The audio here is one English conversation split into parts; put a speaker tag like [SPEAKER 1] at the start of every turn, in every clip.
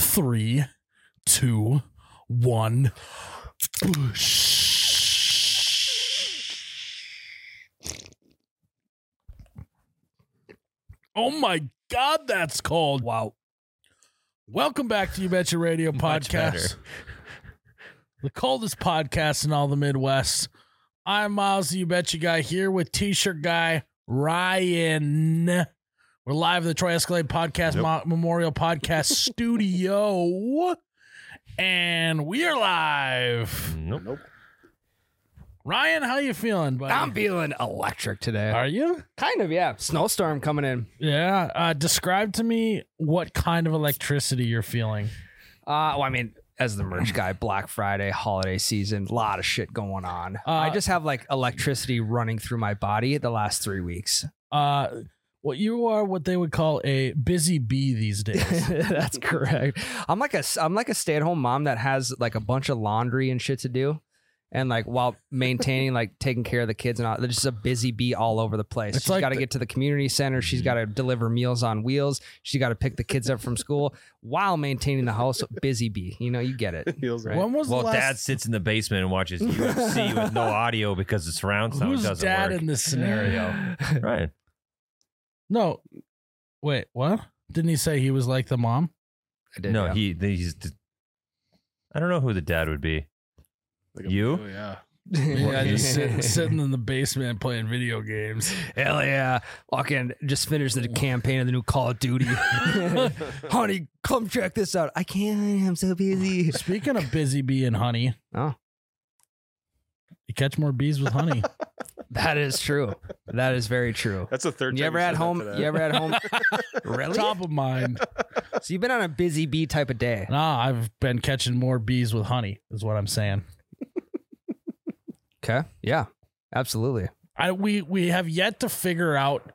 [SPEAKER 1] three, two, one. Oh my God, that's called. Wow. Welcome back to You Betcha Radio
[SPEAKER 2] Much
[SPEAKER 1] Podcast,
[SPEAKER 2] better.
[SPEAKER 1] the coldest podcast in all the Midwest. I'm Miles, the You Betcha Guy, here with T shirt guy Ryan. We're live at the Troy Escalade Podcast
[SPEAKER 2] Yep.
[SPEAKER 1] Mo- Memorial Podcast Studio, and we are live.
[SPEAKER 2] Nope.
[SPEAKER 1] Ryan, how you feeling, buddy?
[SPEAKER 3] I'm feeling electric today.
[SPEAKER 1] Are you?
[SPEAKER 3] Kind of, yeah. Snowstorm coming in.
[SPEAKER 1] Yeah. Uh, describe to me what kind of electricity you're feeling.
[SPEAKER 3] Uh, well, I mean, as the merch guy, Black Friday, holiday season, a lot of shit going on.
[SPEAKER 1] Uh,
[SPEAKER 3] I just have like electricity running through my body the last three weeks.
[SPEAKER 1] Uh, what you are, what they would call a busy bee these days.
[SPEAKER 3] That's correct. I'm like a I'm like a stay at home mom that has like a bunch of laundry and shit to do, and like while maintaining like taking care of the kids and all. There's just a busy bee all over the place.
[SPEAKER 1] It's
[SPEAKER 3] She's
[SPEAKER 1] like
[SPEAKER 3] got to
[SPEAKER 1] the- Mm-hmm.
[SPEAKER 3] get to the community center. She's got to deliver meals on wheels. She's got to pick the kids up from school while maintaining the house. Busy bee. You know, you get it. Right.
[SPEAKER 1] When was
[SPEAKER 2] Well,
[SPEAKER 1] the last?
[SPEAKER 2] dad sits in the basement and watches UFC with no audio because the surround sound
[SPEAKER 1] who's
[SPEAKER 2] doesn't
[SPEAKER 1] dad
[SPEAKER 2] work.
[SPEAKER 1] in this scenario?
[SPEAKER 2] right.
[SPEAKER 1] No. Wait, what? Didn't he say he was like the mom?
[SPEAKER 3] I did,
[SPEAKER 2] No,
[SPEAKER 3] yeah.
[SPEAKER 2] he he's. I don't know who the dad would be.
[SPEAKER 4] Like
[SPEAKER 2] You?
[SPEAKER 4] oh, yeah.
[SPEAKER 1] Yeah, just sit, sitting in the basement playing video games.
[SPEAKER 3] Hell yeah. Fucking just finished the campaign of the new Call of Duty. Honey, come check this out. I can't. I'm so busy.
[SPEAKER 1] Speaking of busy bee and honey,
[SPEAKER 3] Oh.
[SPEAKER 1] you catch more bees with honey.
[SPEAKER 3] That is true. That is very true.
[SPEAKER 4] That's the third.
[SPEAKER 3] You
[SPEAKER 4] time
[SPEAKER 3] ever
[SPEAKER 4] said
[SPEAKER 3] at
[SPEAKER 4] that
[SPEAKER 3] home?
[SPEAKER 4] today.
[SPEAKER 3] You ever at home? really?
[SPEAKER 1] Top of mind.
[SPEAKER 3] So you've been on a busy bee type of day.
[SPEAKER 1] Nah, I've been catching more bees with honey. Is what I'm saying.
[SPEAKER 3] Okay. Yeah. Absolutely.
[SPEAKER 1] I we we have yet to figure out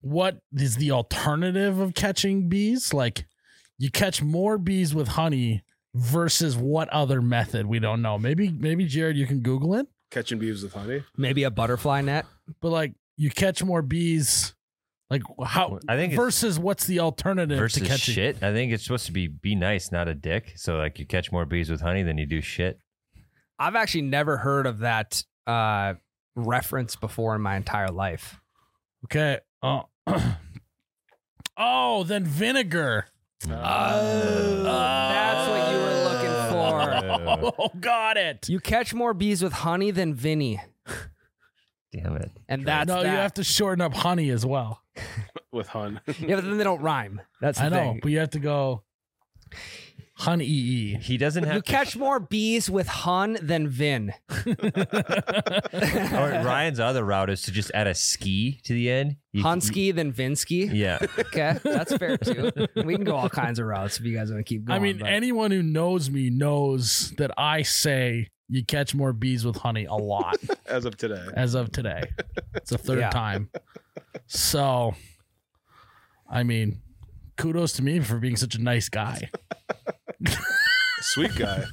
[SPEAKER 1] what is the alternative of catching bees. Like you catch more bees with honey versus what other method? We don't know. Maybe maybe Jared, you can Google it.
[SPEAKER 4] catching bees with honey?
[SPEAKER 3] Maybe a butterfly net.
[SPEAKER 1] But like you catch more bees, like how
[SPEAKER 2] I think it's
[SPEAKER 1] versus what's the alternative
[SPEAKER 2] versus
[SPEAKER 1] to catching?
[SPEAKER 2] shit. I think it's supposed to be be nice, not a dick. So like you catch more bees with honey than you do shit.
[SPEAKER 3] I've actually never heard of that uh, reference before in my entire life.
[SPEAKER 1] Okay. Oh. oh, then vinegar. Uh,
[SPEAKER 4] Uh,
[SPEAKER 3] Oh, that's what you were looking
[SPEAKER 4] Ah.
[SPEAKER 3] for.
[SPEAKER 2] Oh.
[SPEAKER 1] Oh, got it.
[SPEAKER 3] You catch more bees with honey than Vinny,
[SPEAKER 2] Damn it.
[SPEAKER 3] and that's
[SPEAKER 1] no,
[SPEAKER 3] that.
[SPEAKER 1] you have to shorten up honey as well.
[SPEAKER 4] With hun.
[SPEAKER 3] Yeah, but then they don't rhyme. That's the
[SPEAKER 1] I know,
[SPEAKER 3] thing.
[SPEAKER 1] but you have to go honey ee.
[SPEAKER 2] He doesn't
[SPEAKER 3] You
[SPEAKER 2] have.
[SPEAKER 3] catch more bees with Hun than Vin.
[SPEAKER 2] or Ryan's other route is to just add a ski to the end. You-
[SPEAKER 3] Hunsky than Vinsky.
[SPEAKER 2] Yeah.
[SPEAKER 3] Okay, that's fair too. We can go all kinds of routes if you guys want to keep going.
[SPEAKER 1] I mean,
[SPEAKER 3] but-
[SPEAKER 1] anyone who knows me knows that I say you catch more bees with honey a lot
[SPEAKER 4] As of today.
[SPEAKER 1] as of today. It's the third
[SPEAKER 3] Yeah.
[SPEAKER 1] time. So, I mean, kudos to me for being such a nice guy.
[SPEAKER 4] Sweet guy.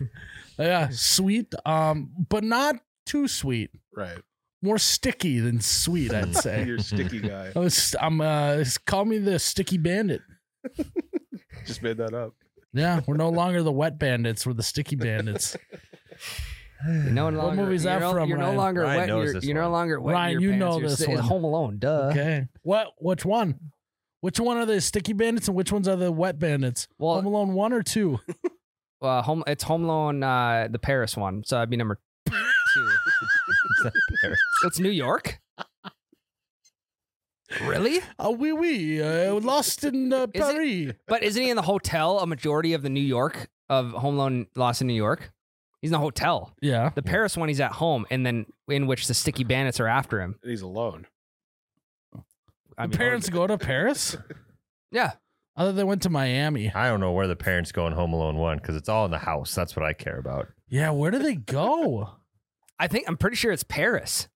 [SPEAKER 1] Yeah, sweet, um, but not too sweet.
[SPEAKER 4] right.
[SPEAKER 1] More sticky than sweet, I'd say.
[SPEAKER 4] You're a sticky guy.
[SPEAKER 1] I was, I'm uh, call me the sticky bandit.
[SPEAKER 4] Just made that up.
[SPEAKER 1] Yeah, we're no longer the wet bandits. We're the sticky bandits.
[SPEAKER 3] you're no longer,
[SPEAKER 1] movie's
[SPEAKER 3] you're
[SPEAKER 1] that
[SPEAKER 3] no,
[SPEAKER 1] from,
[SPEAKER 3] You're
[SPEAKER 1] Ryan?
[SPEAKER 3] no longer
[SPEAKER 2] Ryan
[SPEAKER 3] wet.
[SPEAKER 2] knows
[SPEAKER 3] You're,
[SPEAKER 2] this
[SPEAKER 3] you're no
[SPEAKER 2] one.
[SPEAKER 3] longer wet. in
[SPEAKER 1] Ryan,
[SPEAKER 3] your
[SPEAKER 1] you
[SPEAKER 3] pants.
[SPEAKER 1] know
[SPEAKER 3] You're
[SPEAKER 1] this
[SPEAKER 3] sitting-
[SPEAKER 1] one.
[SPEAKER 3] Home Alone. Duh.
[SPEAKER 1] Okay. What? Which one? Which one are the sticky bandits and which ones are the wet bandits? Home
[SPEAKER 3] Well,
[SPEAKER 1] Alone one or two?
[SPEAKER 3] uh, home. It's Home Alone, uh, the Paris one. So I'd be number two. it's New York. Really?
[SPEAKER 1] Ah, oui, oui. Uh, lost in uh,
[SPEAKER 3] Is it-
[SPEAKER 1] Paris.
[SPEAKER 3] But isn't he in the hotel? A majority of the New York of Home Alone lost in New York. He's in the hotel.
[SPEAKER 1] Yeah.
[SPEAKER 3] The Paris one, he's at home, and then in which the sticky bandits are after him.
[SPEAKER 4] And he's alone.
[SPEAKER 3] I
[SPEAKER 1] the
[SPEAKER 3] mean,
[SPEAKER 1] parents go to Paris.
[SPEAKER 3] Yeah.
[SPEAKER 1] Other they went to Miami.
[SPEAKER 2] I don't know where the parents go in Home Alone 1 because it's all in the house. That's what I care about.
[SPEAKER 1] Yeah. Where do they go?
[SPEAKER 3] I think I'm pretty sure it's Paris.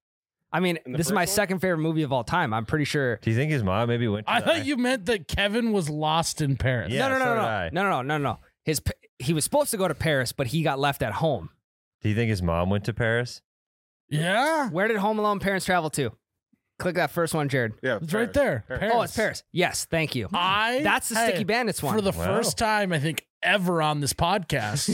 [SPEAKER 3] I mean,
[SPEAKER 4] In the
[SPEAKER 3] this is
[SPEAKER 4] first
[SPEAKER 3] my
[SPEAKER 4] one?
[SPEAKER 3] second favorite movie of all time. I'm pretty sure.
[SPEAKER 2] Do you think his mom maybe went to
[SPEAKER 1] I
[SPEAKER 2] the-
[SPEAKER 1] thought you meant that Kevin was lost in Paris.
[SPEAKER 2] Yeah,
[SPEAKER 3] no, no,
[SPEAKER 2] so
[SPEAKER 3] no,
[SPEAKER 2] did
[SPEAKER 3] no,
[SPEAKER 2] I.
[SPEAKER 3] no, no, no, no, no. His pa- he was supposed to go to Paris, but he got left at home.
[SPEAKER 2] Do you think his mom went to Paris?
[SPEAKER 1] Yeah.
[SPEAKER 3] Where did Home Alone parents travel to? Click that first one, Jared.
[SPEAKER 4] Yeah,
[SPEAKER 1] It's right
[SPEAKER 4] Paris.
[SPEAKER 1] there.
[SPEAKER 4] Paris.
[SPEAKER 3] Oh, it's Paris. Yes, thank you.
[SPEAKER 1] I
[SPEAKER 3] That's the
[SPEAKER 1] hey,
[SPEAKER 3] Sticky Bandits one.
[SPEAKER 1] For the
[SPEAKER 2] Wow.
[SPEAKER 1] first time, I think ever on this podcast,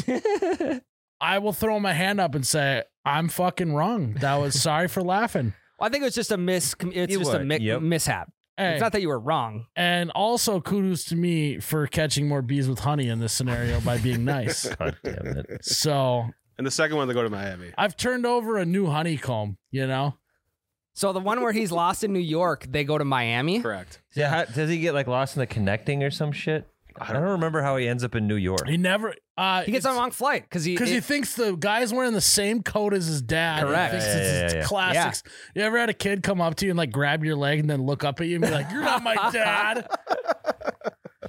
[SPEAKER 1] I will throw my hand up and say, "I'm fucking wrong." That was sorry for laughing.
[SPEAKER 3] I think it was just a mis. It's
[SPEAKER 2] It
[SPEAKER 3] just a
[SPEAKER 2] was,
[SPEAKER 3] mi-
[SPEAKER 2] yep.
[SPEAKER 3] mishap.
[SPEAKER 1] Hey,
[SPEAKER 3] It's not that you were wrong.
[SPEAKER 1] and also kudos to me for catching more bees with honey in this scenario by being nice.
[SPEAKER 2] God damn it.
[SPEAKER 1] So
[SPEAKER 4] And the second one, they go to Miami.
[SPEAKER 1] I've turned over a new honeycomb. You know,
[SPEAKER 3] So the one where he's lost in New York, they go to Miami.
[SPEAKER 4] Correct.
[SPEAKER 2] Yeah, how, does he get like lost in the connecting or some shit? I don't, remember how he ends up in New York.
[SPEAKER 1] he never. Uh,
[SPEAKER 3] He gets on the wrong flight because he.
[SPEAKER 1] because he
[SPEAKER 3] it-
[SPEAKER 1] thinks the guy's wearing the same coat as his dad. and
[SPEAKER 3] Correct.
[SPEAKER 1] thinks
[SPEAKER 2] Yeah,
[SPEAKER 1] it's
[SPEAKER 2] yeah,
[SPEAKER 1] his
[SPEAKER 2] yeah, yeah.
[SPEAKER 1] classics. You ever had a kid come up to you and like grab your leg and then look up at you and be like, "You're not my dad."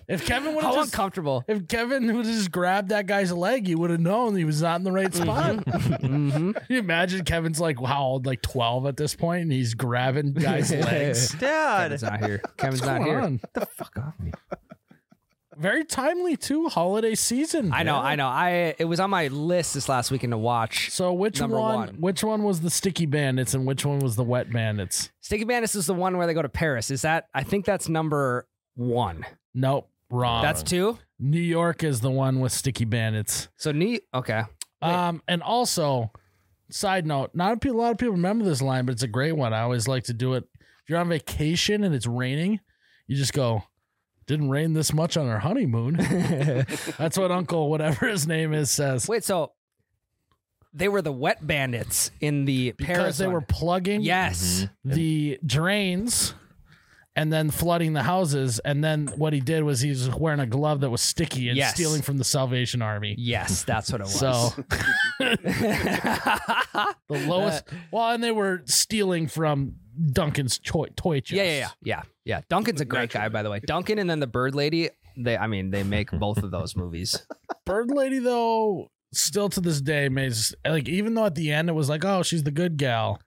[SPEAKER 1] if Kevin would have
[SPEAKER 3] how
[SPEAKER 1] just
[SPEAKER 3] uncomfortable.
[SPEAKER 1] if Kevin would have just grabbed that guy's leg, you would have known he was not in the right spot.
[SPEAKER 3] hmm
[SPEAKER 1] Can you imagine Kevin's like how old, like twelve at this point, and he's grabbing guys' legs.
[SPEAKER 2] Dad.
[SPEAKER 3] Kevin's not here. Kevin's
[SPEAKER 1] What's
[SPEAKER 3] not
[SPEAKER 1] going
[SPEAKER 3] here.
[SPEAKER 1] on?
[SPEAKER 3] The fuck off me.
[SPEAKER 1] Very timely too, holiday season.
[SPEAKER 3] I know. I know. I. It was on my list this last weekend to watch.
[SPEAKER 1] So which one,
[SPEAKER 3] Number one.
[SPEAKER 1] Which one was the sticky bandits and which one was the wet bandits?
[SPEAKER 3] Sticky Bandits is the one where they go to Paris. Is that? I think that's number one.
[SPEAKER 1] Nope, wrong.
[SPEAKER 3] That's two.
[SPEAKER 1] New York is the one with sticky bandits.
[SPEAKER 3] So neat. Okay. Wait.
[SPEAKER 1] Um, and also, side note, not a, pe- a lot of people remember this line, but it's a great one. I always like to do it. If you're on vacation and it's raining, you just go, "Didn't rain this much on our honeymoon." That's what Uncle whatever his name is says
[SPEAKER 3] Wait. So they were the wet bandits in the
[SPEAKER 1] because
[SPEAKER 3] Paris.
[SPEAKER 1] they
[SPEAKER 3] one.
[SPEAKER 1] were plugging
[SPEAKER 3] Yes.
[SPEAKER 1] the drains and then flooding the houses. And then what he did was he was wearing a glove that was sticky and
[SPEAKER 3] Yes.
[SPEAKER 1] stealing from the Salvation Army.
[SPEAKER 3] Yes, that's what it was.
[SPEAKER 1] So the lowest.
[SPEAKER 3] Uh,
[SPEAKER 1] well, and they were stealing from Duncan's toy, toy chest.
[SPEAKER 3] yeah, yeah, yeah, yeah, yeah. Duncan's a great guy, by the way. Duncan and then the Bird Lady. They, I mean, they make both of those movies.
[SPEAKER 1] Bird Lady, though, still to this day, makes like even though at the end it was like, oh, she's the good gal,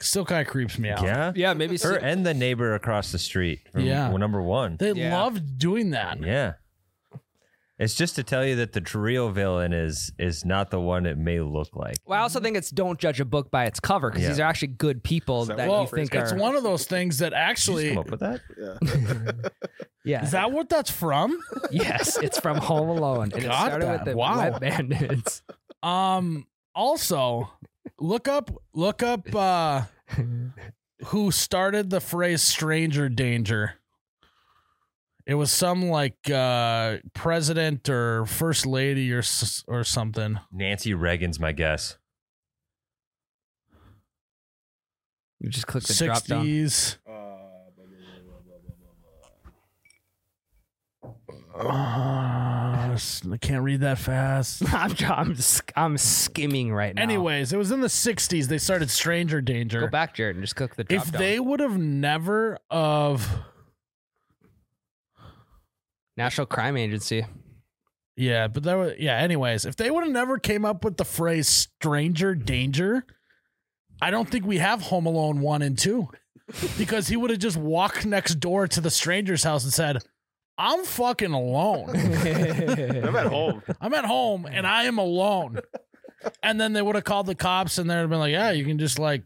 [SPEAKER 1] still kind of creeps me out.
[SPEAKER 2] Yeah.
[SPEAKER 3] Yeah, maybe.
[SPEAKER 2] Her and the neighbor across the street. From
[SPEAKER 1] Yeah.
[SPEAKER 2] Number one.
[SPEAKER 1] They
[SPEAKER 3] Yeah.
[SPEAKER 1] loved doing that.
[SPEAKER 2] Yeah. It's just to tell you that the real villain is is not the one it may look like.
[SPEAKER 3] Well, I also think it's don't judge a book by its cover because
[SPEAKER 2] Yeah.
[SPEAKER 3] these are actually good people
[SPEAKER 4] Is
[SPEAKER 3] that,
[SPEAKER 4] that
[SPEAKER 1] well,
[SPEAKER 3] you think
[SPEAKER 1] it's
[SPEAKER 3] are.
[SPEAKER 1] one of those things that
[SPEAKER 2] Did you just
[SPEAKER 1] actually
[SPEAKER 2] come up with that?
[SPEAKER 4] Yeah.
[SPEAKER 3] yeah.
[SPEAKER 1] is that what that's from?
[SPEAKER 3] yes, it's from Home Alone. And it
[SPEAKER 1] Got
[SPEAKER 3] started
[SPEAKER 1] that.
[SPEAKER 3] with the
[SPEAKER 1] Wow.
[SPEAKER 3] Wet Bandits.
[SPEAKER 1] Um. Also, look up look up uh who started the phrase "stranger danger." It was some like uh president or first lady or s- or something.
[SPEAKER 2] Nancy Reagan's my guess.
[SPEAKER 3] You just click the drop down.
[SPEAKER 1] Sixties. Uh, s- I can't read that fast.
[SPEAKER 3] I'm, I'm, sk- I'm skimming right now.
[SPEAKER 1] Anyways, it was in the '60s they started "stranger danger."
[SPEAKER 3] go back, Jared, and just click the drop
[SPEAKER 1] if
[SPEAKER 3] down.
[SPEAKER 1] they would have never of
[SPEAKER 3] National Crime Agency.
[SPEAKER 1] yeah but that was yeah anyways if they would have never came up with the phrase stranger danger i don't think we have home alone one and two because he would have just walked next door to the stranger's house and said i'm fucking alone
[SPEAKER 4] I'm at home.
[SPEAKER 1] i'm at home and i am alone and then they would have called the cops and they'd have been like yeah you can just like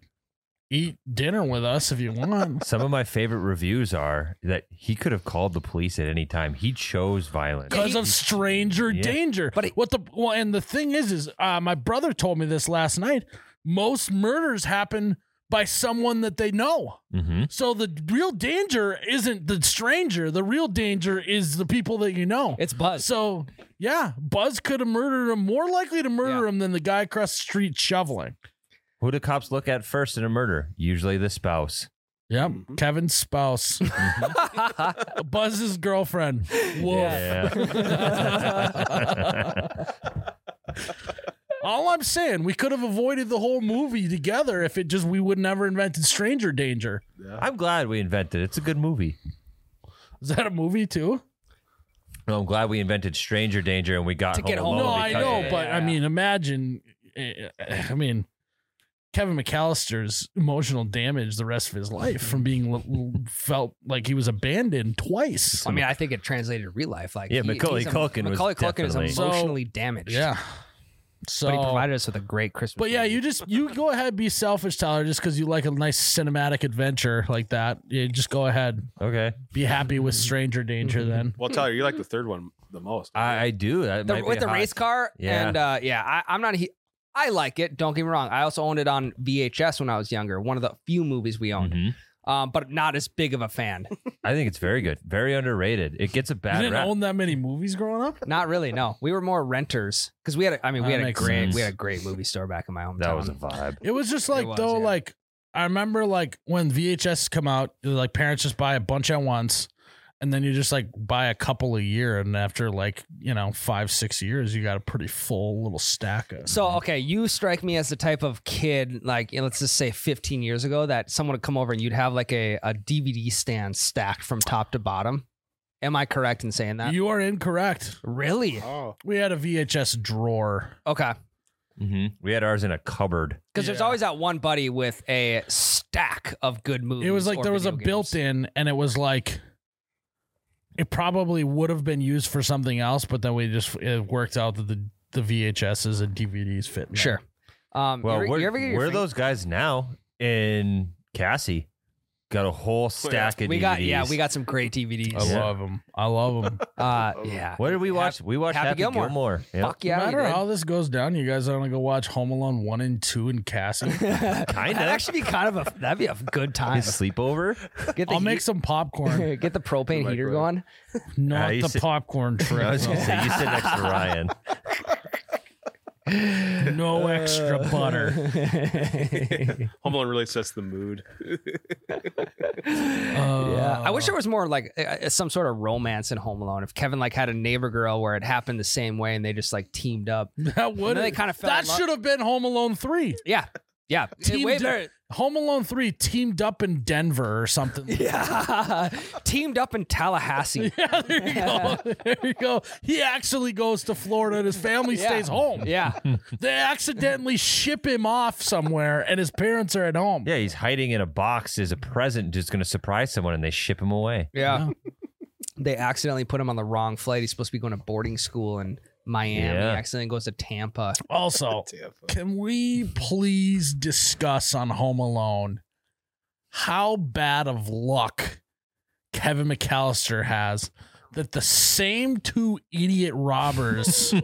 [SPEAKER 1] eat dinner with us if you want
[SPEAKER 2] Some of my favorite reviews are that he could have called the police at any time. He chose violence.
[SPEAKER 1] because of stranger
[SPEAKER 2] Yeah.
[SPEAKER 1] danger.
[SPEAKER 3] But it-
[SPEAKER 1] what the well, and the thing is, is uh, my brother told me this last night. Most murders happen by someone that they know.
[SPEAKER 2] hmm
[SPEAKER 1] So the real danger isn't the stranger. The real danger is the people that you know.
[SPEAKER 3] It's Buzz.
[SPEAKER 1] so yeah, Buzz could have murdered him. More likely to murder
[SPEAKER 3] Yeah.
[SPEAKER 1] him than the guy across the street shoveling.
[SPEAKER 2] Who do cops look at first in a murder? Usually the spouse.
[SPEAKER 1] Yep, Mm-hmm. Kevin's spouse,
[SPEAKER 3] Mm-hmm.
[SPEAKER 1] Buzz's girlfriend. Whoa. All I'm saying, we could have avoided the whole movie together if it just we would never invented Stranger Danger.
[SPEAKER 2] I'm glad we invented it. It's a good movie.
[SPEAKER 1] Is that a movie too?
[SPEAKER 2] Well, I'm glad we invented Stranger Danger and we got
[SPEAKER 3] To
[SPEAKER 2] home
[SPEAKER 3] get home.
[SPEAKER 2] alone.
[SPEAKER 1] no, I
[SPEAKER 2] because-
[SPEAKER 1] know, but I
[SPEAKER 3] Yeah.
[SPEAKER 1] mean, imagine. eh, I mean, Kevin McAllister's emotional damage the rest of his life from being l- l- felt like he was abandoned twice.
[SPEAKER 3] I mean, I think it translated to real life. Like
[SPEAKER 2] Yeah,
[SPEAKER 3] he-
[SPEAKER 2] Macaulay
[SPEAKER 3] he's a-
[SPEAKER 2] Culkin was
[SPEAKER 3] Macaulay Culkin
[SPEAKER 2] definitely-
[SPEAKER 3] is
[SPEAKER 2] So-
[SPEAKER 3] emotionally damaged.
[SPEAKER 1] yeah, So
[SPEAKER 3] but he provided us with a great Christmas.
[SPEAKER 1] But yeah,
[SPEAKER 3] movie.
[SPEAKER 1] you just you go ahead be selfish, Tyler, just because you like a nice cinematic adventure like that. You just go ahead,
[SPEAKER 2] Okay,
[SPEAKER 1] be happy with
[SPEAKER 3] Mm-hmm.
[SPEAKER 1] Stranger Danger. Then
[SPEAKER 4] Well, Tyler, you like the third one the most.
[SPEAKER 2] I, I do. That
[SPEAKER 3] The-
[SPEAKER 2] might be
[SPEAKER 3] with the
[SPEAKER 2] hot.
[SPEAKER 3] race car.
[SPEAKER 2] Yeah.
[SPEAKER 3] And uh, yeah, I, I'm not. He, I like it. Don't get me wrong. I also owned it on VHS when I was younger. One of the few movies we owned,
[SPEAKER 2] Mhm.
[SPEAKER 3] um, but not as big of a fan.
[SPEAKER 2] I think it's very good, very underrated. It gets a
[SPEAKER 1] you
[SPEAKER 2] bad
[SPEAKER 1] didn't
[SPEAKER 2] rap.
[SPEAKER 1] own that many movies growing up.
[SPEAKER 3] not really. No, we were more renters because we had. A, I mean, we
[SPEAKER 1] That
[SPEAKER 3] had a
[SPEAKER 1] makes
[SPEAKER 3] great.
[SPEAKER 1] sense.
[SPEAKER 3] We had a great movie store back in my hometown.
[SPEAKER 2] that was a vibe.
[SPEAKER 1] It was just like
[SPEAKER 3] was,
[SPEAKER 1] though,
[SPEAKER 3] yeah.
[SPEAKER 1] like I remember like when VHS come out, like parents just buy a bunch at once, and then you just like buy a couple a year, and after like you know five six years, you got a pretty full little stack of.
[SPEAKER 3] So okay, you strike me as the type of kid, like you know, let's just say 15 years ago, that someone would come over and you'd have like a, a DVD stand stacked from top to bottom. Am I correct in saying that?
[SPEAKER 1] you are incorrect.
[SPEAKER 3] really?
[SPEAKER 4] Oh,
[SPEAKER 1] We had a VHS drawer.
[SPEAKER 3] Okay,
[SPEAKER 2] hmm We had ours in a cupboard.
[SPEAKER 3] because there's
[SPEAKER 1] Yeah.
[SPEAKER 3] always that one buddy with a stack of good movies.
[SPEAKER 1] It was like
[SPEAKER 3] or
[SPEAKER 1] there was a
[SPEAKER 3] video games.
[SPEAKER 1] built-in, and it was like it probably would have been used for something else, but then we just it worked out that the the VHSs and DVDs fit. in there.
[SPEAKER 3] Sure. Um,
[SPEAKER 2] Well,
[SPEAKER 3] you ever- you
[SPEAKER 2] we're,
[SPEAKER 3] ever get your
[SPEAKER 2] we're
[SPEAKER 3] fing-
[SPEAKER 2] those guys now in Cassie. Got a whole stack of
[SPEAKER 3] We got yeah,
[SPEAKER 2] DVDs.
[SPEAKER 3] we got some great
[SPEAKER 1] I
[SPEAKER 3] DVDs.
[SPEAKER 2] Yeah.
[SPEAKER 1] love them. I love them.
[SPEAKER 3] Uh, yeah.
[SPEAKER 2] What did we watch? we watched
[SPEAKER 3] Happy
[SPEAKER 2] Happy,
[SPEAKER 3] Gilmore.
[SPEAKER 2] Gilmore. Yep.
[SPEAKER 3] Fuck yeah.
[SPEAKER 1] no
[SPEAKER 3] we
[SPEAKER 1] matter
[SPEAKER 3] did.
[SPEAKER 1] how this goes down, you guys are gonna go watch Home Alone one and two and Cassie.
[SPEAKER 3] That'd actually be kind of a that'd be a good time.
[SPEAKER 2] His sleepover.
[SPEAKER 3] Get the
[SPEAKER 1] I'll make
[SPEAKER 3] heat-
[SPEAKER 1] some popcorn,
[SPEAKER 3] get the propane heater
[SPEAKER 4] microwave.
[SPEAKER 3] going.
[SPEAKER 1] not
[SPEAKER 2] you
[SPEAKER 1] the
[SPEAKER 2] sit-
[SPEAKER 1] popcorn
[SPEAKER 2] I
[SPEAKER 1] trick.
[SPEAKER 2] was gonna say you sit next to Ryan.
[SPEAKER 1] though. no
[SPEAKER 3] Uh,
[SPEAKER 1] extra butter.
[SPEAKER 4] Home Alone really sets the mood.
[SPEAKER 3] yeah, I wish
[SPEAKER 1] Uh,
[SPEAKER 3] there was more like uh, some sort of romance in Home Alone. If Kevin like had a neighbor girl where it happened the same way and they just like teamed up.
[SPEAKER 1] that would
[SPEAKER 3] they kinda fell
[SPEAKER 1] that
[SPEAKER 3] in love.
[SPEAKER 1] should have been Home Alone three.
[SPEAKER 3] Yeah, yeah, It-
[SPEAKER 1] Teamed
[SPEAKER 3] way
[SPEAKER 1] up.
[SPEAKER 3] better.
[SPEAKER 1] Home Alone three teamed up in Denver or something.
[SPEAKER 3] Yeah, teamed up in Tallahassee.
[SPEAKER 1] Yeah, there you go. There you go. He actually goes to Florida and his family
[SPEAKER 3] Yeah.
[SPEAKER 1] stays home.
[SPEAKER 3] Yeah,
[SPEAKER 1] They accidentally ship him off somewhere and his parents are at home.
[SPEAKER 2] Yeah, he's hiding in a box as a present, just gonna surprise someone, and they ship him away.
[SPEAKER 3] yeah. they accidentally put him on the wrong flight. He's supposed to be going to boarding school in Miami.
[SPEAKER 2] Yeah.
[SPEAKER 3] Accidentally goes to Tampa.
[SPEAKER 1] Also, can we please discuss on Home Alone how bad of luck Kevin McAllister has that the same two idiot robbers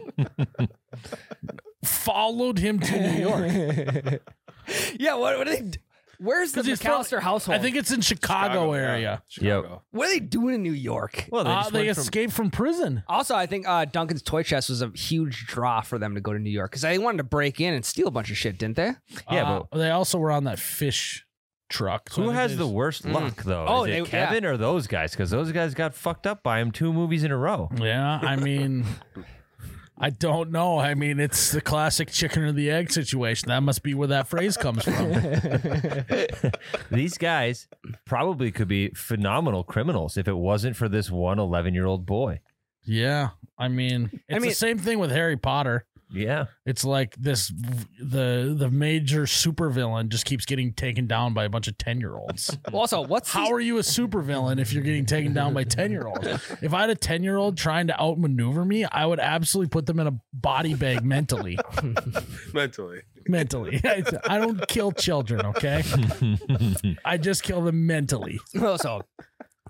[SPEAKER 1] followed him to New York?
[SPEAKER 3] yeah, what, what are they? d- Where's the
[SPEAKER 1] 'Cause he's
[SPEAKER 3] McAllister
[SPEAKER 1] from-
[SPEAKER 3] household?
[SPEAKER 1] I think it's in Chicago area.
[SPEAKER 4] Chicago.
[SPEAKER 3] What are they doing in New York?
[SPEAKER 2] Well, Oh, they
[SPEAKER 1] Uh,
[SPEAKER 2] just
[SPEAKER 1] they
[SPEAKER 2] went from-
[SPEAKER 1] escaped from prison.
[SPEAKER 3] Also, I think uh, Duncan's toy chest was a huge draw for them to go to New York because they wanted to break in and steal a bunch of shit, didn't they?
[SPEAKER 2] Yeah,
[SPEAKER 1] Uh, they also were on that fish truck. So
[SPEAKER 2] Who
[SPEAKER 1] I think
[SPEAKER 2] has
[SPEAKER 1] they
[SPEAKER 2] the
[SPEAKER 1] just-
[SPEAKER 2] worst luck though?
[SPEAKER 3] Oh,
[SPEAKER 2] Is Mm. it
[SPEAKER 3] they- yeah.
[SPEAKER 2] Kevin or those guys? Because those guys got fucked up by him two movies in a row.
[SPEAKER 1] Yeah, I mean, I don't know. I mean, it's the classic chicken or the egg situation. That must be where that phrase comes from.
[SPEAKER 2] These guys probably could be phenomenal criminals if it wasn't for this one 11 year old boy.
[SPEAKER 1] yeah, I mean, it's
[SPEAKER 3] mean-
[SPEAKER 1] the same thing with Harry Potter.
[SPEAKER 2] Yeah.
[SPEAKER 1] It's like this the the major supervillain just keeps getting taken down by a bunch of 10-year-olds.
[SPEAKER 3] Well, also, what's
[SPEAKER 1] How are you a supervillain if you're getting taken down by 10-year-olds? If I had a 10-year-old trying to outmaneuver me, I would absolutely put them in a body bag mentally.
[SPEAKER 4] Mentally.
[SPEAKER 1] mentally. I, I don't kill children, okay? I just kill them mentally.
[SPEAKER 3] the, also?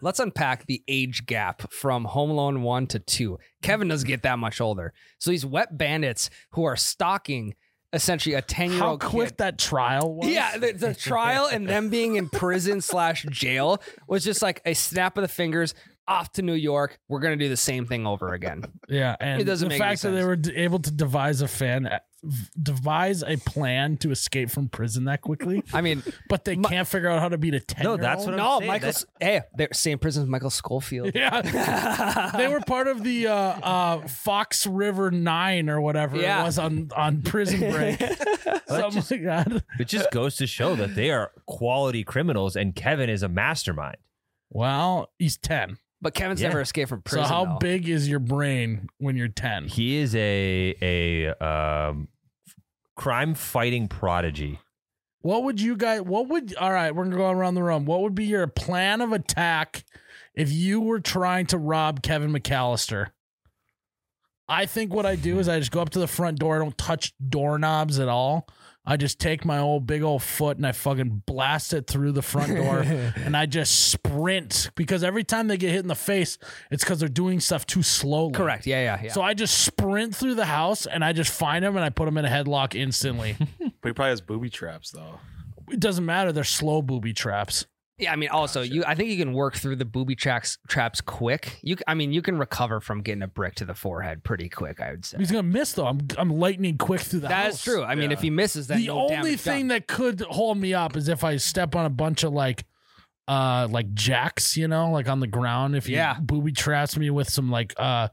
[SPEAKER 3] Let's unpack the age gap from Home Alone one to two. Kevin doesn't get that much older, so these wet bandits who are stalking essentially a ten year
[SPEAKER 1] How
[SPEAKER 3] old
[SPEAKER 1] quick that trial was.
[SPEAKER 3] Yeah, the, the trial and them being in prison slash jail was just like a snap of the fingers. Off to New York. We're gonna do the same thing over again.
[SPEAKER 1] Yeah, and
[SPEAKER 3] It doesn't
[SPEAKER 1] the
[SPEAKER 3] make
[SPEAKER 1] fact that
[SPEAKER 3] any
[SPEAKER 1] they
[SPEAKER 3] sense.
[SPEAKER 1] were d- able to devise a fan uh, devise a plan to escape from prison that quickly,
[SPEAKER 3] I mean,
[SPEAKER 1] but they can't figure out how to beat a 10
[SPEAKER 2] No, that's what I'm
[SPEAKER 3] no,
[SPEAKER 2] saying.
[SPEAKER 3] Michael.
[SPEAKER 2] That's-
[SPEAKER 3] Hey, they're same prison as Michael Schofield.
[SPEAKER 1] yeah. they were part of the uh, uh, Fox River Nine or whatever
[SPEAKER 3] Yeah.
[SPEAKER 1] it was on, on prison break. Something like that.
[SPEAKER 2] It just goes to show that they are quality criminals and Kevin is a mastermind.
[SPEAKER 1] Well, he's 10.
[SPEAKER 3] But Kevin's
[SPEAKER 2] Yeah.
[SPEAKER 3] never escaped from prison.
[SPEAKER 1] so, how
[SPEAKER 3] though.
[SPEAKER 1] big is your brain when you're 10?
[SPEAKER 2] He is a a um, crime fighting prodigy.
[SPEAKER 1] What would you guys? What would? All right, we're gonna go around the room. What would be your plan of attack if you were trying to rob Kevin McAllister? I think what I do is I just go up to the front door. I don't touch doorknobs at all. I just take my old big old foot and I fucking blast it through the front door and I just sprint because every time they get hit in the face, it's because they're doing stuff too slowly.
[SPEAKER 3] Correct. Yeah, yeah, yeah.
[SPEAKER 1] So I just sprint through the house and I just find them and I put them in a headlock instantly.
[SPEAKER 4] But he probably has booby traps though.
[SPEAKER 1] it doesn't matter. They're slow booby traps.
[SPEAKER 3] yeah, I mean, also, you. I think you can work through the booby traps traps quick. You, c- I mean, you can recover from getting a brick to the forehead pretty quick. I would say
[SPEAKER 1] He's gonna miss though. I'm I'm lightning quick through the
[SPEAKER 3] that
[SPEAKER 1] house.
[SPEAKER 3] is true. I mean,
[SPEAKER 4] Yeah.
[SPEAKER 3] if he misses, then
[SPEAKER 1] the
[SPEAKER 3] no
[SPEAKER 1] only
[SPEAKER 3] damage
[SPEAKER 1] thing
[SPEAKER 3] done.
[SPEAKER 1] that could hold me up is if I step on a bunch of like uh like jacks, you know, like on the ground if he
[SPEAKER 3] Yeah.
[SPEAKER 1] booby traps me with some like uh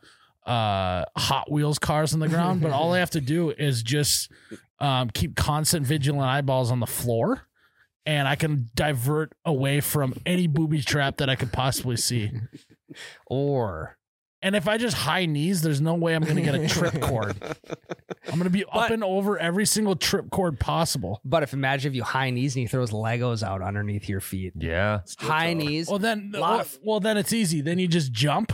[SPEAKER 1] uh Hot Wheels cars on the ground, but all I have to do is just um keep constant vigilant eyeballs on the floor and I can divert away from any booby trap that I could possibly see.
[SPEAKER 3] or
[SPEAKER 1] And if I just high knees, there's no way I'm going to get a trip cord. I'm going to be up
[SPEAKER 3] But-
[SPEAKER 1] and over every single trip cord possible.
[SPEAKER 3] But if imagine if you high knees and he throws Legos out underneath your feet.
[SPEAKER 2] Yeah.
[SPEAKER 4] Still
[SPEAKER 3] High
[SPEAKER 4] tough.
[SPEAKER 3] knees.
[SPEAKER 1] Well, then,
[SPEAKER 3] Lot
[SPEAKER 1] well,
[SPEAKER 3] of-
[SPEAKER 1] well, then it's easy. Then you just jump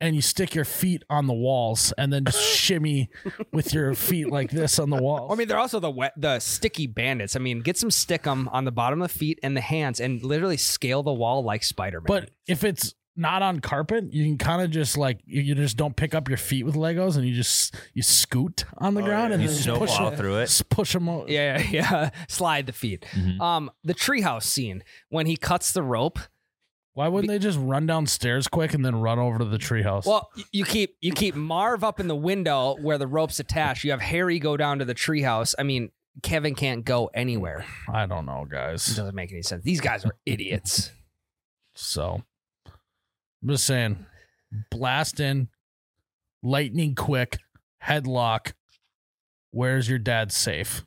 [SPEAKER 1] and you stick your feet on the walls and then just shimmy with your feet like this on the walls.
[SPEAKER 3] I mean, they're also the wet, the sticky bandits. I mean, get some stick 'em on the bottom of the feet and the hands, and literally scale the wall like Spider Man.
[SPEAKER 1] but if it's not on carpet, you can kind of just like you, you just don't pick up your feet with Legos and you just you scoot on the
[SPEAKER 4] Oh,
[SPEAKER 1] ground
[SPEAKER 4] yeah.
[SPEAKER 1] and
[SPEAKER 2] You
[SPEAKER 1] then just push
[SPEAKER 2] snowplow
[SPEAKER 1] them,
[SPEAKER 2] through it.
[SPEAKER 1] just push them out.
[SPEAKER 3] yeah, yeah, yeah. slide the feet. Um, the treehouse scene when he cuts the rope.
[SPEAKER 1] Why wouldn't they just run downstairs quick and then run over to the treehouse?
[SPEAKER 3] Well, y- you keep you keep Marv up in the window where the rope's attached. You have Harry go down to the treehouse. I mean, Kevin can't go anywhere.
[SPEAKER 1] I don't know,
[SPEAKER 3] It
[SPEAKER 1] guys.
[SPEAKER 3] doesn't make any sense. These guys are idiots.
[SPEAKER 1] So I'm just saying, blast in, lightning quick, headlock. Where's your dad safe?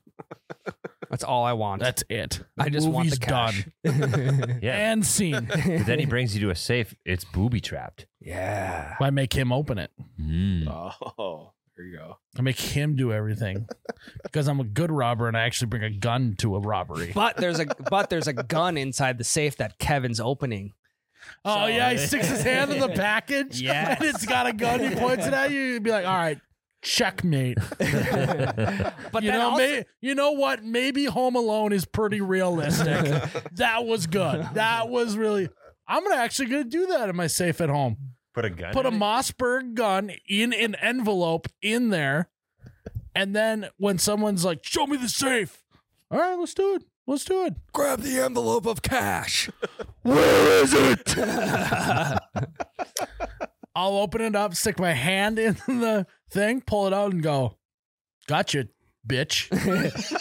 [SPEAKER 3] That's all I want.
[SPEAKER 1] That's it.
[SPEAKER 3] I just want the cash.
[SPEAKER 2] Mhm. Yeah.
[SPEAKER 1] And scene.
[SPEAKER 2] But then he brings you to a safe. It's booby trapped.
[SPEAKER 3] yeah.
[SPEAKER 1] I make him open it.
[SPEAKER 2] Hmm.
[SPEAKER 4] Oh, there you go.
[SPEAKER 1] I make him do everything because I'm a good robber and I actually bring a gun to a robbery.
[SPEAKER 3] But there's a but there's a gun inside the safe that Kevin's opening.
[SPEAKER 1] Oh
[SPEAKER 3] So-
[SPEAKER 1] yeah, he sticks his hand in the package.
[SPEAKER 3] Yes.
[SPEAKER 1] and it's got a gun. He points it at you. You'd be like, "All right, checkmate."
[SPEAKER 3] But
[SPEAKER 1] you
[SPEAKER 3] then
[SPEAKER 1] know,
[SPEAKER 3] also-
[SPEAKER 1] may, you know what? Maybe Home Alone is pretty realistic. that was good. That was really. I'm gonna actually gonna do that in my safe at home.
[SPEAKER 2] Put a gun.
[SPEAKER 1] Put a
[SPEAKER 2] in it?
[SPEAKER 1] Mossberg gun in an envelope in there, and then when someone's like, "Show me the safe," all right, let's do it. Let's do it.
[SPEAKER 3] grab the envelope of cash.
[SPEAKER 1] I'll open it up, stick my hand in the thing, pull it out, and go, "Gotcha, bitch."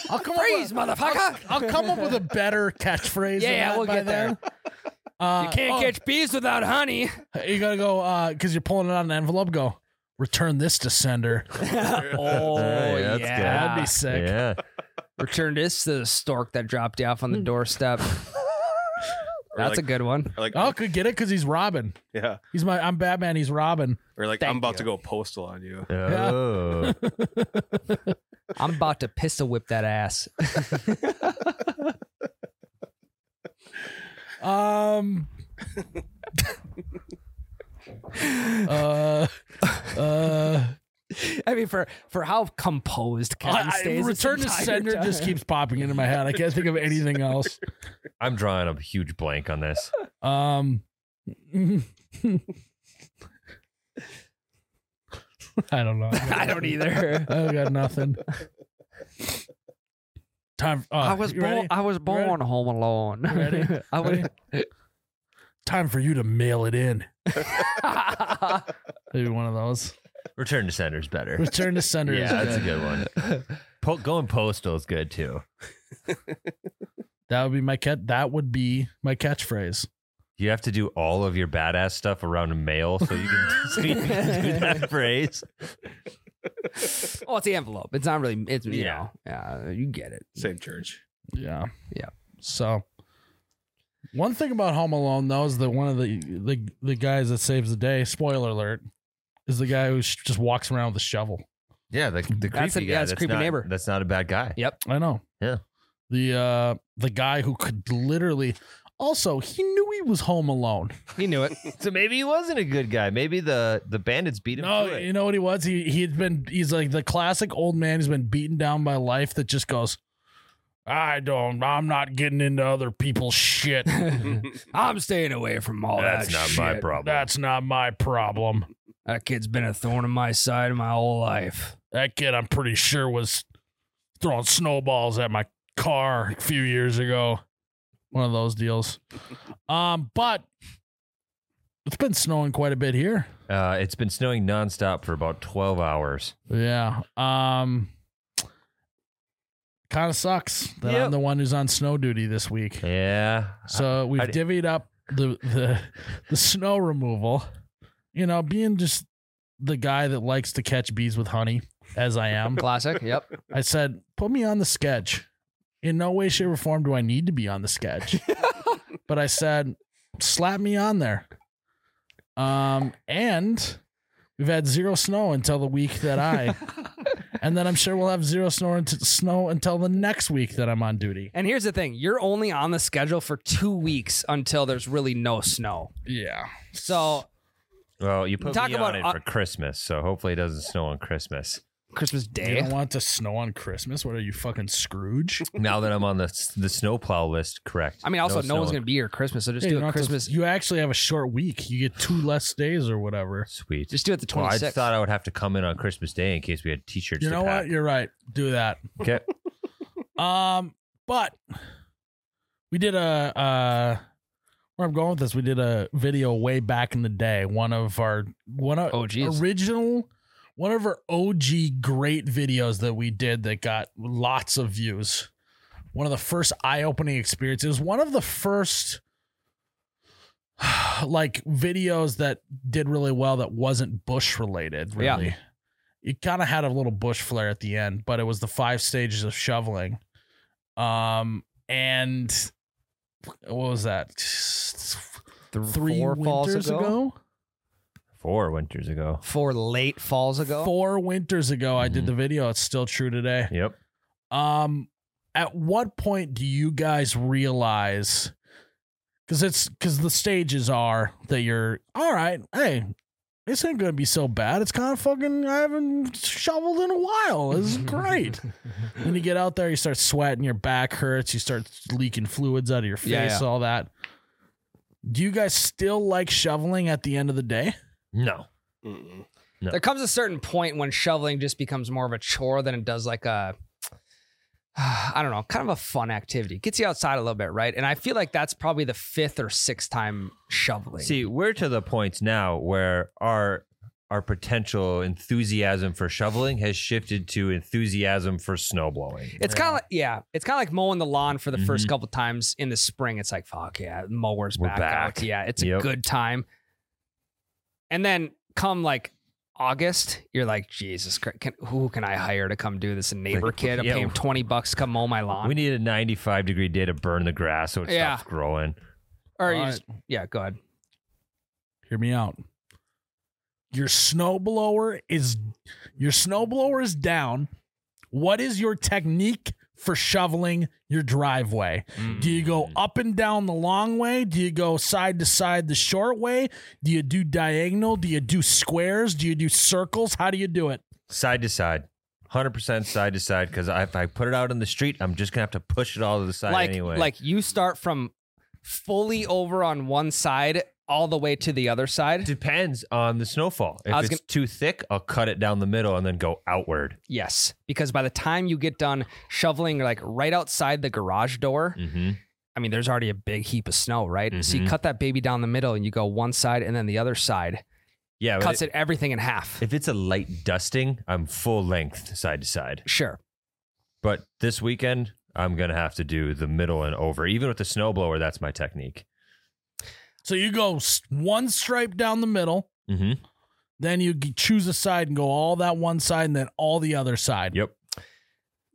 [SPEAKER 1] I'll come up
[SPEAKER 3] Freeze,
[SPEAKER 1] with-
[SPEAKER 3] motherfucker!
[SPEAKER 1] I'll come up with a better catchphrase.
[SPEAKER 3] Yeah,
[SPEAKER 1] than
[SPEAKER 3] yeah,
[SPEAKER 1] that
[SPEAKER 3] we'll
[SPEAKER 1] by
[SPEAKER 3] get there.
[SPEAKER 1] then. Uh,
[SPEAKER 3] you can't
[SPEAKER 1] oh,
[SPEAKER 3] catch bees without honey.
[SPEAKER 1] You gotta go because you're pulling it out of an envelope. Go return this to sender.
[SPEAKER 3] Oh,
[SPEAKER 2] Hey, that's
[SPEAKER 3] yeah.
[SPEAKER 2] good.
[SPEAKER 1] That'd be sick.
[SPEAKER 2] Yeah.
[SPEAKER 3] Return this to the stork that dropped you off on the
[SPEAKER 1] Hmm.
[SPEAKER 3] doorstep.
[SPEAKER 4] Or
[SPEAKER 3] That's a
[SPEAKER 4] like,
[SPEAKER 3] good one.
[SPEAKER 4] or like
[SPEAKER 1] Oh, could get it because he's Robin.
[SPEAKER 4] yeah,
[SPEAKER 1] He's my. I'm Batman. He's Robin.
[SPEAKER 4] or like
[SPEAKER 3] Thank
[SPEAKER 4] I'm about
[SPEAKER 3] you.
[SPEAKER 4] to go postal on you.
[SPEAKER 2] Oh.
[SPEAKER 3] I'm about to pistol whip that ass.
[SPEAKER 1] Um. uh. Uh.
[SPEAKER 3] I mean, for for how composed Kevin
[SPEAKER 1] I, I-
[SPEAKER 3] stays. this
[SPEAKER 1] return to
[SPEAKER 3] entire
[SPEAKER 1] sender
[SPEAKER 3] time.
[SPEAKER 1] just keeps popping into my head. I can't think of anything else.
[SPEAKER 2] I'm drawing a huge blank on this.
[SPEAKER 1] Um, I don't know.
[SPEAKER 3] I don't either.
[SPEAKER 1] I got nothing. Time. Uh,
[SPEAKER 3] I was
[SPEAKER 1] you
[SPEAKER 3] born.
[SPEAKER 1] ready?
[SPEAKER 3] I was
[SPEAKER 1] ready?
[SPEAKER 3] born home alone.
[SPEAKER 1] You ready?
[SPEAKER 3] I was.
[SPEAKER 1] Time for you to mail it in. Maybe one of those.
[SPEAKER 2] Return to sender's better.
[SPEAKER 1] Return to sender.
[SPEAKER 2] Yeah,
[SPEAKER 1] is
[SPEAKER 2] that's a
[SPEAKER 1] good.
[SPEAKER 2] good one. Po- going postal is good too.
[SPEAKER 1] That would be my cat. That would be my catchphrase.
[SPEAKER 2] You have to do all of your badass stuff around mail so you can, so you can do that phrase.
[SPEAKER 3] oh, it's the envelope. It's not really. It's you
[SPEAKER 2] Yeah.
[SPEAKER 3] know. Yeah, you get it.
[SPEAKER 4] Same church.
[SPEAKER 1] Yeah.
[SPEAKER 3] Yeah.
[SPEAKER 1] So one thing about Home Alone though is that one of the the, the guys that saves the day, spoiler alert, is the guy who sh- just walks around with a shovel.
[SPEAKER 2] Yeah, the, the creepy
[SPEAKER 3] That's a-
[SPEAKER 2] guy.
[SPEAKER 3] yeah, it's creepy
[SPEAKER 2] not-
[SPEAKER 3] neighbor.
[SPEAKER 2] That's not a bad guy.
[SPEAKER 3] Yep.
[SPEAKER 1] I know.
[SPEAKER 2] Yeah.
[SPEAKER 1] The uh the guy who could literally Also, he knew he was home alone.
[SPEAKER 3] He knew it.
[SPEAKER 2] So maybe he wasn't a good guy. Maybe the the bandits beat him.
[SPEAKER 1] No,
[SPEAKER 2] to it.
[SPEAKER 1] you know what he was? He he'd been he's like the classic old man who's been beaten down by life that just goes, I don't I'm not getting into other people's shit.
[SPEAKER 3] I'm staying away from all that shit.
[SPEAKER 2] problem.
[SPEAKER 1] That's not my problem.
[SPEAKER 3] That kid's been a thorn in my side my whole life.
[SPEAKER 1] That kid I'm pretty sure was throwing snowballs at my car a few years ago. One of those deals. Um, but it's been snowing quite a bit here.
[SPEAKER 2] uh, it's been snowing nonstop for about twelve hours.
[SPEAKER 1] Yeah. Um kind of sucks that
[SPEAKER 2] Yep.
[SPEAKER 1] I'm the one who's on snow duty this week.
[SPEAKER 2] Yeah.
[SPEAKER 1] So we've
[SPEAKER 2] I-
[SPEAKER 1] divvied up the the the snow removal. You know, being just the guy that likes to catch bees with honey, as I am,
[SPEAKER 3] Classic. Yep.
[SPEAKER 1] I said, put me on the sketch. In no way, shape, or form do I need to be on the sketch. but I said, slap me on there. Um, and we've had zero snow until the week that I, and then I'm sure we'll have zero snow, unt- snow until the next week that I'm on duty.
[SPEAKER 3] And here's the thing: you're only on the schedule for two weeks until there's really no snow.
[SPEAKER 1] Yeah.
[SPEAKER 3] So
[SPEAKER 2] Well, you put
[SPEAKER 3] Talk
[SPEAKER 2] me
[SPEAKER 3] about-
[SPEAKER 2] on it for Christmas, so hopefully it doesn't snow on Christmas.
[SPEAKER 3] Christmas
[SPEAKER 1] You
[SPEAKER 3] Day.
[SPEAKER 1] don't want to snow on Christmas? What are you, fucking Scrooge?
[SPEAKER 2] now that I'm on the the snowplow list, correct?
[SPEAKER 3] I mean, also, no,
[SPEAKER 2] snow
[SPEAKER 3] one's
[SPEAKER 2] on-
[SPEAKER 3] gonna be here at Christmas, so just
[SPEAKER 1] Yeah, you
[SPEAKER 3] do
[SPEAKER 1] don't
[SPEAKER 3] it
[SPEAKER 1] have to-
[SPEAKER 3] Christmas.
[SPEAKER 1] you actually have a short week. You get two less days or whatever.
[SPEAKER 2] Sweet.
[SPEAKER 3] just do it the 26th.
[SPEAKER 2] Well, I just thought I would have to come in on Christmas Day in case we had T-shirts.
[SPEAKER 1] You
[SPEAKER 2] to
[SPEAKER 1] know
[SPEAKER 2] pack.
[SPEAKER 1] what? You're right. Do that.
[SPEAKER 2] Okay.
[SPEAKER 1] Um, but we did a uh where I'm going with this, we did a video way back in the day. One of our one of
[SPEAKER 3] Oh, geez.
[SPEAKER 1] original one of our OG great videos that we did that got lots of views. One of the first eye-opening experiences. One of the first like videos that did really well that wasn't bush related,
[SPEAKER 3] Yeah.
[SPEAKER 1] really. It kind of had a little bush flare at the end, but it was the five stages of shoveling. Um and what was that?
[SPEAKER 3] Th-
[SPEAKER 1] Three
[SPEAKER 3] four falls
[SPEAKER 1] winters
[SPEAKER 3] ago,
[SPEAKER 1] ago?
[SPEAKER 2] Four winters ago.
[SPEAKER 3] four late falls ago.
[SPEAKER 1] Four winters ago, I did
[SPEAKER 2] Mhm.
[SPEAKER 3] Mm-hmm.
[SPEAKER 1] the video. It's still true today.
[SPEAKER 2] Yep.
[SPEAKER 1] Um, at what point do you guys realize? Because it's because the stages are that you're all right. Hey, this ain't gonna be so bad. It's kind of fucking. I haven't shoveled in a while. This is great. when you get out there, you start sweating. Your back hurts. You start leaking fluids out of your face.
[SPEAKER 3] Yeah, yeah.
[SPEAKER 1] All that. Do you guys still like shoveling at the end of the day?
[SPEAKER 2] No.
[SPEAKER 4] Mm-mm.
[SPEAKER 3] There comes a certain point when shoveling just becomes more of a chore than it does like a I don't know, kind of a fun activity. Gets you outside a little bit, right? And I feel like that's probably the fifth or sixth time shoveling.
[SPEAKER 2] See, we're to the point now where our our potential enthusiasm for shoveling has shifted to enthusiasm for snowblowing.
[SPEAKER 3] it's kind of like, yeah, it's kind of like mowing the lawn for the first
[SPEAKER 2] Mhm.
[SPEAKER 3] couple times in the spring. It's like, fuck yeah, mower's
[SPEAKER 2] We're
[SPEAKER 3] back,
[SPEAKER 2] back.
[SPEAKER 3] out. Yeah, it's
[SPEAKER 2] Yep.
[SPEAKER 3] a good time. And then come like August, you're like, Jesus Christ, can, who can I hire to come do this? A neighbor kid, I'm
[SPEAKER 2] yeah.
[SPEAKER 3] paying 20 bucks to come mow my lawn.
[SPEAKER 2] We need a 95 degree day to burn the grass so it
[SPEAKER 3] Yeah.
[SPEAKER 2] stops growing.
[SPEAKER 3] or
[SPEAKER 1] All
[SPEAKER 3] you
[SPEAKER 1] right.
[SPEAKER 3] just, yeah, go ahead.
[SPEAKER 1] hear me out. Your snowblower is your snowblower is down. What is your technique for shoveling your driveway? Do you go up and down the long way? Do you go side to side the short way? Do you do diagonal? Do you do squares? Do you do circles? How do you do it?
[SPEAKER 2] Side to side. 100% side to side because if I put it out on the street, I'm just going to have to push it all to the side
[SPEAKER 3] like
[SPEAKER 2] anyway.
[SPEAKER 3] like you start from fully over on one side all the way to the other side
[SPEAKER 2] Depends on the snowfall. If
[SPEAKER 3] I was
[SPEAKER 2] it's too thick, I'll cut it down the middle and then go outward.
[SPEAKER 3] yes because by the time you get done shoveling like right outside the garage door
[SPEAKER 2] Mm-hmm.
[SPEAKER 3] i mean there's already a big heap of snow right so you
[SPEAKER 2] Mhm.
[SPEAKER 3] cut that baby down the middle and you go one side and then the other side
[SPEAKER 2] Yeah, but
[SPEAKER 3] cuts it everything in half
[SPEAKER 2] If it's a light dusting, I'm full length side to side.
[SPEAKER 3] sure
[SPEAKER 2] But this weekend, I'm gonna have to do the middle and over. Even with the snowblower, that's my technique.
[SPEAKER 1] So you go s- one stripe down the middle,
[SPEAKER 2] Mm-hmm.
[SPEAKER 1] then you g- choose a side and go all that one side and then all the other side.
[SPEAKER 2] Yep.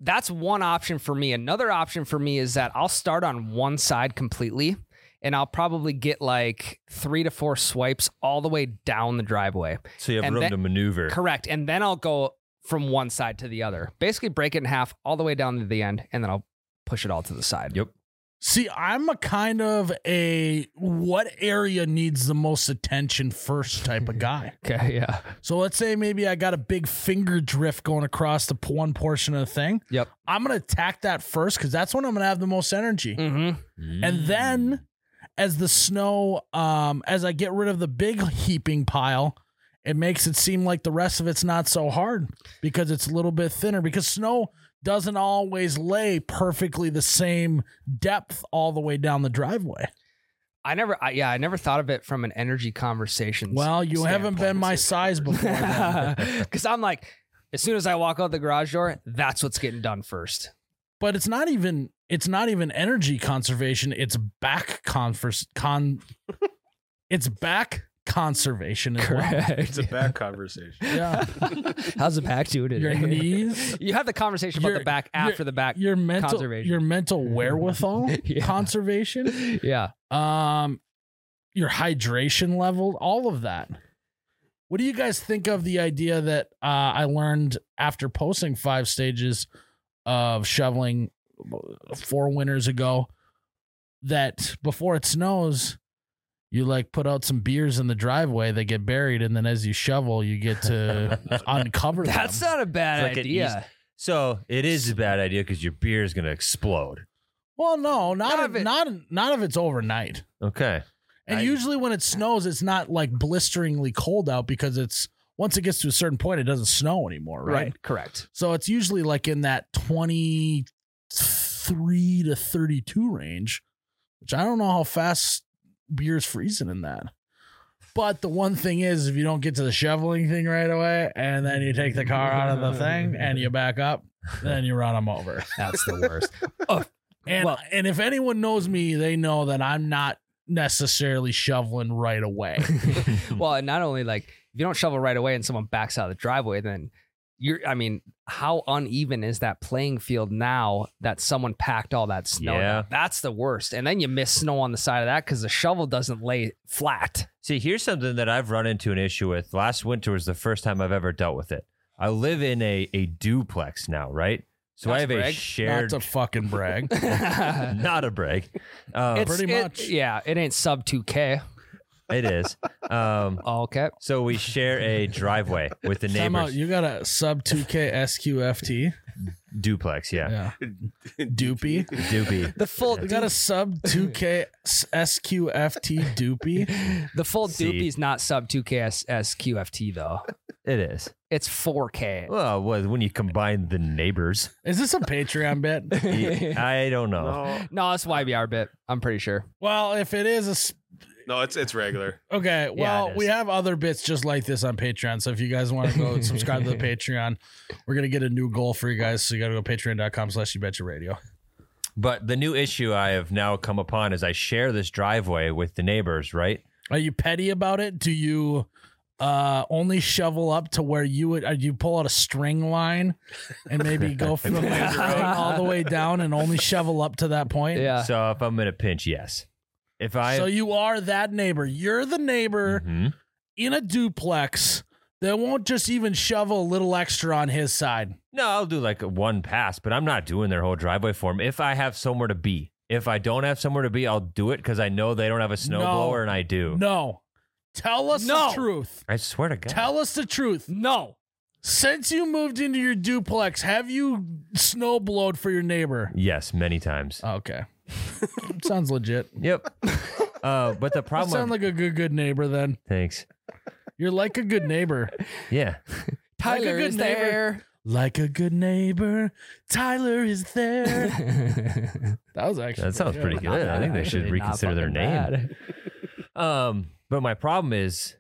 [SPEAKER 3] that's one option for me. Another option for me is that I'll start on one side completely and I'll probably get like three to four swipes all the way down the driveway.
[SPEAKER 2] So you have
[SPEAKER 3] And
[SPEAKER 2] room
[SPEAKER 3] that-
[SPEAKER 2] to maneuver.
[SPEAKER 3] Correct. And then I'll go from one side to the other. Basically break it in half all the way down to the end and then I'll push it all to the side.
[SPEAKER 2] Yep.
[SPEAKER 1] See, I'm a kind of a what area needs the most attention first type of guy.
[SPEAKER 3] Okay, yeah.
[SPEAKER 1] So let's say maybe I got a big finger drift going across the p- one portion of the thing.
[SPEAKER 3] Yep.
[SPEAKER 1] I'm gonna attack that first because that's when I'm gonna have the most energy.
[SPEAKER 3] Mm-hmm.
[SPEAKER 2] Mm.
[SPEAKER 1] And then as the snow, um, as I get rid of the big heaping pile, it makes it seem like the rest of it's not so hard because it's a little bit thinner because snow doesn't always lay perfectly the same depth all the way down the driveway.
[SPEAKER 3] I never, I, yeah, I never thought of it from an energy conversation.
[SPEAKER 1] Well, you haven't been my size before. then.
[SPEAKER 3] Because I'm like, as soon as I walk out the garage door, that's what's getting done first.
[SPEAKER 1] but it's not even it's not even energy conservation it's back converse con it's back conservation as well.
[SPEAKER 4] It's a back conversation.
[SPEAKER 1] yeah
[SPEAKER 3] How's the back doing
[SPEAKER 1] your
[SPEAKER 3] today?
[SPEAKER 1] knees
[SPEAKER 3] You have the conversation
[SPEAKER 1] Your-
[SPEAKER 3] about the back
[SPEAKER 1] your-
[SPEAKER 3] after the back.
[SPEAKER 1] your mental
[SPEAKER 3] Conservation.
[SPEAKER 1] your mental wherewithal
[SPEAKER 3] Yeah.
[SPEAKER 1] conservation
[SPEAKER 3] Yeah.
[SPEAKER 1] um your hydration level all of that what do you guys think of the idea that uh, i learned after posting five stages of shoveling four winters ago that before it snows you like put out some beers in the driveway they get buried and then as you shovel you get to uncover
[SPEAKER 3] That's
[SPEAKER 1] them
[SPEAKER 3] not a bad
[SPEAKER 2] It's like an
[SPEAKER 3] idea.
[SPEAKER 2] so it is a bad idea because your beer is going to explode.
[SPEAKER 1] well no not
[SPEAKER 3] Not
[SPEAKER 1] if,
[SPEAKER 3] if it-
[SPEAKER 1] not not if it's overnight
[SPEAKER 2] Okay.
[SPEAKER 1] And
[SPEAKER 2] I-
[SPEAKER 1] usually when it snows, it's not like blisteringly cold out because it's once it gets to a certain point, it doesn't snow anymore, right?
[SPEAKER 3] right. Correct.
[SPEAKER 1] So it's usually like in that 23 to 32 range, which I don't know how fast beer's freezing in that. But the one thing is, if you don't get to the shoveling thing right away, and then you take the car out of the thing and you back up, then you run them over.
[SPEAKER 3] That's the worst.
[SPEAKER 1] And
[SPEAKER 3] Well-
[SPEAKER 1] and if anyone knows me, they know that I'm not necessarily shoveling right away.
[SPEAKER 3] well, and not only like if you don't shovel right away and someone backs out of the driveway, then you're. I mean, how uneven is that playing field now that someone packed all that snow? down?
[SPEAKER 2] Yeah.
[SPEAKER 3] That's the worst. And then you miss snow on the side of that because the shovel doesn't lay flat.
[SPEAKER 2] See, here's something that I've run into an issue with. Last winter was the first time I've ever dealt with it. I live in a, a duplex now, right? So
[SPEAKER 3] That's
[SPEAKER 2] I have a
[SPEAKER 3] brag.
[SPEAKER 2] shared,
[SPEAKER 1] Not to fucking brag.
[SPEAKER 3] it's,
[SPEAKER 2] not a break. Um,
[SPEAKER 1] Pretty
[SPEAKER 3] it-
[SPEAKER 1] much.
[SPEAKER 3] yeah, it ain't sub 2K.
[SPEAKER 2] it is. Um,
[SPEAKER 3] Okay.
[SPEAKER 2] so we share a driveway with the
[SPEAKER 1] Time out.
[SPEAKER 2] neighbors.
[SPEAKER 1] You got a sub 2K SQFT.
[SPEAKER 2] duplex, yeah.
[SPEAKER 1] Yeah. Doopy.
[SPEAKER 2] Doopy.
[SPEAKER 3] The full
[SPEAKER 1] You got a sub 2K s- SQFT doopy.
[SPEAKER 3] the full
[SPEAKER 2] See.
[SPEAKER 3] doopie's not sub 2K as, as QFT though.
[SPEAKER 2] It is.
[SPEAKER 3] It's 4K.
[SPEAKER 2] Well, well, when you combine the neighbors,
[SPEAKER 1] Is this a Patreon bit?
[SPEAKER 2] I don't know.
[SPEAKER 4] No,
[SPEAKER 3] No, it's YBR bit. I'm pretty sure.
[SPEAKER 1] Well, if it is a. s-
[SPEAKER 4] no, it's it's regular.
[SPEAKER 1] Okay. Well,
[SPEAKER 2] it
[SPEAKER 1] we
[SPEAKER 2] is.
[SPEAKER 1] have other bits just like this on Patreon. So if you guys want to go subscribe to the Patreon, we're going to get a new goal for you guys. So you got to go patreon.com slash you betcha radio.
[SPEAKER 2] But the new issue I have now come upon is I share this driveway with the neighbors, right?
[SPEAKER 1] Are you petty about it? Do you uh only shovel up to where you would? Uh, you pull out a string line and maybe go from the
[SPEAKER 4] Laser
[SPEAKER 1] all the way down and only shovel up to that point?
[SPEAKER 3] Yeah.
[SPEAKER 2] so if I'm in a pinch, yes. If I
[SPEAKER 1] Uh. So you are that neighbor. You're the neighbor
[SPEAKER 2] Mhm.
[SPEAKER 1] in a duplex that won't just even shovel a little extra on his side.
[SPEAKER 2] no, I'll do like one pass, but I'm not doing their whole driveway for them. If I have somewhere to be, if I don't have somewhere to be, I'll do it because I know they don't have a snowblower and I do.
[SPEAKER 1] No. Tell us
[SPEAKER 3] No.
[SPEAKER 1] the truth.
[SPEAKER 2] I swear to God,
[SPEAKER 1] Tell us the truth.
[SPEAKER 3] No.
[SPEAKER 1] Since you moved into your duplex, have you snow blowed for your neighbor?
[SPEAKER 2] yes, many times.
[SPEAKER 1] Okay. Sounds legit.
[SPEAKER 2] yep. uh, but the
[SPEAKER 1] You
[SPEAKER 2] problem,
[SPEAKER 1] sound like a good good neighbor then.
[SPEAKER 2] thanks.
[SPEAKER 1] You're like a good neighbor.
[SPEAKER 2] Yeah,
[SPEAKER 1] Like a
[SPEAKER 3] Tyler
[SPEAKER 1] good
[SPEAKER 3] is
[SPEAKER 1] neighbor.
[SPEAKER 3] there.
[SPEAKER 1] Like a good neighbor, Tyler is there. That was actually
[SPEAKER 2] that sounds pretty good. I think they should
[SPEAKER 3] Actually not
[SPEAKER 2] reconsider their
[SPEAKER 3] fucking
[SPEAKER 2] name.
[SPEAKER 3] bad.
[SPEAKER 2] Um, but my problem is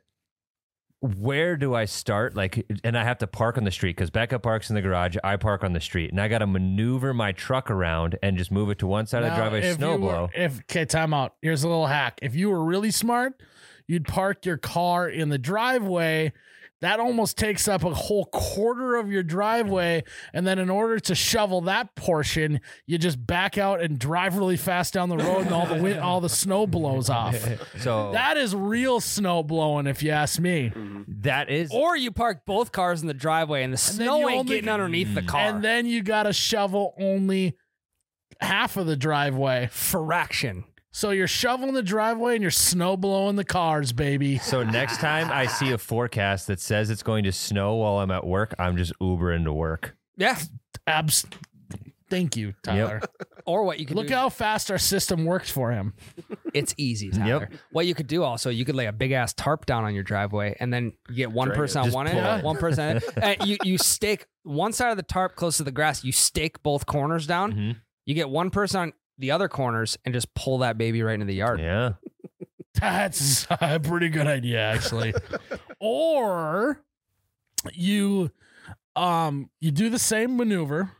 [SPEAKER 2] where do I start? Like, and I have to park on the street because Becca parks in the garage. I park on the street, and I got to maneuver my truck around and just move it to one side of the
[SPEAKER 1] Now,
[SPEAKER 2] driveway.
[SPEAKER 1] if
[SPEAKER 2] Snow
[SPEAKER 1] you were-
[SPEAKER 2] blow.
[SPEAKER 1] If okay, time out. Here's a little hack. If you were really smart, you'd park your car in the driveway. That almost takes up a whole quarter of your driveway, and then in order to shovel that portion, you just back out and drive really fast down the road, and all the wind, all the snow blows off.
[SPEAKER 2] So
[SPEAKER 1] That is real snow blowing, if you ask me.
[SPEAKER 2] that is
[SPEAKER 3] Or you park both cars in the driveway and the
[SPEAKER 1] then
[SPEAKER 3] snow
[SPEAKER 1] you
[SPEAKER 3] ain't
[SPEAKER 1] only-
[SPEAKER 3] getting underneath the car.
[SPEAKER 1] And then you got to shovel only half of the driveway.
[SPEAKER 3] Fraction.
[SPEAKER 1] So you're shoveling the driveway and you're snow blowing the cars, baby.
[SPEAKER 2] So next time I see a forecast that says it's going to snow while I'm at work, I'm just Ubering to work.
[SPEAKER 3] Yeah.
[SPEAKER 1] Abs. Thank you, Tyler.
[SPEAKER 3] Or what you could
[SPEAKER 1] Look
[SPEAKER 3] do,
[SPEAKER 1] how fast our system worked for him.
[SPEAKER 3] it's easy, Tyler. What you could do also, you could lay a big ass tarp down on your driveway, and then you get one
[SPEAKER 4] Drag
[SPEAKER 3] person
[SPEAKER 4] it.
[SPEAKER 3] on
[SPEAKER 2] Just
[SPEAKER 3] one
[SPEAKER 2] pull
[SPEAKER 3] end,
[SPEAKER 2] it.
[SPEAKER 3] one person. on the- and you you stake one side of the tarp close to the grass. You stake both corners down.
[SPEAKER 2] Mhm.
[SPEAKER 3] You get one person on the other corners, and just pull that baby right into the yard.
[SPEAKER 2] Yeah.
[SPEAKER 1] That's a pretty good idea, actually. or you um you do the same maneuver,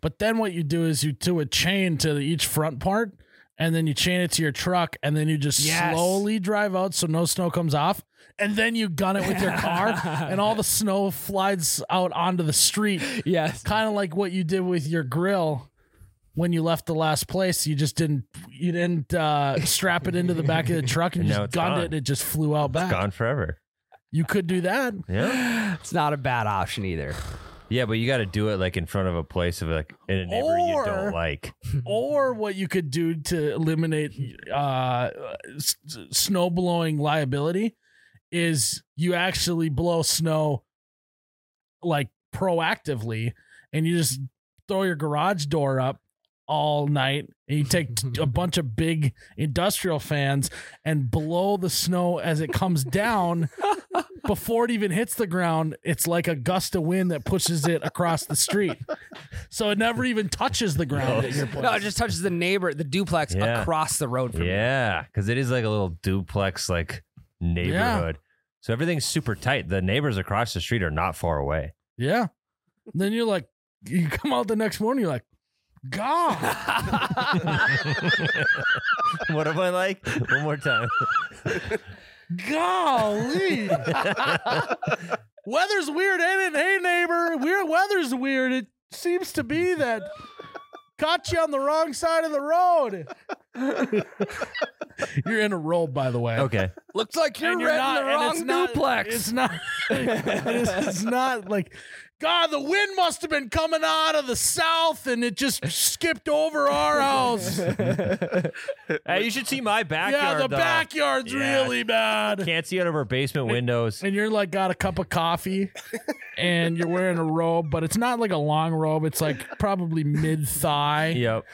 [SPEAKER 1] but then what you do is you do a chain to the, each front part, and then you chain it to your truck, and then you just
[SPEAKER 3] Yes.
[SPEAKER 1] slowly drive out so no snow comes off, and then you gun it with your car, and all the snow flies out onto the street,
[SPEAKER 3] Yes.
[SPEAKER 1] kind of like what you did with your grill. When you left the last place, you just didn't you didn't uh, strap it into the back of the truck and
[SPEAKER 2] And
[SPEAKER 1] you
[SPEAKER 2] now
[SPEAKER 1] just
[SPEAKER 2] it's
[SPEAKER 1] gunned
[SPEAKER 2] gone.
[SPEAKER 1] it and it just flew out back.
[SPEAKER 2] Gone forever.
[SPEAKER 1] You could do that.
[SPEAKER 2] Yeah.
[SPEAKER 3] It's not a bad option either.
[SPEAKER 2] Yeah, but you got to do it like in front of a place of like in a neighbor you
[SPEAKER 1] Or-
[SPEAKER 2] don't like.
[SPEAKER 1] or what you could do to eliminate uh, s- s- snow blowing liability is you actually blow snow like proactively and you just throw your garage door up all night and you take t- a bunch of big industrial fans and blow the snow as it comes down before it even hits the ground it's like a gust of wind that pushes it across the street so it never even touches the ground at your place
[SPEAKER 3] No, it just touches the neighbor, the duplex
[SPEAKER 2] Yeah.
[SPEAKER 3] across the road from you.
[SPEAKER 2] Yeah, because it is like a little duplex like neighborhood. So everything's super tight. The neighbors across the street are not far away.
[SPEAKER 1] Yeah. And then you're like, you come out the next morning, you're like, God,
[SPEAKER 2] What am I like? One more time.
[SPEAKER 1] golly. Weather's weird, ain't it? Hey, neighbor, weird weather's weird. It seems to be that caught you on the wrong side of the road. you're in a roll, by the way.
[SPEAKER 2] Okay.
[SPEAKER 3] Looks like you're,
[SPEAKER 1] And
[SPEAKER 3] renting
[SPEAKER 1] not-
[SPEAKER 3] the
[SPEAKER 1] and
[SPEAKER 3] wrong
[SPEAKER 1] it's not-
[SPEAKER 3] duplex.
[SPEAKER 1] It's not. it's, it's not like, God, the wind must have been coming out of the south and it just skipped over our house.
[SPEAKER 2] Hey, you should see my backyard.
[SPEAKER 1] yeah, the
[SPEAKER 2] though.
[SPEAKER 1] backyard's
[SPEAKER 2] Yeah.
[SPEAKER 1] really bad.
[SPEAKER 2] Can't see out of our basement windows.
[SPEAKER 1] and you're like got a cup of coffee and you're wearing a robe, but it's not like a long robe. It's like probably mid thigh.
[SPEAKER 2] Yep.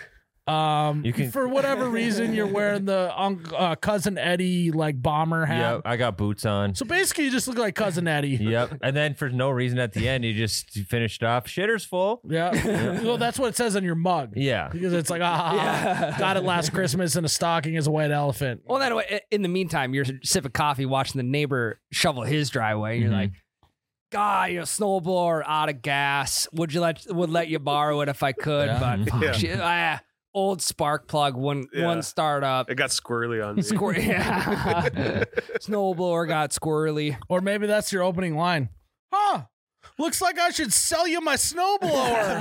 [SPEAKER 1] Um,
[SPEAKER 2] You can-
[SPEAKER 1] for whatever reason, you're wearing the unc uh, cousin Eddie like bomber hat.
[SPEAKER 2] Yep. I got boots on.
[SPEAKER 1] So basically, you just look like cousin Eddie.
[SPEAKER 2] Yep. And then for no reason at the end, you just finished off. Shitter's full.
[SPEAKER 1] Yeah. well, that's what it says on your mug
[SPEAKER 2] Yeah.
[SPEAKER 1] because it's like, ah, got it last Christmas in a stocking as a white elephant.
[SPEAKER 3] Well, then i- in the meantime, you're sipping coffee, watching the neighbor shovel his driveway. And you're
[SPEAKER 2] Mhm.
[SPEAKER 3] like, God, you know, snowblower out of gas. Would you let would let you borrow it if I could?
[SPEAKER 1] Yeah.
[SPEAKER 3] But fuck,
[SPEAKER 4] Yeah.
[SPEAKER 3] shit, ah, old spark plug, one
[SPEAKER 4] Yeah.
[SPEAKER 3] one startup.
[SPEAKER 4] It got squirrely on me.
[SPEAKER 3] Squir- yeah. Snowblower got squirrely.
[SPEAKER 1] Or maybe that's your opening line. Huh. Looks like I should sell you my snowblower.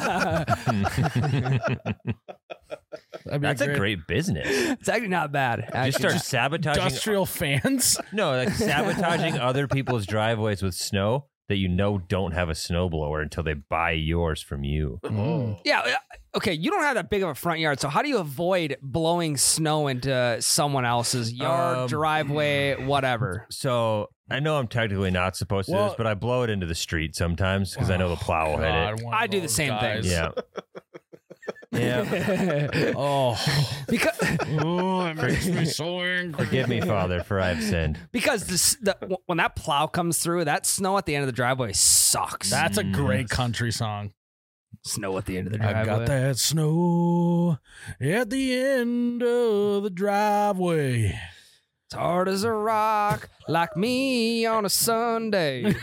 [SPEAKER 1] That'd be
[SPEAKER 2] That's a great business.
[SPEAKER 3] It's actually not bad.
[SPEAKER 2] Just
[SPEAKER 3] actually.
[SPEAKER 2] start sabotaging.
[SPEAKER 1] industrial fans.
[SPEAKER 2] No, like sabotaging other people's driveways with snow that you know don't have a snowblower until they buy yours from you.
[SPEAKER 4] Oh.
[SPEAKER 3] Yeah. uh, Okay. You don't have that big of a front yard. So, how do you avoid blowing snow into someone else's yard,
[SPEAKER 2] Um,
[SPEAKER 3] driveway, whatever?
[SPEAKER 2] So I know I'm technically not supposed to do
[SPEAKER 1] Well- Oh,
[SPEAKER 2] this, but I blow it into the street sometimes because I know the plow will hit
[SPEAKER 1] God, one
[SPEAKER 3] I
[SPEAKER 1] of
[SPEAKER 3] do the
[SPEAKER 1] those
[SPEAKER 3] same thing.
[SPEAKER 1] guys.
[SPEAKER 2] it. Yeah. Yeah.
[SPEAKER 1] Oh,
[SPEAKER 3] Because,
[SPEAKER 1] oh, it makes me so angry.
[SPEAKER 2] Forgive me, Father, for I've sinned.
[SPEAKER 3] because this, the, when that plow comes through, that snow at the end of the driveway sucks.
[SPEAKER 1] That's a great country song.
[SPEAKER 3] snow at the end of the
[SPEAKER 1] I've
[SPEAKER 3] driveway.
[SPEAKER 1] got that snow at the end of the driveway.
[SPEAKER 3] It's hard as a rock, like me on a Sunday.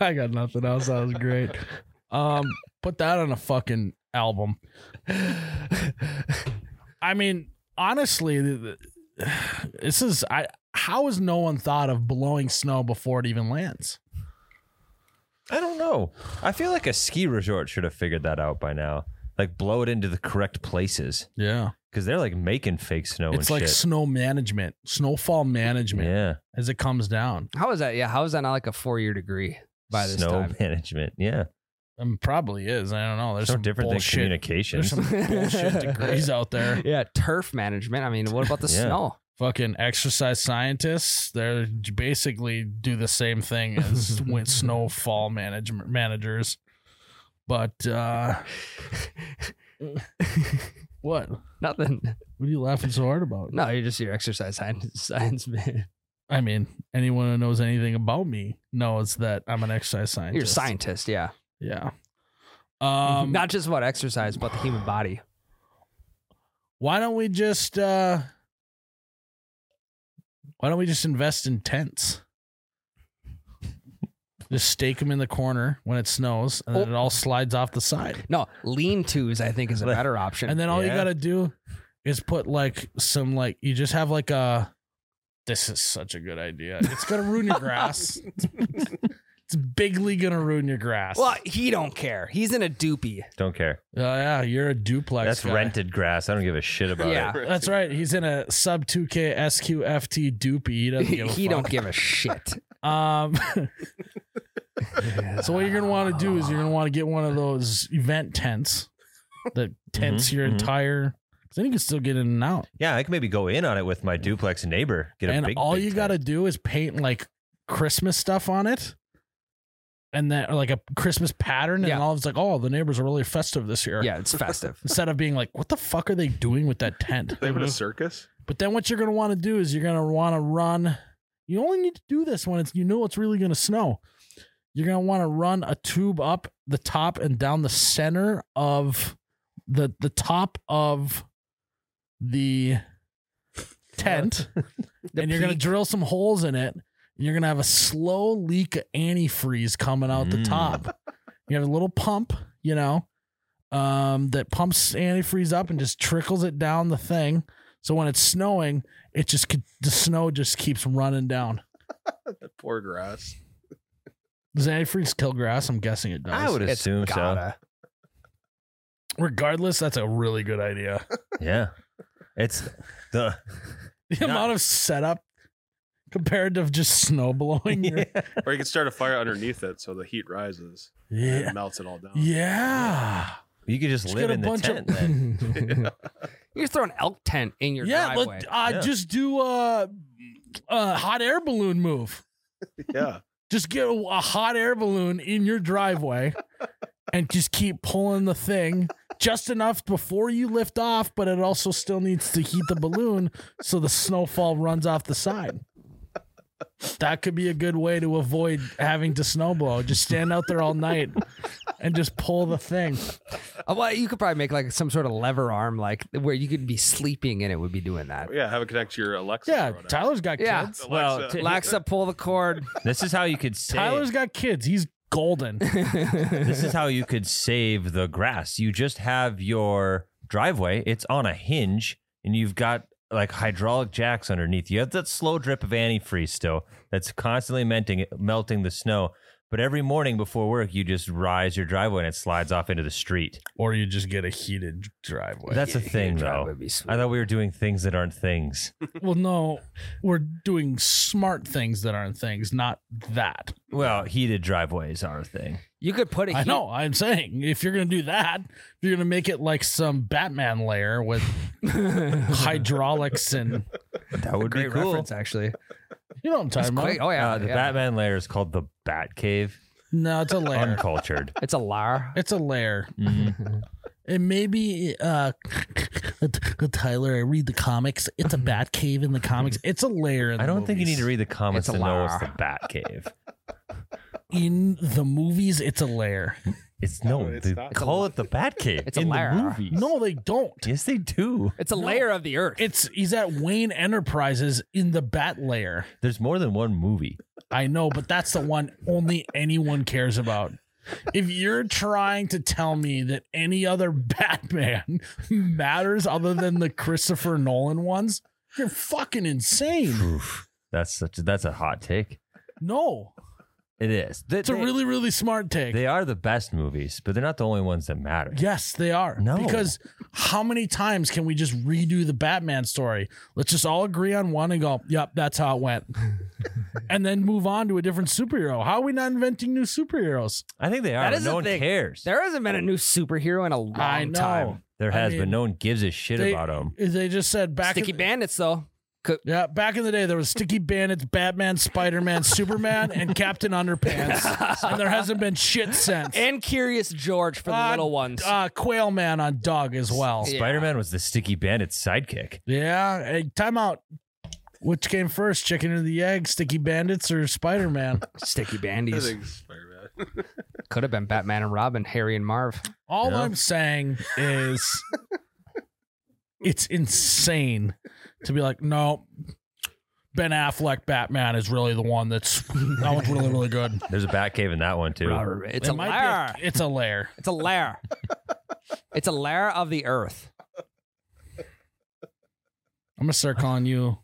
[SPEAKER 1] I got nothing else. That was great. Um, put that on a fucking album. I mean, honestly, th- th- this is I. How has no one thought of blowing snow before it even lands?
[SPEAKER 2] I don't know. I feel like a ski resort should have figured that out by now. Like blow it into the correct places
[SPEAKER 1] Yeah,
[SPEAKER 2] because they're like making fake snow
[SPEAKER 1] it's
[SPEAKER 2] and
[SPEAKER 1] like
[SPEAKER 2] shit.
[SPEAKER 1] snow management, snowfall management
[SPEAKER 2] yeah.
[SPEAKER 1] as it comes down.
[SPEAKER 3] how is that? Yeah. How is that not like a four year degree? by this
[SPEAKER 2] snow
[SPEAKER 3] time.
[SPEAKER 2] management. Yeah,
[SPEAKER 1] Um, probably is. I don't know. There's
[SPEAKER 2] so
[SPEAKER 1] some
[SPEAKER 2] different than
[SPEAKER 1] bullshit.
[SPEAKER 2] communication.
[SPEAKER 1] There's some bullshit degrees out there.
[SPEAKER 3] Yeah, turf management. I mean, what about the
[SPEAKER 2] Yeah.
[SPEAKER 3] snow?
[SPEAKER 1] Fucking exercise scientists. They're basically do the same thing as win- snowfall management managers. But uh what?
[SPEAKER 3] Nothing.
[SPEAKER 1] What are you laughing so hard about?
[SPEAKER 3] No, you're just your exercise science, science man.
[SPEAKER 1] I mean, anyone who knows anything about me knows that I'm an exercise scientist.
[SPEAKER 3] You're a scientist, yeah.
[SPEAKER 1] Yeah. Um,
[SPEAKER 3] Not just about exercise, but the human body.
[SPEAKER 1] why don't we just uh why don't we just invest in tents just stake them in the corner when it snows and then
[SPEAKER 3] Oh.
[SPEAKER 1] it all slides off the side
[SPEAKER 3] No, lean tos, I think, is a better option.
[SPEAKER 1] and then all you
[SPEAKER 2] Yeah.
[SPEAKER 1] gotta do is put like some like you just have like a this is such a good idea it's gonna ruin your grass it's bigly gonna ruin your grass
[SPEAKER 3] well, he don't care. He's in a doopy.
[SPEAKER 2] Don't care.
[SPEAKER 1] Oh, yeah you're a duplex
[SPEAKER 2] That's
[SPEAKER 1] guy.
[SPEAKER 2] rented grass. I don't give a shit about
[SPEAKER 3] Yeah.
[SPEAKER 2] it.
[SPEAKER 1] that's right he's in a sub 2k sqft doopy he doesn't give a
[SPEAKER 3] he
[SPEAKER 1] fuck.
[SPEAKER 3] don't give a shit.
[SPEAKER 1] Um, so what you're gonna want to do is you're gonna want to get one of those event tents that tents
[SPEAKER 2] Mhm,
[SPEAKER 1] your
[SPEAKER 2] mhm.
[SPEAKER 1] entire. 'cause Then you can still get in and out.
[SPEAKER 2] Yeah, I can maybe go in on it with my duplex neighbor. Get a
[SPEAKER 1] and
[SPEAKER 2] big,
[SPEAKER 1] all
[SPEAKER 2] big
[SPEAKER 1] you
[SPEAKER 2] tent.
[SPEAKER 1] got to do is paint like Christmas stuff on it, and then or like a Christmas pattern,
[SPEAKER 3] Yeah.
[SPEAKER 1] and all it's like, oh, the neighbors are really festive this year.
[SPEAKER 3] Yeah, it's festive.
[SPEAKER 1] Instead of being like, what the fuck are they doing with that tent?
[SPEAKER 4] They were in a circus.
[SPEAKER 1] But then what you're going to want to do is you're going to want to run. You only need to do this when it's you know it's really going to snow. You're going to want to run a tube up the top and down the center of the the top of the tent
[SPEAKER 3] The
[SPEAKER 1] and you're going to
[SPEAKER 3] peak-
[SPEAKER 1] drill some holes in it and you're going to have a slow leak of antifreeze coming out the
[SPEAKER 2] Mm.
[SPEAKER 1] top. You have a little pump, you know, um, that pumps antifreeze up and just trickles it down the thing. So when it's snowing, it just c- the snow just keeps running down.
[SPEAKER 4] The poor grass.
[SPEAKER 1] Does antifreeze kill grass? I'm guessing it does.
[SPEAKER 2] I would
[SPEAKER 3] it's
[SPEAKER 2] assume so.
[SPEAKER 3] gotta.
[SPEAKER 1] Regardless, that's a really good idea.
[SPEAKER 2] Yeah, it's the
[SPEAKER 1] The
[SPEAKER 2] Not-
[SPEAKER 1] amount of setup compared to just snow blowing. your-
[SPEAKER 2] yeah.
[SPEAKER 4] Or you could start a fire underneath it so the heat rises and
[SPEAKER 1] yeah.
[SPEAKER 4] it melts it all down.
[SPEAKER 1] Yeah.
[SPEAKER 2] You could just,
[SPEAKER 1] Just
[SPEAKER 2] live
[SPEAKER 1] get a
[SPEAKER 2] in the
[SPEAKER 1] bunch of-
[SPEAKER 2] tent. then.
[SPEAKER 3] You're throwing elk tent in your
[SPEAKER 1] yeah,
[SPEAKER 3] driveway.
[SPEAKER 1] let uh,
[SPEAKER 2] Yeah.
[SPEAKER 1] just do a, a hot air balloon move.
[SPEAKER 4] Yeah.
[SPEAKER 1] Just get a, a hot air balloon in your driveway and just keep pulling the thing just enough before you lift off, but it also still needs to heat the balloon so the snowfall runs off the side. That could be a good way to avoid having to snowblow. Just stand out there all night and just pull the thing.
[SPEAKER 3] Uh, well, you could probably make like some sort of lever arm, like where you could be sleeping and it would be doing that.
[SPEAKER 4] Yeah. Have it connect to your Alexa.
[SPEAKER 1] Yeah,
[SPEAKER 4] or whatever.
[SPEAKER 1] Tyler's got
[SPEAKER 3] Yeah.
[SPEAKER 1] kids.
[SPEAKER 4] Alexa.
[SPEAKER 2] Well, t-
[SPEAKER 3] Laxa, pull the cord.
[SPEAKER 2] This is how you could save.
[SPEAKER 1] Tyler's got kids. He's golden.
[SPEAKER 2] this is how you could save the grass. You just have your driveway. It's on a hinge, and you've got like hydraulic jacks underneath. You have that slow drip of antifreeze still that's constantly melting melting the snow. But every morning before work, you just rise your driveway and it slides off into the street.
[SPEAKER 1] or you just get a heated driveway.
[SPEAKER 2] That's a thing,
[SPEAKER 3] That
[SPEAKER 2] though.
[SPEAKER 3] would be sweet.
[SPEAKER 2] I thought we were doing things that aren't things.
[SPEAKER 1] well, no, we're doing smart things that aren't things, not that.
[SPEAKER 2] Well, heated driveways are a thing.
[SPEAKER 3] You could put it.
[SPEAKER 1] I know. I'm saying if you're gonna do that, if you're gonna make it like some Batman layer with hydraulics and
[SPEAKER 2] That would
[SPEAKER 3] Great
[SPEAKER 2] be cool.
[SPEAKER 3] reference, actually.
[SPEAKER 1] you know what I'm
[SPEAKER 3] It's
[SPEAKER 1] talking
[SPEAKER 3] quite-
[SPEAKER 1] about.
[SPEAKER 3] oh yeah,
[SPEAKER 2] Uh, the
[SPEAKER 3] yeah.
[SPEAKER 2] Batman layer is called the Bat Cave.
[SPEAKER 1] No, it's a layer.
[SPEAKER 2] Uncultured.
[SPEAKER 3] It's a lar.
[SPEAKER 1] It's a layer.
[SPEAKER 2] Mhm.
[SPEAKER 1] It may be uh Tyler, I read the comics. It's a bat cave in the comics. It's a layer in
[SPEAKER 2] I
[SPEAKER 1] the
[SPEAKER 2] don't think you need to
[SPEAKER 1] movies.
[SPEAKER 2] read the comments
[SPEAKER 3] It's a
[SPEAKER 2] to know it's
[SPEAKER 3] lar.
[SPEAKER 2] the Bat Cave.
[SPEAKER 1] in the movies, it's a layer.
[SPEAKER 2] It's
[SPEAKER 4] No,
[SPEAKER 2] no,
[SPEAKER 4] it's
[SPEAKER 2] they
[SPEAKER 4] not.
[SPEAKER 2] call it the Bat Cave.
[SPEAKER 3] It's a
[SPEAKER 2] in
[SPEAKER 3] lar.
[SPEAKER 2] the movies.
[SPEAKER 1] No, they don't.
[SPEAKER 2] yes, they do.
[SPEAKER 3] It's a layer of the earth.
[SPEAKER 1] It's he's at Wayne Enterprises in the Bat Layer.
[SPEAKER 2] There's more than one movie.
[SPEAKER 1] I know, but that's the one only anyone cares about. If you're trying to tell me that any other Batman matters other than the Christopher Nolan ones, you're fucking insane.
[SPEAKER 2] Oof. That's such. A, that's a hot take.
[SPEAKER 1] No.
[SPEAKER 2] It is. They,
[SPEAKER 1] It's a
[SPEAKER 2] they-
[SPEAKER 1] really, really smart take.
[SPEAKER 2] they are the best movies, but they're not the only ones that matter.
[SPEAKER 1] Yes, they are.
[SPEAKER 2] No.
[SPEAKER 1] Because how many times can we just redo the Batman story? Let's just all agree on one and go, yep, that's how it went. and then move on to a different superhero. How are we not inventing new superheroes?
[SPEAKER 2] I think they are.
[SPEAKER 3] That
[SPEAKER 2] but
[SPEAKER 3] is the
[SPEAKER 2] no one
[SPEAKER 3] thing.
[SPEAKER 2] cares.
[SPEAKER 3] There hasn't been a new superhero in a long
[SPEAKER 1] I know.
[SPEAKER 3] time.
[SPEAKER 2] there
[SPEAKER 1] I
[SPEAKER 2] has
[SPEAKER 1] mean,
[SPEAKER 2] been. No one gives a shit
[SPEAKER 1] They,
[SPEAKER 2] about them.
[SPEAKER 1] they just said back
[SPEAKER 3] Sticky
[SPEAKER 1] in,
[SPEAKER 3] Bandits, though. Could,
[SPEAKER 1] Yeah, back in the day there was Sticky Bandits, Batman, Spider-Man, Superman, and Captain Underpants. and there hasn't been shit since.
[SPEAKER 3] and Curious George for the
[SPEAKER 1] Uh,
[SPEAKER 3] little ones.
[SPEAKER 1] uh, Quail Man on Doug as well.
[SPEAKER 3] Yeah.
[SPEAKER 2] Spider Man was the sticky bandit's sidekick.
[SPEAKER 1] Yeah. Hey, time out. Which came first, chicken or the egg, Sticky Bandits or Spider Man?
[SPEAKER 3] Sticky
[SPEAKER 4] I
[SPEAKER 3] Bandies.
[SPEAKER 4] think Spider-Man.
[SPEAKER 3] Could have been Batman and Robin, Harry and Marv.
[SPEAKER 1] All
[SPEAKER 2] Yeah.
[SPEAKER 1] I'm saying is it's insane to be like, no, Ben Affleck Batman is really the one that's that one's really, really good.
[SPEAKER 2] There's a bat cave in that one too.
[SPEAKER 3] It's
[SPEAKER 1] It
[SPEAKER 3] a
[SPEAKER 1] might be
[SPEAKER 3] lair.
[SPEAKER 1] it's a lair.
[SPEAKER 3] It's a lair. it's a lair of the earth.
[SPEAKER 1] I'm gonna start calling you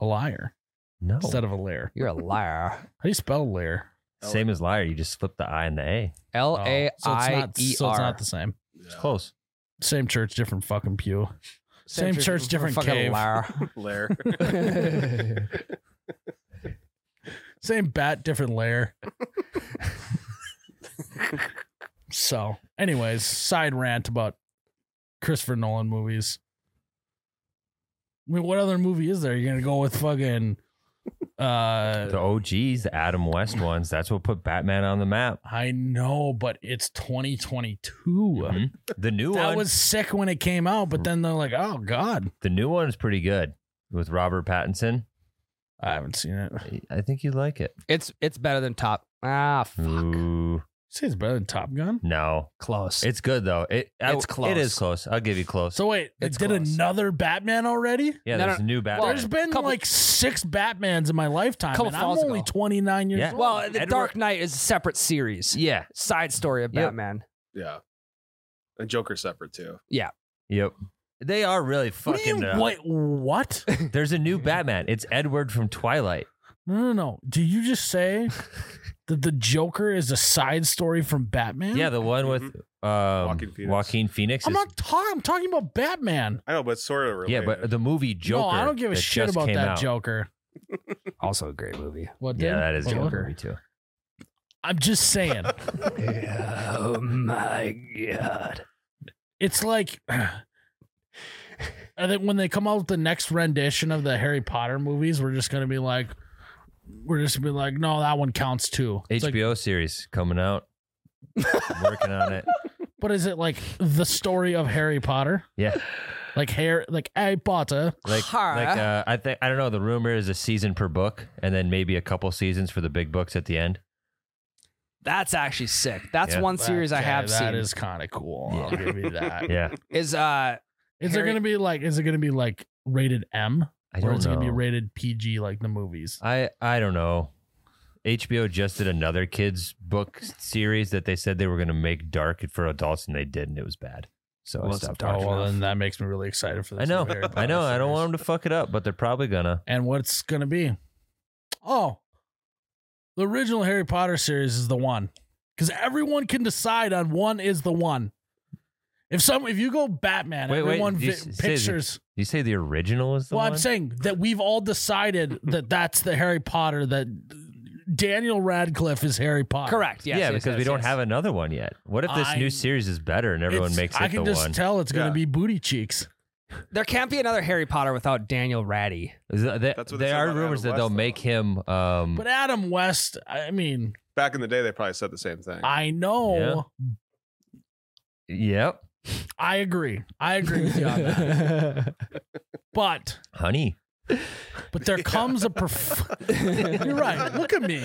[SPEAKER 1] a liar
[SPEAKER 2] No,
[SPEAKER 1] instead of a lair.
[SPEAKER 3] You're a liar.
[SPEAKER 1] How do you spell lair?
[SPEAKER 2] same as liar. You just flip the I and the A.
[SPEAKER 3] L
[SPEAKER 1] Oh,
[SPEAKER 3] A
[SPEAKER 1] so it's
[SPEAKER 3] I
[SPEAKER 1] not-
[SPEAKER 3] E
[SPEAKER 1] So it's
[SPEAKER 3] R.
[SPEAKER 1] not the same.
[SPEAKER 2] It's
[SPEAKER 4] Yeah.
[SPEAKER 2] close.
[SPEAKER 1] Same church, different fucking pew. Same church, different
[SPEAKER 3] fucking
[SPEAKER 1] cave.
[SPEAKER 3] lair.
[SPEAKER 4] Lair.
[SPEAKER 1] Same bat, different layer. so, anyways, side rant about Christopher Nolan movies. I mean, what other movie is there? You're gonna go with fucking uh
[SPEAKER 2] The OGs, the Adam West ones. That's what put Batman on the map.
[SPEAKER 1] I know, but it's 2022.
[SPEAKER 3] Mm-hmm.
[SPEAKER 2] Mhm. The new
[SPEAKER 1] That
[SPEAKER 2] one.
[SPEAKER 1] was sick when it came out, but then they're like, "Oh god,
[SPEAKER 2] the new one is pretty good with Robert Pattinson.
[SPEAKER 1] I haven't seen it."
[SPEAKER 2] I- I think you'd like it.
[SPEAKER 3] it's it's better than top. Ah, fuck.
[SPEAKER 2] Ooh,
[SPEAKER 1] See, it's better than Top Gun.
[SPEAKER 2] no,
[SPEAKER 3] Close.
[SPEAKER 2] it's good though. It I-
[SPEAKER 3] It's close.
[SPEAKER 2] It is close. I'll give you close.
[SPEAKER 1] So wait, they
[SPEAKER 3] It's
[SPEAKER 1] did
[SPEAKER 3] close.
[SPEAKER 1] another Batman already?
[SPEAKER 2] yeah,
[SPEAKER 3] No,
[SPEAKER 2] there's a new Batman.
[SPEAKER 1] There's been
[SPEAKER 3] Couple-
[SPEAKER 1] like six Batmans in my lifetime,
[SPEAKER 3] Couple
[SPEAKER 1] and I'm
[SPEAKER 3] falls
[SPEAKER 1] only
[SPEAKER 3] ago.
[SPEAKER 1] 29 years
[SPEAKER 2] Yeah.
[SPEAKER 1] old.
[SPEAKER 3] well, the
[SPEAKER 2] Edward-
[SPEAKER 3] Dark Knight is a separate series.
[SPEAKER 2] yeah.
[SPEAKER 3] Side story of
[SPEAKER 2] Yep.
[SPEAKER 3] Batman.
[SPEAKER 4] yeah. And Joker separate too.
[SPEAKER 2] Yep. They are really
[SPEAKER 1] What do you-
[SPEAKER 2] fucking. uh,
[SPEAKER 1] wait, what?
[SPEAKER 2] There's a new Batman. It's Edward from Twilight.
[SPEAKER 1] No, no, no. Did you just say that the Joker is a side story from Batman?
[SPEAKER 2] Yeah, the one with um, Joaquin Phoenix.
[SPEAKER 4] Mm-hmm. Phoenix.
[SPEAKER 1] Hmm? I'm
[SPEAKER 2] is-
[SPEAKER 1] not talking. I'm talking about Batman.
[SPEAKER 4] I know, but it's sort of related.
[SPEAKER 2] yeah, but the movie Joker.
[SPEAKER 1] no, I don't give a
[SPEAKER 2] that
[SPEAKER 1] shit
[SPEAKER 2] just
[SPEAKER 1] about
[SPEAKER 2] came
[SPEAKER 1] that
[SPEAKER 2] out.
[SPEAKER 1] Joker.
[SPEAKER 3] Also a great movie.
[SPEAKER 1] What?
[SPEAKER 2] Yeah,
[SPEAKER 1] dude?
[SPEAKER 2] that is
[SPEAKER 1] What,
[SPEAKER 2] a
[SPEAKER 1] what?
[SPEAKER 2] good movie too.
[SPEAKER 1] I'm just saying.
[SPEAKER 3] oh my god.
[SPEAKER 1] It's like. I think when they come out with the next rendition of the Harry Potter movies, we're just gonna be like, we're just gonna be like, no, that one counts too. It's like,
[SPEAKER 2] HBO series coming out. I'm working on it.
[SPEAKER 1] But is it like the story of Harry Potter?
[SPEAKER 2] Yeah,
[SPEAKER 1] Like Harry, like Harry Potter.
[SPEAKER 2] like
[SPEAKER 3] Huh.
[SPEAKER 2] like uh, I think I don't know. The rumor is a season per book, and then maybe a couple seasons for the big books at the end.
[SPEAKER 3] That's actually sick. That's
[SPEAKER 2] Yeah.
[SPEAKER 3] one series I
[SPEAKER 1] Okay,
[SPEAKER 3] have seen.
[SPEAKER 1] That is kind of cool. I'll
[SPEAKER 2] Yeah.
[SPEAKER 1] give you that.
[SPEAKER 2] Yeah,
[SPEAKER 3] is uh
[SPEAKER 1] Is there
[SPEAKER 3] Harry-
[SPEAKER 1] gonna be like? Is it gonna be like rated M,
[SPEAKER 2] I
[SPEAKER 1] or
[SPEAKER 2] don't
[SPEAKER 1] is it
[SPEAKER 2] know.
[SPEAKER 1] gonna be rated PG like the movies?
[SPEAKER 2] I I don't know. HBO just did another kids book series that they said they were going to make dark for adults, and they did, and it was bad. So
[SPEAKER 3] Well,
[SPEAKER 2] I
[SPEAKER 3] it's
[SPEAKER 2] stopped
[SPEAKER 3] dark
[SPEAKER 1] Oh
[SPEAKER 2] watching.
[SPEAKER 1] well,
[SPEAKER 3] enough.
[SPEAKER 1] then that makes me really excited for
[SPEAKER 2] I
[SPEAKER 1] this.
[SPEAKER 2] know,
[SPEAKER 1] new Harry
[SPEAKER 2] I
[SPEAKER 1] Potter
[SPEAKER 2] know. I don't
[SPEAKER 1] series.
[SPEAKER 2] want them to fuck it up, but they're probably gonna.
[SPEAKER 1] And what's gonna be? Oh, the original Harry Potter series is the one because everyone can decide on one is the one. If some, if you go Batman,
[SPEAKER 2] Wait, wait,
[SPEAKER 1] everyone
[SPEAKER 2] you
[SPEAKER 1] vi-
[SPEAKER 2] s- say the-
[SPEAKER 1] pictures.
[SPEAKER 2] You say the original is the
[SPEAKER 1] well,
[SPEAKER 2] one.
[SPEAKER 1] I'm saying that we've all decided that that's the Harry Potter that Daniel Radcliffe is Harry Potter.
[SPEAKER 3] correct. Yes,
[SPEAKER 2] yeah,
[SPEAKER 3] yes,
[SPEAKER 2] because
[SPEAKER 3] yes,
[SPEAKER 2] we don't
[SPEAKER 3] yes.
[SPEAKER 2] have another one yet. What if this
[SPEAKER 1] I-
[SPEAKER 2] new series is better and everyone
[SPEAKER 1] It's-
[SPEAKER 2] makes it
[SPEAKER 1] I can
[SPEAKER 2] the
[SPEAKER 1] just
[SPEAKER 2] one?
[SPEAKER 1] tell it's going
[SPEAKER 4] Yeah.
[SPEAKER 1] to be booty cheeks.
[SPEAKER 3] There can't be another Harry Potter without Daniel Ratty.
[SPEAKER 2] Is that- that-
[SPEAKER 4] That's what they
[SPEAKER 2] there
[SPEAKER 4] said
[SPEAKER 2] are
[SPEAKER 4] about
[SPEAKER 2] rumors that
[SPEAKER 4] Adam
[SPEAKER 2] they'll
[SPEAKER 4] West,
[SPEAKER 2] make
[SPEAKER 4] though.
[SPEAKER 2] him. Um,
[SPEAKER 1] But Adam West, I mean,
[SPEAKER 4] back in the day, they probably said the same thing.
[SPEAKER 1] I know.
[SPEAKER 2] yep,
[SPEAKER 1] I agree. I agree with you on that. But
[SPEAKER 2] honey.
[SPEAKER 1] but there comes a prof- You're right. Look at me.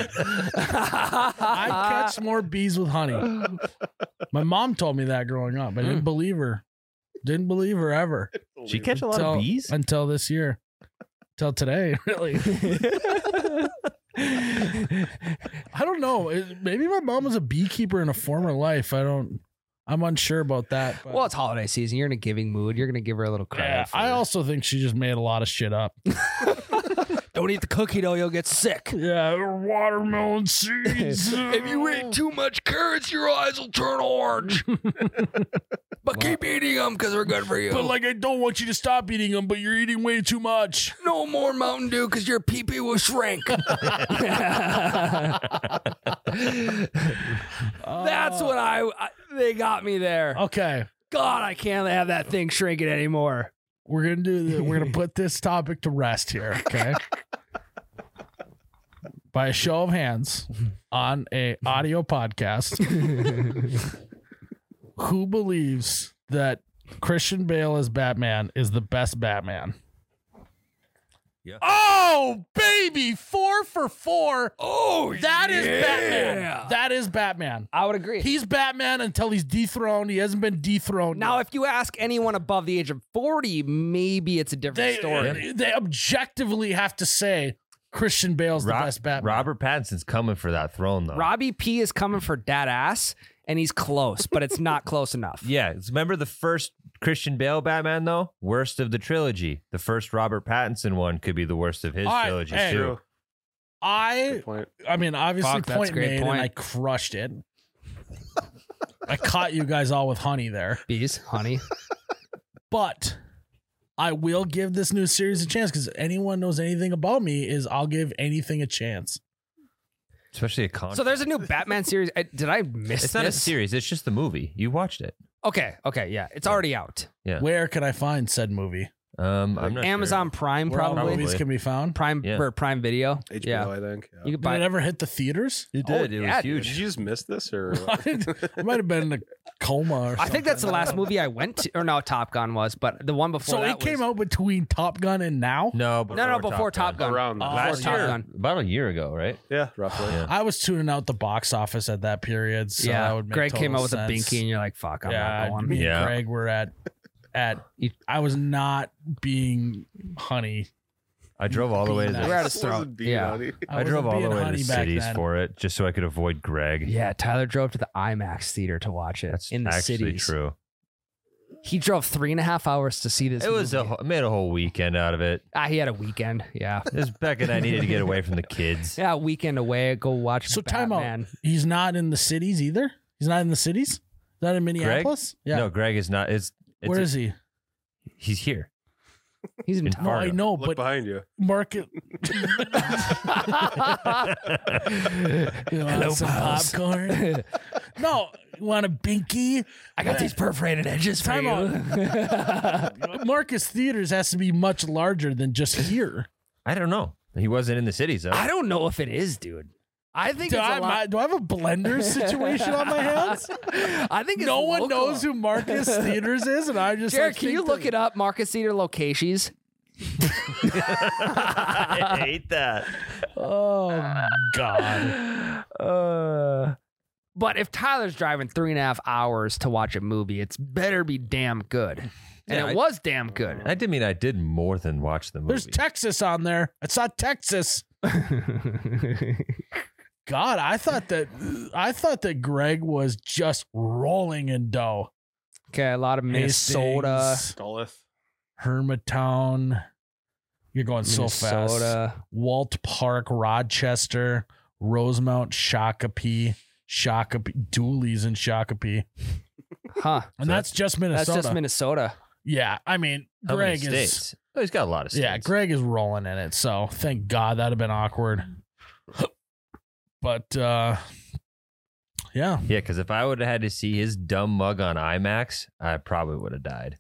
[SPEAKER 1] I catch more bees with honey. My mom told me that growing up. I didn't believe her. Didn't believe her ever.
[SPEAKER 2] She catch a lot
[SPEAKER 1] Till-
[SPEAKER 2] of bees.
[SPEAKER 1] until this year till today really i don't know It- maybe my mom was a beekeeper in a former life i don't i'm unsure about that but-
[SPEAKER 3] well, it's holiday season. You're in a giving mood. You're gonna give her a little credit.
[SPEAKER 1] yeah,
[SPEAKER 3] for-
[SPEAKER 1] i also think she just made a lot of shit up
[SPEAKER 3] Don't eat the cookie dough, you'll get sick.
[SPEAKER 1] Yeah, or watermelon seeds.
[SPEAKER 3] If you eat too much carrots, your eyes will turn orange. but keep eating them because they're good for you.
[SPEAKER 1] But like, I don't want you to stop eating them, but you're eating way too much.
[SPEAKER 3] no more Mountain Dew because your pee pee will shrink. That's what I, I- They got me there.
[SPEAKER 1] Okay,
[SPEAKER 3] God, I can't have that thing shrinking anymore.
[SPEAKER 1] we're gonna do. This. We're gonna put this topic to rest here. Okay. By a show of hands, on a audio podcast, who believes that Christian Bale as Batman is the best Batman?
[SPEAKER 2] Yeah.
[SPEAKER 1] Oh, baby, four for four.
[SPEAKER 3] Oh,
[SPEAKER 1] That is Batman. That is Batman.
[SPEAKER 3] I would agree.
[SPEAKER 1] He's Batman until he's dethroned. He hasn't been dethroned.
[SPEAKER 3] now,
[SPEAKER 1] yet.
[SPEAKER 3] if you ask anyone above the age of 40, maybe it's a different
[SPEAKER 1] they uh,
[SPEAKER 3] story.
[SPEAKER 1] they objectively have to say Christian Bale's the
[SPEAKER 2] Rob-
[SPEAKER 1] best Batman.
[SPEAKER 2] Robert Pattinson's coming for that throne, though.
[SPEAKER 3] Robbie P is coming for dad ass, and he's close, but it's not close enough.
[SPEAKER 2] Yeah, it's- remember the first Christian Bale Batman though? Worst of the trilogy. The first Robert Pattinson one could be the worst of his
[SPEAKER 1] All right,
[SPEAKER 2] trilogy
[SPEAKER 1] hey.
[SPEAKER 2] too.
[SPEAKER 1] I
[SPEAKER 4] Good point.
[SPEAKER 1] I mean, obviously,
[SPEAKER 3] Fuck, that's
[SPEAKER 1] point
[SPEAKER 3] a great
[SPEAKER 1] made,
[SPEAKER 3] point.
[SPEAKER 1] and I crushed it. I caught you guys all with honey there,
[SPEAKER 3] Bees, honey.
[SPEAKER 1] but I will give this new series a chance because anyone knows anything about me is I'll give anything a chance.
[SPEAKER 2] Especially a con.
[SPEAKER 3] so there's a new Batman series. I- Did I miss
[SPEAKER 2] it's not
[SPEAKER 3] this?
[SPEAKER 2] a series. It's just the movie. You watched it.
[SPEAKER 3] Okay, okay, yeah. It's already out.
[SPEAKER 2] Yeah.
[SPEAKER 1] Where can I find said movie?
[SPEAKER 2] Um, I'm not sure.
[SPEAKER 3] Amazon Prime,
[SPEAKER 1] Where all
[SPEAKER 3] probably.
[SPEAKER 1] movies can be found.
[SPEAKER 3] Prime
[SPEAKER 2] Yeah.
[SPEAKER 3] or Prime Video.
[SPEAKER 4] HBO,
[SPEAKER 3] Yeah.
[SPEAKER 4] I think. Yeah.
[SPEAKER 3] You could
[SPEAKER 1] Did it
[SPEAKER 3] buy
[SPEAKER 1] ever hit the theaters?
[SPEAKER 2] It
[SPEAKER 3] Oh,
[SPEAKER 2] did. it
[SPEAKER 3] yeah,
[SPEAKER 2] was
[SPEAKER 3] dude.
[SPEAKER 4] Did
[SPEAKER 2] huge.
[SPEAKER 4] you just miss this or? what?
[SPEAKER 1] I might have been in a coma or something.
[SPEAKER 3] I think that's the last movie I went to, or no, Top Gun was, but the one before
[SPEAKER 1] so.
[SPEAKER 3] that
[SPEAKER 1] It came
[SPEAKER 3] was-
[SPEAKER 1] out between Top Gun and now.
[SPEAKER 2] No,
[SPEAKER 3] No, no, before Top Gun.
[SPEAKER 4] Around
[SPEAKER 1] Uh,
[SPEAKER 4] that.
[SPEAKER 1] Last
[SPEAKER 3] Before Top
[SPEAKER 2] year.
[SPEAKER 3] Gun.
[SPEAKER 2] About a year ago, right?
[SPEAKER 4] yeah, roughly.
[SPEAKER 2] Yeah.
[SPEAKER 1] I was tuning out the box office at that period. So
[SPEAKER 3] yeah,
[SPEAKER 1] that would make
[SPEAKER 3] Greg
[SPEAKER 1] total
[SPEAKER 3] came out with
[SPEAKER 1] sense.
[SPEAKER 3] a binky, and you're like, "Fuck, I'm
[SPEAKER 1] yeah, me
[SPEAKER 3] not going."
[SPEAKER 1] and
[SPEAKER 2] Yeah.
[SPEAKER 1] Greg were at at.
[SPEAKER 3] You-
[SPEAKER 1] I was not being honey.
[SPEAKER 2] I drove all the way to
[SPEAKER 1] Nice.
[SPEAKER 2] the,
[SPEAKER 3] We're at
[SPEAKER 4] This
[SPEAKER 3] his throat.
[SPEAKER 4] wasn't being
[SPEAKER 3] Yeah.
[SPEAKER 4] honey.
[SPEAKER 2] I drove
[SPEAKER 1] wasn't being
[SPEAKER 2] all the way to
[SPEAKER 1] honey
[SPEAKER 2] the
[SPEAKER 1] back
[SPEAKER 2] cities
[SPEAKER 1] then.
[SPEAKER 2] for it just so I could avoid Greg.
[SPEAKER 3] Yeah, Tyler drove to the IMAX theater to watch it
[SPEAKER 2] That's
[SPEAKER 3] in the
[SPEAKER 2] actually
[SPEAKER 3] cities.
[SPEAKER 2] true.
[SPEAKER 3] He drove three and a half hours to see this.
[SPEAKER 2] It was a
[SPEAKER 3] movie.
[SPEAKER 2] whole- made a whole weekend out of it.
[SPEAKER 3] ah, he had a weekend. Yeah,
[SPEAKER 2] It was Beck and I needed to get away from the kids.
[SPEAKER 3] yeah, weekend away. Go watch.
[SPEAKER 1] So time out.
[SPEAKER 3] Batman.
[SPEAKER 1] He's not in the cities either. He's not in the cities. Not in Minneapolis. Yeah.
[SPEAKER 2] No, Greg is not. It's, it's
[SPEAKER 1] Where is he?
[SPEAKER 2] he's here?
[SPEAKER 3] He's in
[SPEAKER 2] In
[SPEAKER 1] No,
[SPEAKER 3] town.
[SPEAKER 1] I know,
[SPEAKER 4] Look
[SPEAKER 1] but
[SPEAKER 4] behind you.
[SPEAKER 1] market. You want
[SPEAKER 3] Hello,
[SPEAKER 1] some
[SPEAKER 3] pals.
[SPEAKER 1] popcorn. No, you want a binky?
[SPEAKER 3] I got these perforated edges for
[SPEAKER 1] Time
[SPEAKER 3] you.
[SPEAKER 1] Marcus Theaters has to be much larger than just here.
[SPEAKER 2] I don't know. He wasn't in the cities. Though.
[SPEAKER 3] I don't know if it is, dude. I think
[SPEAKER 1] Do
[SPEAKER 3] it's a
[SPEAKER 1] I,
[SPEAKER 3] lot-
[SPEAKER 1] my- do I have a blender situation on my hands?
[SPEAKER 3] I think it's
[SPEAKER 1] No one
[SPEAKER 3] local.
[SPEAKER 1] knows who Marcus Theaters is, and I just
[SPEAKER 3] Jared,
[SPEAKER 1] like,
[SPEAKER 3] can
[SPEAKER 1] think
[SPEAKER 3] you look
[SPEAKER 1] that-
[SPEAKER 3] it up? Marcus Theater locations.
[SPEAKER 2] I hate that.
[SPEAKER 1] Oh God!
[SPEAKER 3] Uh, but if Tyler's driving three and a half hours to watch a movie, it's better be damn good. And
[SPEAKER 2] Yeah,
[SPEAKER 3] it
[SPEAKER 2] I-
[SPEAKER 3] was damn good.
[SPEAKER 2] That did mean I did more than watch the movie.
[SPEAKER 1] There's Texas on there. I saw Texas. God, I thought that I thought that Greg was just rolling in dough.
[SPEAKER 3] okay, a lot of Minnesota.
[SPEAKER 1] Hastings,
[SPEAKER 4] Dolph.
[SPEAKER 1] Hermitown. You're going so fast.
[SPEAKER 3] Minnesota.
[SPEAKER 1] Walt Park, Rochester, Rosemount, Shakopee, Shakopee, Dooley's in Shakopee,
[SPEAKER 3] Huh.
[SPEAKER 1] and that's, just
[SPEAKER 3] That's
[SPEAKER 1] Minnesota.
[SPEAKER 3] just Minnesota.
[SPEAKER 1] yeah, I mean
[SPEAKER 2] How many
[SPEAKER 1] Greg is.
[SPEAKER 2] states? Oh, he's got a lot of states.
[SPEAKER 1] Yeah, Greg is rolling in it, so thank God that'd have been awkward. But uh yeah,
[SPEAKER 2] Yeah, because if I would have had to see his dumb mug on IMAX, I probably would have died.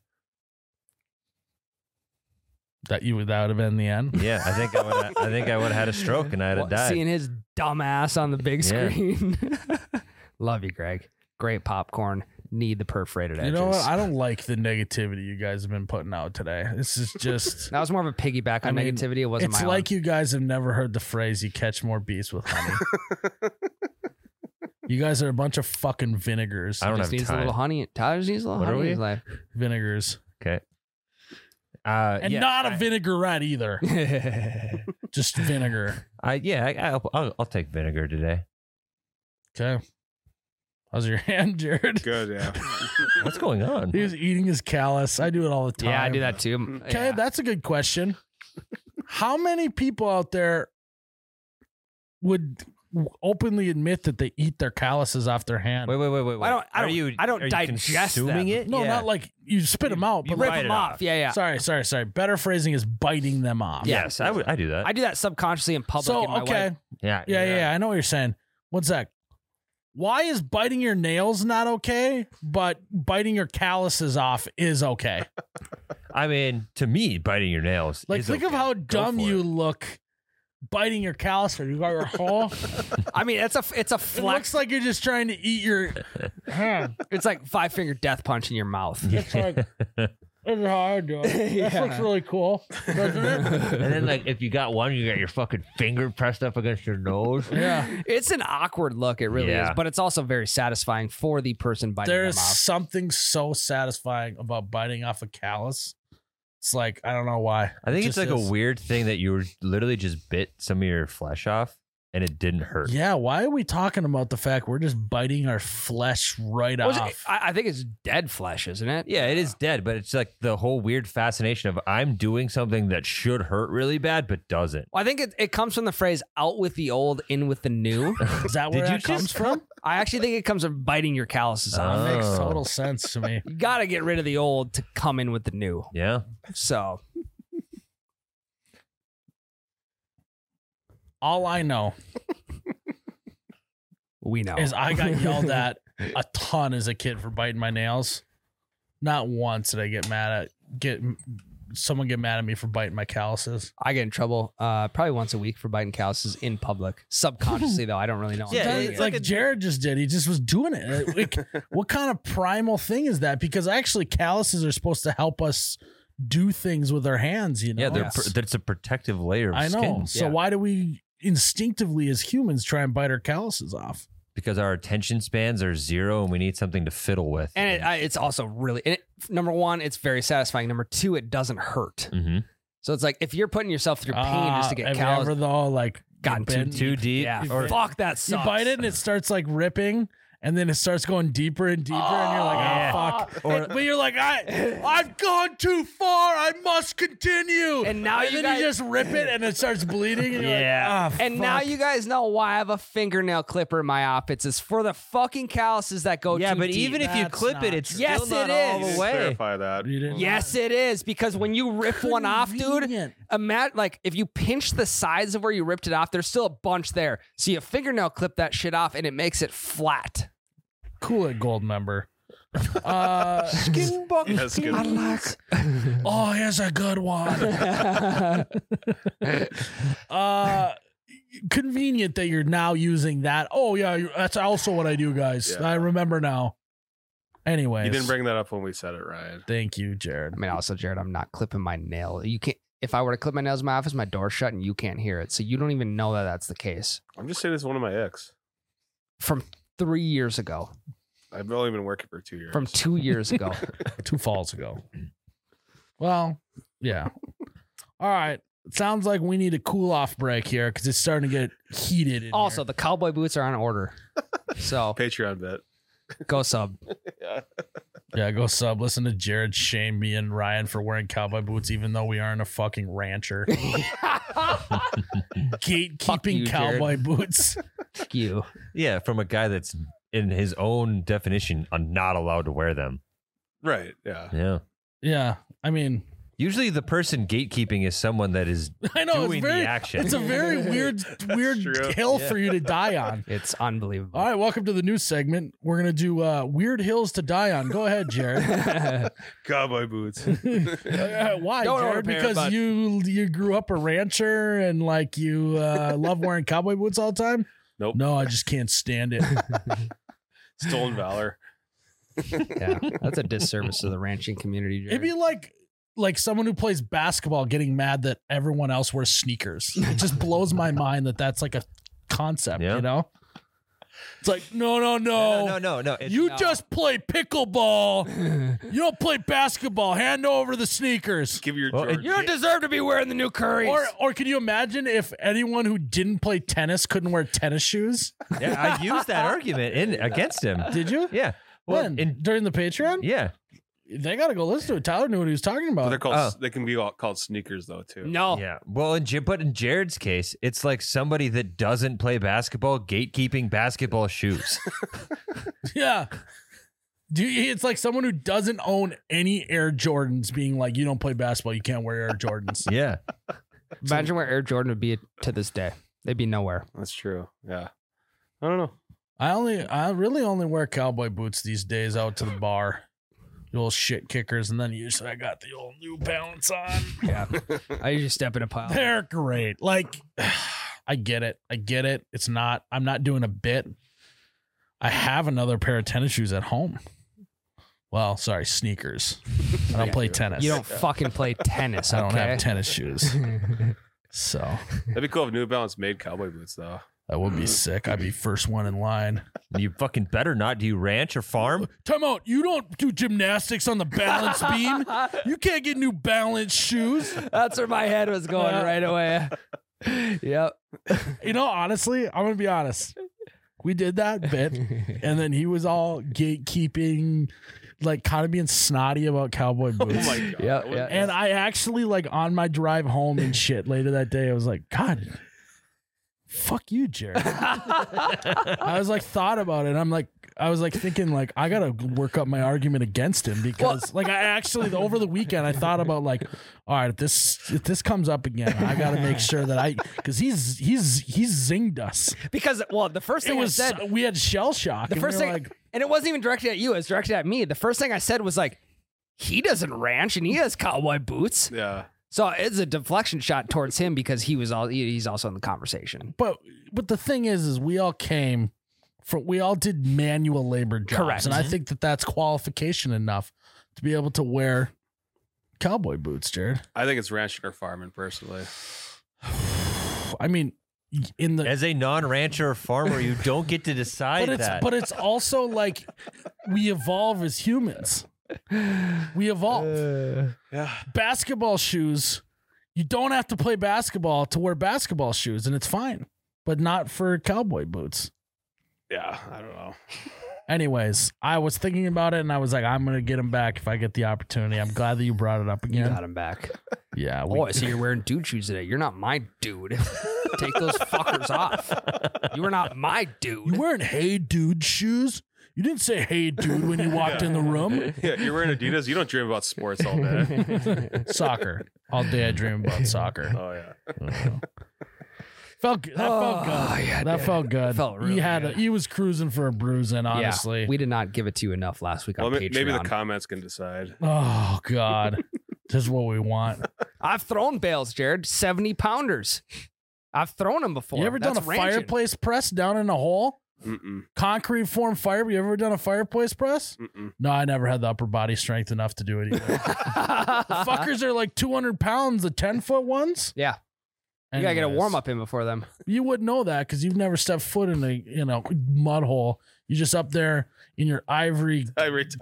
[SPEAKER 1] that you that would have been the end.
[SPEAKER 2] Yeah, I think I would. I think I would have had a stroke and I'd have
[SPEAKER 3] Well,
[SPEAKER 2] died.
[SPEAKER 3] Seeing his dumb ass on the big
[SPEAKER 2] Yeah.
[SPEAKER 3] screen. Love you, Greg. Great popcorn. Need the perforated
[SPEAKER 1] You
[SPEAKER 3] edges.
[SPEAKER 1] know what? I don't like the negativity you guys have been putting out today. This is just
[SPEAKER 3] that was more of a piggyback on
[SPEAKER 1] I mean,
[SPEAKER 3] negativity. It wasn't
[SPEAKER 1] it's
[SPEAKER 3] my
[SPEAKER 1] like you guys have never heard the phrase you catch more bees with honey. you guys are a bunch of fucking vinegars.
[SPEAKER 2] I
[SPEAKER 3] own.
[SPEAKER 2] don't
[SPEAKER 3] Just
[SPEAKER 2] have
[SPEAKER 3] needs a little
[SPEAKER 2] time.
[SPEAKER 3] honey. Tyler just needs a little
[SPEAKER 2] What are
[SPEAKER 3] honey in
[SPEAKER 2] we?
[SPEAKER 3] his life.
[SPEAKER 1] Vinegars.
[SPEAKER 2] Uh,
[SPEAKER 1] And
[SPEAKER 2] yeah,
[SPEAKER 1] not a
[SPEAKER 2] I-
[SPEAKER 1] vinaigrette either. Just vinegar.
[SPEAKER 2] I, yeah, I, I'll, I'll, I'll take vinegar today.
[SPEAKER 1] Okay. How's your hand, Jared?
[SPEAKER 4] Good, yeah.
[SPEAKER 2] What's going on?
[SPEAKER 1] He was eating his callus. I do it all the time.
[SPEAKER 3] yeah, I do that too.
[SPEAKER 1] Okay,
[SPEAKER 3] Yeah.
[SPEAKER 1] that's a good question. How many people out there would openly admit that they eat their calluses off their hand?
[SPEAKER 2] Wait, wait, wait, wait. wait.
[SPEAKER 3] I don't- I
[SPEAKER 2] Are
[SPEAKER 3] don't-
[SPEAKER 2] you-
[SPEAKER 3] I don't
[SPEAKER 2] are you
[SPEAKER 3] digest them.
[SPEAKER 2] consuming it.
[SPEAKER 1] no,
[SPEAKER 2] Yeah.
[SPEAKER 1] not like you spit them out,
[SPEAKER 2] you
[SPEAKER 1] but
[SPEAKER 2] bite
[SPEAKER 1] like,
[SPEAKER 3] Rip
[SPEAKER 2] it
[SPEAKER 3] them
[SPEAKER 2] off.
[SPEAKER 3] off. Yeah, yeah.
[SPEAKER 1] sorry, sorry, sorry. Better phrasing is biting them off.
[SPEAKER 3] Yeah.
[SPEAKER 2] Yes, I would. I do that.
[SPEAKER 3] I do that subconsciously in public.
[SPEAKER 1] So
[SPEAKER 3] and my
[SPEAKER 1] okay,
[SPEAKER 3] wife-
[SPEAKER 2] yeah,
[SPEAKER 1] yeah, yeah, I know what you're saying. One sec. Why is biting your nails not okay, but biting your calluses off is okay?
[SPEAKER 2] I mean, to me, biting your nails.
[SPEAKER 1] Like,
[SPEAKER 2] is
[SPEAKER 1] think of
[SPEAKER 2] okay.
[SPEAKER 1] how
[SPEAKER 2] Go
[SPEAKER 1] dumb
[SPEAKER 2] for
[SPEAKER 1] you
[SPEAKER 2] it.
[SPEAKER 1] look biting your callus or you got your whole.
[SPEAKER 3] I mean, it's a it's a
[SPEAKER 1] it
[SPEAKER 3] flex.
[SPEAKER 1] looks like you're just trying to eat your hand.
[SPEAKER 3] it's like five finger death punch in your mouth.
[SPEAKER 1] It's like, this is how I do it. This
[SPEAKER 3] Yeah.
[SPEAKER 1] looks really cool, doesn't it?
[SPEAKER 2] And then, like, if you got one, you got your fucking finger pressed up against your nose.
[SPEAKER 1] Yeah.
[SPEAKER 3] It's an awkward look. It really
[SPEAKER 2] Yeah.
[SPEAKER 3] is, but it's also very satisfying for the person biting
[SPEAKER 1] There
[SPEAKER 3] them
[SPEAKER 1] is
[SPEAKER 3] off.
[SPEAKER 1] something so satisfying about biting off a callus. It's like, I don't know why.
[SPEAKER 2] I think
[SPEAKER 1] It
[SPEAKER 2] it's
[SPEAKER 1] just
[SPEAKER 2] like
[SPEAKER 1] is.
[SPEAKER 2] a weird thing that you were literally just bit some of your flesh off and it didn't hurt.
[SPEAKER 1] Yeah, why are we talking about the fact we're just biting our flesh right
[SPEAKER 3] Was it-
[SPEAKER 1] off?
[SPEAKER 3] I, I think it's dead flesh, isn't it?
[SPEAKER 2] Yeah, it is dead, but it's like the whole weird fascination of I'm doing something that should hurt really bad but doesn't.
[SPEAKER 3] Well, I think it, it comes from the phrase "out with the old, in with the new."
[SPEAKER 1] Is that
[SPEAKER 2] Did
[SPEAKER 1] where
[SPEAKER 2] you
[SPEAKER 1] that comes
[SPEAKER 2] just-
[SPEAKER 1] from?
[SPEAKER 3] I actually think it comes from biting your calluses off.
[SPEAKER 2] Oh.
[SPEAKER 1] Makes total sense to me.
[SPEAKER 3] You gotta get rid of the old to come in with the new.
[SPEAKER 2] Yeah.
[SPEAKER 3] So
[SPEAKER 1] All I know
[SPEAKER 3] we know.
[SPEAKER 1] is I got yelled at a ton as a kid for biting my nails. Not once did I get mad at get someone get mad at me for biting my calluses.
[SPEAKER 3] I get in trouble uh, probably once a week for biting calluses in public. Subconsciously, though, I don't really know. I'm
[SPEAKER 2] Yeah,
[SPEAKER 3] doing
[SPEAKER 1] That-
[SPEAKER 2] it's
[SPEAKER 3] it.
[SPEAKER 1] like,
[SPEAKER 2] like a-
[SPEAKER 1] Jared just did. He just was doing it. Like, what kind of primal thing is that? Because actually, calluses are supposed to help us do things with our hands. You know,
[SPEAKER 2] Yeah, they're
[SPEAKER 3] Yes.
[SPEAKER 2] pr- that's a protective layer of
[SPEAKER 1] I know.
[SPEAKER 2] skin
[SPEAKER 1] So
[SPEAKER 3] Yeah.
[SPEAKER 1] why do we instinctively as humans try and bite our calluses off?
[SPEAKER 2] because our attention spans are zero and we need something to fiddle with.
[SPEAKER 3] and it, I, it's also really and it, number one, it's very satisfying. Number two, it doesn't hurt.
[SPEAKER 2] Mhm.
[SPEAKER 3] So it's like if you're putting yourself through pain just
[SPEAKER 1] Ah,
[SPEAKER 3] to get
[SPEAKER 1] have you
[SPEAKER 3] calluses,
[SPEAKER 1] ever though like
[SPEAKER 3] Gotten
[SPEAKER 1] you've been-
[SPEAKER 2] Too deep.
[SPEAKER 3] yeah,
[SPEAKER 2] Or,
[SPEAKER 3] fuck that
[SPEAKER 1] You
[SPEAKER 3] sucks.
[SPEAKER 1] bite it and it starts like ripping, and then it starts going deeper and deeper, and you're like, oh
[SPEAKER 2] Yeah.
[SPEAKER 1] fuck. but you're like, I, I've gone too far. I must continue.
[SPEAKER 3] And now you
[SPEAKER 1] then
[SPEAKER 3] guys-
[SPEAKER 1] you just rip it, and it starts bleeding. And you're
[SPEAKER 2] Yeah.
[SPEAKER 1] Like, ah,
[SPEAKER 3] And now
[SPEAKER 1] fuck."
[SPEAKER 3] you guys know why I have a fingernail clipper in my office. It's for the fucking calluses that go
[SPEAKER 2] yeah,
[SPEAKER 3] too
[SPEAKER 2] but
[SPEAKER 3] deep.
[SPEAKER 2] even if you
[SPEAKER 1] That's
[SPEAKER 2] clip it,
[SPEAKER 1] not-
[SPEAKER 2] it's
[SPEAKER 3] Yes,
[SPEAKER 2] still not
[SPEAKER 3] it
[SPEAKER 2] all
[SPEAKER 4] You
[SPEAKER 3] is.
[SPEAKER 2] the
[SPEAKER 4] didn't
[SPEAKER 2] way.
[SPEAKER 4] clarify that.
[SPEAKER 1] You didn't-
[SPEAKER 3] Yes, it is because when you rip one off, dude,
[SPEAKER 1] "Ah, Convenient.
[SPEAKER 3] imagine like if you pinch the sides of where you ripped it off, there's still a bunch there. So you fingernail clip that shit off, and it makes it flat.
[SPEAKER 1] Cool it, gold member. Uh,
[SPEAKER 4] That's good.
[SPEAKER 1] oh, here's a good one. Uh, convenient that you're now using that. Oh yeah, you- that's also what I do, guys.
[SPEAKER 4] Yeah.
[SPEAKER 1] I remember now. Anyways,
[SPEAKER 4] You didn't bring that up when we said it, Ryan.
[SPEAKER 1] Thank you, Jared.
[SPEAKER 3] I mean, also, Jared, I'm not clipping my nail. You can't. If I were to clip my nails in my office, my door's shut and you can't hear it. So you don't even know that that's the case.
[SPEAKER 4] I'm just saying it's one of my ex.
[SPEAKER 3] From three years ago,
[SPEAKER 4] I've only been working for two years.
[SPEAKER 3] from two years ago.
[SPEAKER 1] Two falls ago. Well, yeah. All right. It sounds like we need a cool off break here because it's starting to get heated. in
[SPEAKER 3] also,
[SPEAKER 1] here.
[SPEAKER 3] the cowboy boots are on order. So
[SPEAKER 4] Patreon bet.
[SPEAKER 3] go sub.
[SPEAKER 1] yeah, go sub. Listen to Jared shame me and Ryan for wearing cowboy boots, even though we aren't a fucking rancher.
[SPEAKER 3] Fuck
[SPEAKER 1] Gatekeeping
[SPEAKER 3] you, Jared.
[SPEAKER 1] cowboy boots.
[SPEAKER 3] Fuck you.
[SPEAKER 2] Yeah, from a guy that's in his own definition, uh, not allowed to wear them.
[SPEAKER 4] Right. Yeah.
[SPEAKER 2] Yeah.
[SPEAKER 1] Yeah, I mean,
[SPEAKER 2] Usually, the person gatekeeping is someone that is
[SPEAKER 1] I know
[SPEAKER 2] doing
[SPEAKER 1] it's very
[SPEAKER 2] the action.
[SPEAKER 1] It's a very weird, weird
[SPEAKER 4] true.
[SPEAKER 1] hill
[SPEAKER 2] Yeah.
[SPEAKER 1] for you to die on.
[SPEAKER 3] It's unbelievable.
[SPEAKER 1] All right, welcome to the new segment. We're gonna do uh, weird hills to die on. Go ahead, Jared.
[SPEAKER 4] Cowboy boots.
[SPEAKER 1] Uh, why,
[SPEAKER 3] Don't
[SPEAKER 1] Jared?
[SPEAKER 3] overpay,
[SPEAKER 1] Because
[SPEAKER 3] but-
[SPEAKER 1] you you grew up a rancher and like you uh, love wearing cowboy boots all the time.
[SPEAKER 4] Nope.
[SPEAKER 1] No, I just can't stand it.
[SPEAKER 4] Stolen valor.
[SPEAKER 3] yeah, that's a disservice to the ranching community.
[SPEAKER 1] It'd be like like someone who plays basketball getting mad that everyone else wears sneakers. It just blows my mind that that's like a concept.
[SPEAKER 2] Yeah.
[SPEAKER 1] You know, it's like no, no, no,
[SPEAKER 2] no, no, no, no. It's,
[SPEAKER 1] You
[SPEAKER 3] No.
[SPEAKER 1] just play pickleball.
[SPEAKER 3] Jared.
[SPEAKER 1] You don't play basketball. Hand over the sneakers.
[SPEAKER 4] Give your
[SPEAKER 2] Well,
[SPEAKER 4] George.
[SPEAKER 3] you don't deserve to be wearing the new curries.
[SPEAKER 1] Or, or can you imagine if anyone who didn't play tennis couldn't wear tennis shoes?
[SPEAKER 2] yeah, I used that argument in against him.
[SPEAKER 1] Did you?
[SPEAKER 2] Yeah.
[SPEAKER 1] When?
[SPEAKER 2] in-
[SPEAKER 1] During the Patreon?
[SPEAKER 2] yeah.
[SPEAKER 1] They got to go listen to it. Tyler knew what he was talking
[SPEAKER 4] But
[SPEAKER 1] about.
[SPEAKER 4] they're called.
[SPEAKER 2] oh.
[SPEAKER 4] They can be all- called sneakers though too.
[SPEAKER 3] No.
[SPEAKER 2] Yeah. Well, in, Ja- but in Jared's case, it's like somebody that doesn't play basketball gatekeeping basketball shoes.
[SPEAKER 1] yeah. Do you, it's like someone who doesn't own any Air Jordans being like, you don't play basketball, you can't wear Air Jordans.
[SPEAKER 2] yeah.
[SPEAKER 3] Imagine where Air Jordan would be to this day. They'd be nowhere.
[SPEAKER 4] That's true. Yeah. I don't know.
[SPEAKER 1] I only, I really only wear cowboy boots these days out to the bar. The old shit kickers, and then usually I got the old New Balance on.
[SPEAKER 3] Yeah. I usually step in a pile.
[SPEAKER 1] They're great. Like, I get it. I get it. It's not, I'm not doing a bit. I have another pair of tennis shoes at home. Well, sorry, sneakers. I don't
[SPEAKER 3] Yeah.
[SPEAKER 1] play tennis.
[SPEAKER 3] You don't fucking play tennis.
[SPEAKER 1] I don't
[SPEAKER 3] okay?
[SPEAKER 1] have tennis shoes. So
[SPEAKER 4] That'd be cool if New Balance made cowboy boots though.
[SPEAKER 1] that would be sick. I'd be first one in line.
[SPEAKER 2] You fucking better not. Do you ranch or farm?
[SPEAKER 1] Time out. You don't do gymnastics on the balance beam. You can't get new balance shoes.
[SPEAKER 3] That's where my head was going
[SPEAKER 1] Yeah.
[SPEAKER 3] right away. yep.
[SPEAKER 1] You know, honestly, I'm going to be honest. We did that bit. And then he was all gatekeeping, like kind of being snotty about cowboy
[SPEAKER 4] Oh
[SPEAKER 1] boots.
[SPEAKER 4] my god.
[SPEAKER 3] Yeah,
[SPEAKER 4] I wouldn't-
[SPEAKER 3] yeah.
[SPEAKER 1] and I actually like on my drive home and shit later that day, I was like, God, fuck you, Jared. I was like thought about it. and I'm like I was like thinking like I gotta work up my argument against him because like I actually over the weekend I thought about like all right if this if this comes up again I gotta make sure that I because he's he's he's zinged us.
[SPEAKER 3] because well, the first
[SPEAKER 1] It
[SPEAKER 3] thing
[SPEAKER 1] was
[SPEAKER 3] I said,
[SPEAKER 1] we had shell shock.
[SPEAKER 3] the
[SPEAKER 1] and
[SPEAKER 3] first
[SPEAKER 1] we were
[SPEAKER 3] thing,
[SPEAKER 1] like
[SPEAKER 3] and it wasn't even directed at you. It was directed at me. The first thing I said was like, he doesn't ranch and he has cowboy boots.
[SPEAKER 4] Yeah.
[SPEAKER 3] So it's a deflection shot towards him because he was all he- he's also in the conversation.
[SPEAKER 1] but but the thing is is we all came from we all did manual labor jobs
[SPEAKER 3] Correct.
[SPEAKER 1] and I think that that's qualification enough to be able to wear cowboy boots, Jared.
[SPEAKER 4] I think it's ranching or farming personally.
[SPEAKER 1] I mean in the
[SPEAKER 2] As a non-rancher or farmer, you don't get to decide
[SPEAKER 1] but it's
[SPEAKER 2] that.
[SPEAKER 1] but it's also like we evolve as humans. We evolve.
[SPEAKER 4] Yeah.
[SPEAKER 1] basketball shoes. You don't have to play basketball to wear basketball shoes, and it's fine. But not for cowboy boots.
[SPEAKER 4] Yeah. I don't know.
[SPEAKER 1] Anyways, I was thinking about it, and I was like, I'm gonna get them back if I get the opportunity. I'm glad that you brought it up
[SPEAKER 3] You
[SPEAKER 1] again.
[SPEAKER 3] got him back.
[SPEAKER 1] Yeah, we,
[SPEAKER 3] Boy, so Oh, you're wearing dude shoes today. You're not my dude. Take those fuckers off. You are not my dude.
[SPEAKER 1] you wearing hey dude shoes? You didn't say hey dude when you walked in the room.
[SPEAKER 4] Yeah. You're wearing Adidas. You don't dream about sports all day.
[SPEAKER 1] Soccer all day. I dream about soccer.
[SPEAKER 4] Oh yeah.
[SPEAKER 1] Felt good. that felt
[SPEAKER 3] Oh,
[SPEAKER 1] good.
[SPEAKER 3] yeah,
[SPEAKER 1] that
[SPEAKER 3] dude.
[SPEAKER 1] felt good.
[SPEAKER 3] Felt really
[SPEAKER 1] he had a,
[SPEAKER 3] good.
[SPEAKER 1] he was cruising for a bruising.
[SPEAKER 3] Yeah,
[SPEAKER 1] Honestly,
[SPEAKER 3] we did not give it to you enough last week
[SPEAKER 4] Well,
[SPEAKER 3] on
[SPEAKER 4] ma-
[SPEAKER 3] Patreon.
[SPEAKER 4] maybe the comments can decide.
[SPEAKER 1] Oh God. this is what we want.
[SPEAKER 3] I've thrown bales, Jared, seventy pounders. I've thrown them before.
[SPEAKER 1] You ever
[SPEAKER 3] That's
[SPEAKER 1] done a
[SPEAKER 3] ranching.
[SPEAKER 1] fireplace press down in a hole?
[SPEAKER 4] Mm-mm,
[SPEAKER 1] Concrete form fire. You ever done a fireplace press?
[SPEAKER 4] mm-mm.
[SPEAKER 1] No, I never had the upper body strength enough to do it either. Fuckers are like 200 pounds, the 10 foot ones.
[SPEAKER 3] Yeah. You gotta get a
[SPEAKER 1] Anyways,
[SPEAKER 3] warm up in before them.
[SPEAKER 1] You wouldn't know that because you've never stepped foot in a you know mud hole. You're just up there in your ivory
[SPEAKER 4] I retired.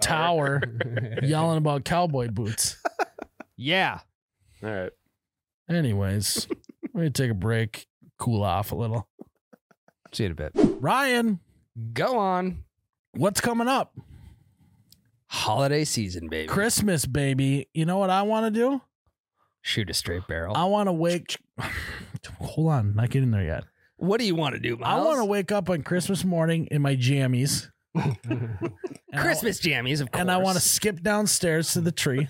[SPEAKER 1] tower yelling about cowboy boots.
[SPEAKER 3] Yeah.
[SPEAKER 4] All right.
[SPEAKER 1] Anyways, we're gonna take a break, cool off a little.
[SPEAKER 3] See you in a bit.
[SPEAKER 1] Ryan,
[SPEAKER 3] Go on.
[SPEAKER 1] what's coming up?
[SPEAKER 3] Holiday season, baby.
[SPEAKER 1] Christmas, baby. You know what I want to do?
[SPEAKER 3] Shoot a straight barrel.
[SPEAKER 1] I want to wake. Hold on, not getting there yet.
[SPEAKER 3] what do you want to do,
[SPEAKER 1] I
[SPEAKER 3] Miles?
[SPEAKER 1] want to wake up on Christmas morning in my jammies. And I-
[SPEAKER 3] Christmas jammies, of course.
[SPEAKER 1] and I want to skip downstairs to the tree.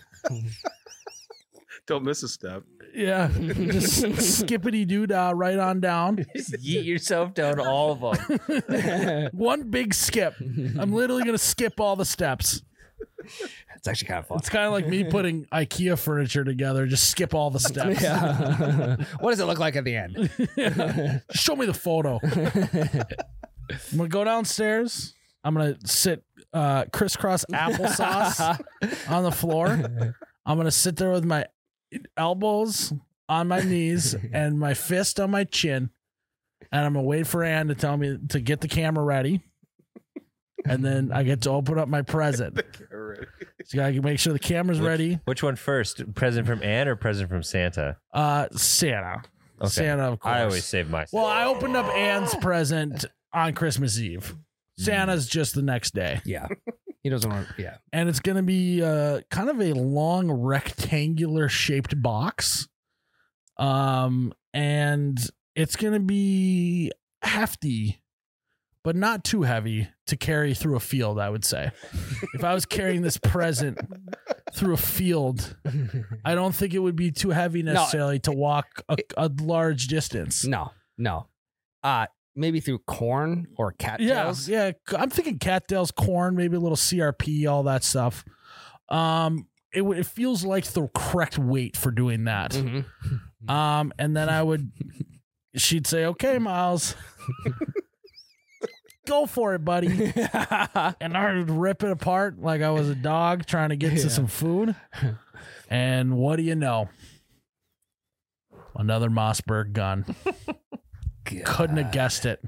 [SPEAKER 4] Don't miss a step.
[SPEAKER 1] Yeah, just skippity doo dah right on down.
[SPEAKER 2] Just yeet yourself down all of them.
[SPEAKER 1] One big skip. I'm literally gonna skip all the steps.
[SPEAKER 3] It's actually kind of fun.
[SPEAKER 1] It's kind of like me putting IKEA furniture together. Just skip all the steps.
[SPEAKER 3] Yeah. what does it look like at the end?
[SPEAKER 1] Show me the photo. I'm gonna go downstairs. I'm gonna sit uh, crisscross applesauce on the floor. I'm gonna sit there with my elbows on my knees and my fist on my chin, and I'm gonna wait for Ann to tell me to get the camera ready. And then I get to open up my present.
[SPEAKER 4] All right.
[SPEAKER 1] So you gotta make sure the camera's ready.
[SPEAKER 2] Which one first? Present from Anne or present from Santa?
[SPEAKER 1] Uh, Santa.
[SPEAKER 2] Okay.
[SPEAKER 1] Santa, of course.
[SPEAKER 2] I always save my.
[SPEAKER 1] Well, I opened up Anne's present on Christmas Eve. Santa's just the next day.
[SPEAKER 3] Yeah. You He doesn't want to. Yeah.
[SPEAKER 1] and it's going to be uh, kind of a long rectangular shaped box um and it's going to be hefty but not too heavy to carry through a field i would say if i was carrying this present through a field i don't think it would be too heavy necessarily to walk a, a large distance
[SPEAKER 3] No, no. Uh, maybe through corn or
[SPEAKER 1] yeah,
[SPEAKER 3] cattails.
[SPEAKER 1] yeah. I'm thinking cattails, corn, maybe a little CRP, all that stuff. Um, it w- it feels like the correct weight for doing that.
[SPEAKER 3] Mhm.
[SPEAKER 1] Um, and then I would, she'd say, "Okay, Miles, go for it, buddy."
[SPEAKER 3] Mm-hmm.
[SPEAKER 1] And I would rip it apart like I was a dog trying to get
[SPEAKER 3] Yeah.
[SPEAKER 1] to some food. And what do you know? Another Mossberg gun. Couldn't have guessed it.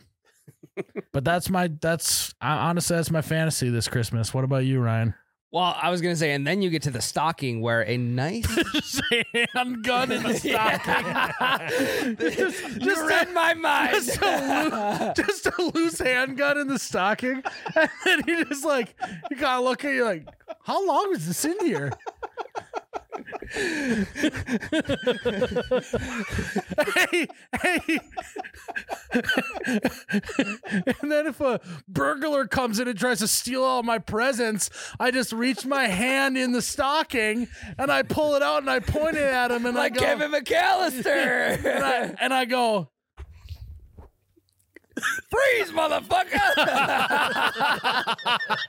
[SPEAKER 1] But that's my that's I, honestly that's my fantasy this Christmas. What about you, Ryan?
[SPEAKER 3] Well, I was gonna say, and then you get to the stocking where a nice.
[SPEAKER 1] Handgun in the
[SPEAKER 3] Yeah.
[SPEAKER 1] Just-
[SPEAKER 3] you read my mind.
[SPEAKER 1] just a just a loose handgun in the stocking, and then you just like you gotta look at you like, how long was this in here? hey, hey! and then if a burglar comes in and tries to steal all my presents, I just reach my hand in the stocking and I pull it out and I point it at him and I
[SPEAKER 3] like
[SPEAKER 1] go,
[SPEAKER 3] Kevin
[SPEAKER 1] and
[SPEAKER 3] McAllister.
[SPEAKER 1] I, and I go,
[SPEAKER 3] Freeze, motherfucker!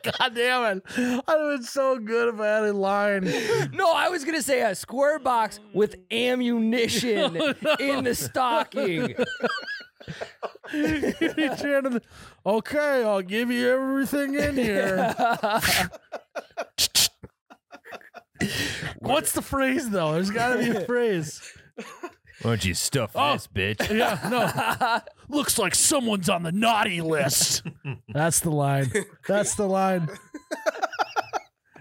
[SPEAKER 1] God damn it. I would have been so good if I had a line.
[SPEAKER 3] no, I was gonna say a square box with ammunition in the stocking.
[SPEAKER 1] He chanted, okay, I'll give you everything in here. What's the phrase though? There's gotta be a phrase.
[SPEAKER 2] Why don't you stuff
[SPEAKER 1] Oh.
[SPEAKER 2] this, bitch?
[SPEAKER 1] Yeah, no. Looks like someone's on the naughty list. That's the line. That's the line.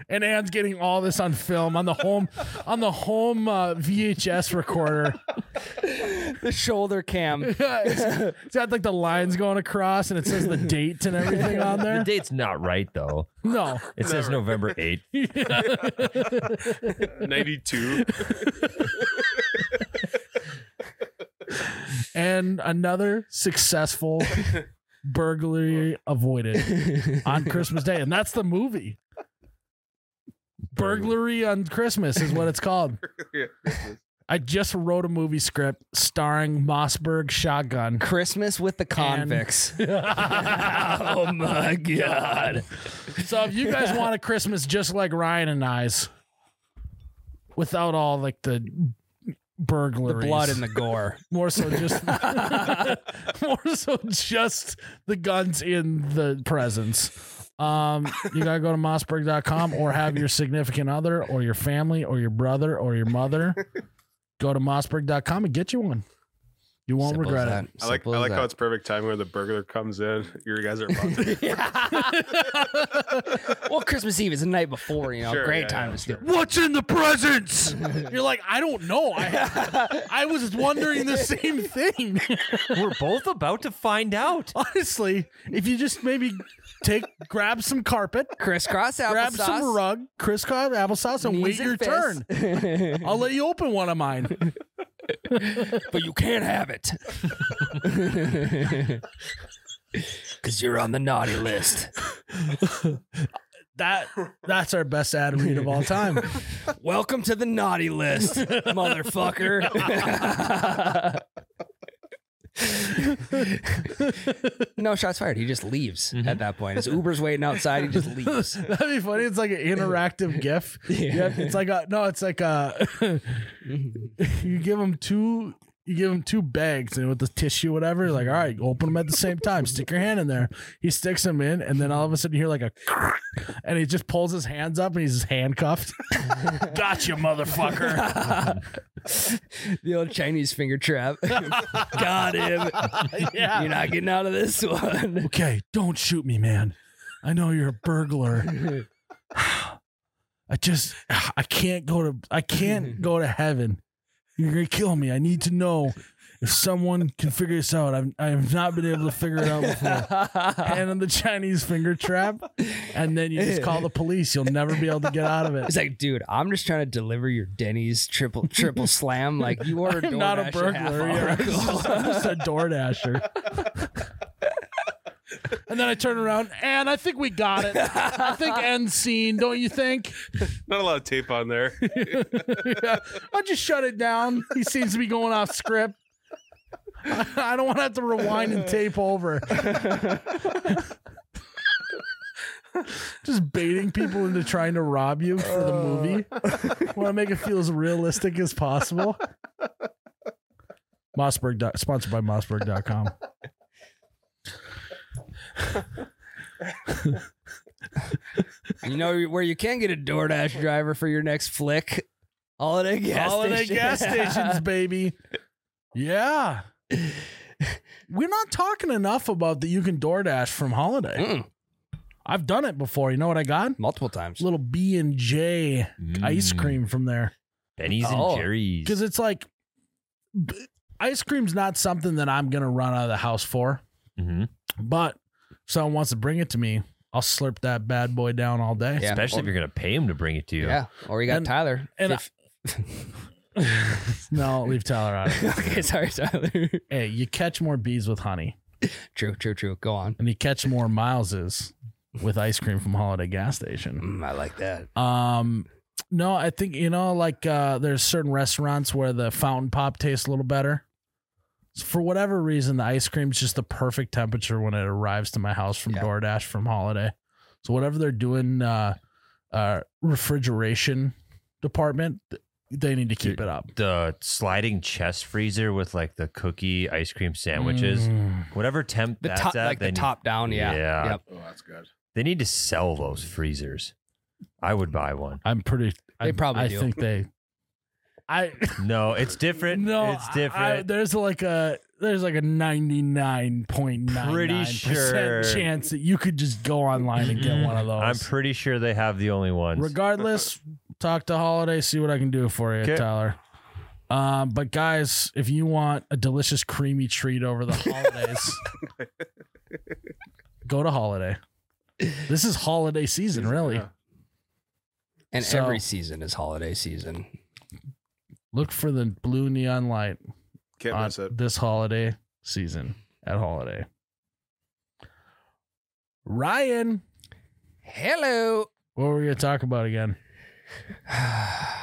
[SPEAKER 1] And Anne's getting all this on film on the home on the home uh, VHS recorder.
[SPEAKER 3] the shoulder cam.
[SPEAKER 1] Yeah, it's, it's got like the lines going across and it says the date and everything on
[SPEAKER 2] The
[SPEAKER 1] there.
[SPEAKER 2] date's not right though.
[SPEAKER 1] No.
[SPEAKER 2] It says November 8th.
[SPEAKER 4] 92.
[SPEAKER 1] And another successful burglary avoided on Christmas Day. And that's the movie. Burglary on Christmas is what it's called. I just wrote a movie script starring Mossberg Shotgun.
[SPEAKER 3] Christmas with the convicts.
[SPEAKER 1] oh my god! So if you guys want a Christmas just like Ryan and I's, without all like the
[SPEAKER 3] the
[SPEAKER 1] burglaries,
[SPEAKER 3] blood and the gore.
[SPEAKER 1] more so just more so just the guns in the presents. Um, you gotta go to mossberg.com or have your significant other or your family or your brother or your mother go to mossberg.com and get you one. You won't
[SPEAKER 3] Simple
[SPEAKER 1] regret
[SPEAKER 3] as
[SPEAKER 1] it.
[SPEAKER 3] that.
[SPEAKER 4] I like I
[SPEAKER 3] Simple as
[SPEAKER 4] like how
[SPEAKER 3] that.
[SPEAKER 4] it's perfect timing where the burglar comes in. You guys are about to
[SPEAKER 3] well, Christmas Eve is the night before, you know.
[SPEAKER 4] Sure,
[SPEAKER 3] Great
[SPEAKER 4] yeah,
[SPEAKER 3] time
[SPEAKER 4] yeah,
[SPEAKER 3] to steal.
[SPEAKER 1] What's in the presents? You're like, I don't know. I I was wondering the same thing.
[SPEAKER 2] We're both about to find out.
[SPEAKER 1] Honestly, if you just maybe take grab some carpet,
[SPEAKER 3] Crisscross applesauce.
[SPEAKER 1] grab some rug, crisscross applesauce, and wait
[SPEAKER 3] knees
[SPEAKER 1] your turn.
[SPEAKER 3] and fists.
[SPEAKER 1] I'll let you open one of mine.
[SPEAKER 3] but you can't have it. Because you're on the naughty list.
[SPEAKER 1] That that's our best ad read of all time.
[SPEAKER 3] Welcome to the naughty list, motherfucker. no shots fired. He just leaves at that point. His Uber's waiting outside. He just leaves.
[SPEAKER 1] That'd be funny. It's like an interactive GIF.
[SPEAKER 3] Yeah.
[SPEAKER 1] Yeah, it's like a no. It's like a you give them two. You give him two bags and with the tissue, whatever. Like, all right, open them at the same time. Stick your hand in there. He sticks them in, and then all of a sudden you hear like a, and he just pulls his hands up and he's just handcuffed. gotcha, motherfucker.
[SPEAKER 3] the old Chinese finger trap. Got him.
[SPEAKER 1] yeah.
[SPEAKER 3] You're not getting out of this one.
[SPEAKER 1] Okay, don't shoot me, man. I know you're a burglar. I just I can't go to I can't go to heaven. You're gonna kill me. I need to know If someone can figure this out, I've, I have not been able to figure it out before. Hand on the Chinese finger trap, and then you just call the police. You'll never be able to get out of it.
[SPEAKER 3] It's like, dude, I'm just trying to deliver your Denny's triple triple slam. Like you ordered
[SPEAKER 1] I'm not a
[SPEAKER 3] DoorDash half
[SPEAKER 1] burglar.
[SPEAKER 3] hour
[SPEAKER 1] yeah. I'm
[SPEAKER 3] ago.
[SPEAKER 1] just I'm just a DoorDasher. and then I turn around, and I think we got it. I think end scene, don't you think?
[SPEAKER 4] Not a lot of tape on there.
[SPEAKER 1] yeah. I'll just shut it down. He seems to be going off script. I, I don't want to have to rewind and tape over. just baiting people into trying to rob you for the movie. want to make it feel as realistic as possible. Mossberg, dot- sponsored by Mossberg.com.
[SPEAKER 3] You know where you can get a DoorDash driver for your next flick? Holiday gas
[SPEAKER 1] Holiday
[SPEAKER 3] station.
[SPEAKER 1] gas stations, baby. Yeah. We're not talking enough about that you can DoorDash from Holiday.
[SPEAKER 3] Mm,
[SPEAKER 1] I've done it before. You know what I got?
[SPEAKER 3] multiple times.
[SPEAKER 1] Little B and J ice
[SPEAKER 2] Mm.
[SPEAKER 1] cream from there
[SPEAKER 2] Benny's
[SPEAKER 3] Oh.
[SPEAKER 2] and Jerry's.
[SPEAKER 1] because it's like b- ice cream's not something that I'm gonna run out of the house for.
[SPEAKER 2] Mhm.
[SPEAKER 1] But if someone wants to bring it to me, I'll slurp that bad boy down all day.
[SPEAKER 3] Yeah.
[SPEAKER 2] Especially
[SPEAKER 3] Or-
[SPEAKER 2] if you're gonna pay him to bring it to you.
[SPEAKER 3] Yeah. Or you got
[SPEAKER 1] And-
[SPEAKER 3] Tyler.
[SPEAKER 1] and I-
[SPEAKER 3] Fif-
[SPEAKER 1] No, leave Tyler out. of it.
[SPEAKER 3] okay, sorry, Tyler.
[SPEAKER 1] hey, you catch more bees with honey,
[SPEAKER 3] true, true, true. Go on.
[SPEAKER 1] and you catch more Mileses with ice cream from Holiday Gas Station.
[SPEAKER 3] Mm, I like that.
[SPEAKER 1] Um, no, I think you know, like uh, there's certain restaurants where the fountain pop tastes a little better. For whatever reason, the ice cream's just the perfect temperature when it arrives to my house from
[SPEAKER 3] Yeah.
[SPEAKER 1] DoorDash from Holiday. So whatever they're doing, uh, uh, refrigeration department, th- they need to keep it up.
[SPEAKER 2] The sliding chest freezer with like the cookie ice cream sandwiches.
[SPEAKER 1] Mm.
[SPEAKER 2] Whatever temp
[SPEAKER 3] The
[SPEAKER 2] that's
[SPEAKER 3] top,
[SPEAKER 2] at,
[SPEAKER 3] like
[SPEAKER 2] they
[SPEAKER 3] the
[SPEAKER 2] need-
[SPEAKER 3] top down. Yeah.
[SPEAKER 2] Yeah.
[SPEAKER 3] Yep.
[SPEAKER 4] Oh, that's good.
[SPEAKER 2] They need to sell those freezers. I would buy one.
[SPEAKER 1] I'm pretty.
[SPEAKER 3] They
[SPEAKER 1] I,
[SPEAKER 3] probably
[SPEAKER 1] I
[SPEAKER 3] do.
[SPEAKER 1] think they. I
[SPEAKER 2] No, it's different. it's
[SPEAKER 1] I- I,
[SPEAKER 2] different.
[SPEAKER 1] there's like a there's like a 99.9
[SPEAKER 2] Pretty sure. Mm-hmm.
[SPEAKER 1] chance that you could just go online and get one of those.
[SPEAKER 2] I'm pretty sure they have the only ones.
[SPEAKER 1] Regardless, talk to Holiday, see what I can do for you,
[SPEAKER 2] Okay.
[SPEAKER 1] Tyler. Um, but guys, if you want a delicious creamy treat over the holidays, go to Holiday. This is holiday season, really.
[SPEAKER 4] Yeah.
[SPEAKER 3] And
[SPEAKER 1] So-
[SPEAKER 3] every season is holiday season.
[SPEAKER 1] Look for the blue neon light
[SPEAKER 4] Can't
[SPEAKER 1] on
[SPEAKER 4] miss it.
[SPEAKER 1] this holiday season at holiday. Ryan,
[SPEAKER 3] Hello.
[SPEAKER 1] what were we gonna talk about again?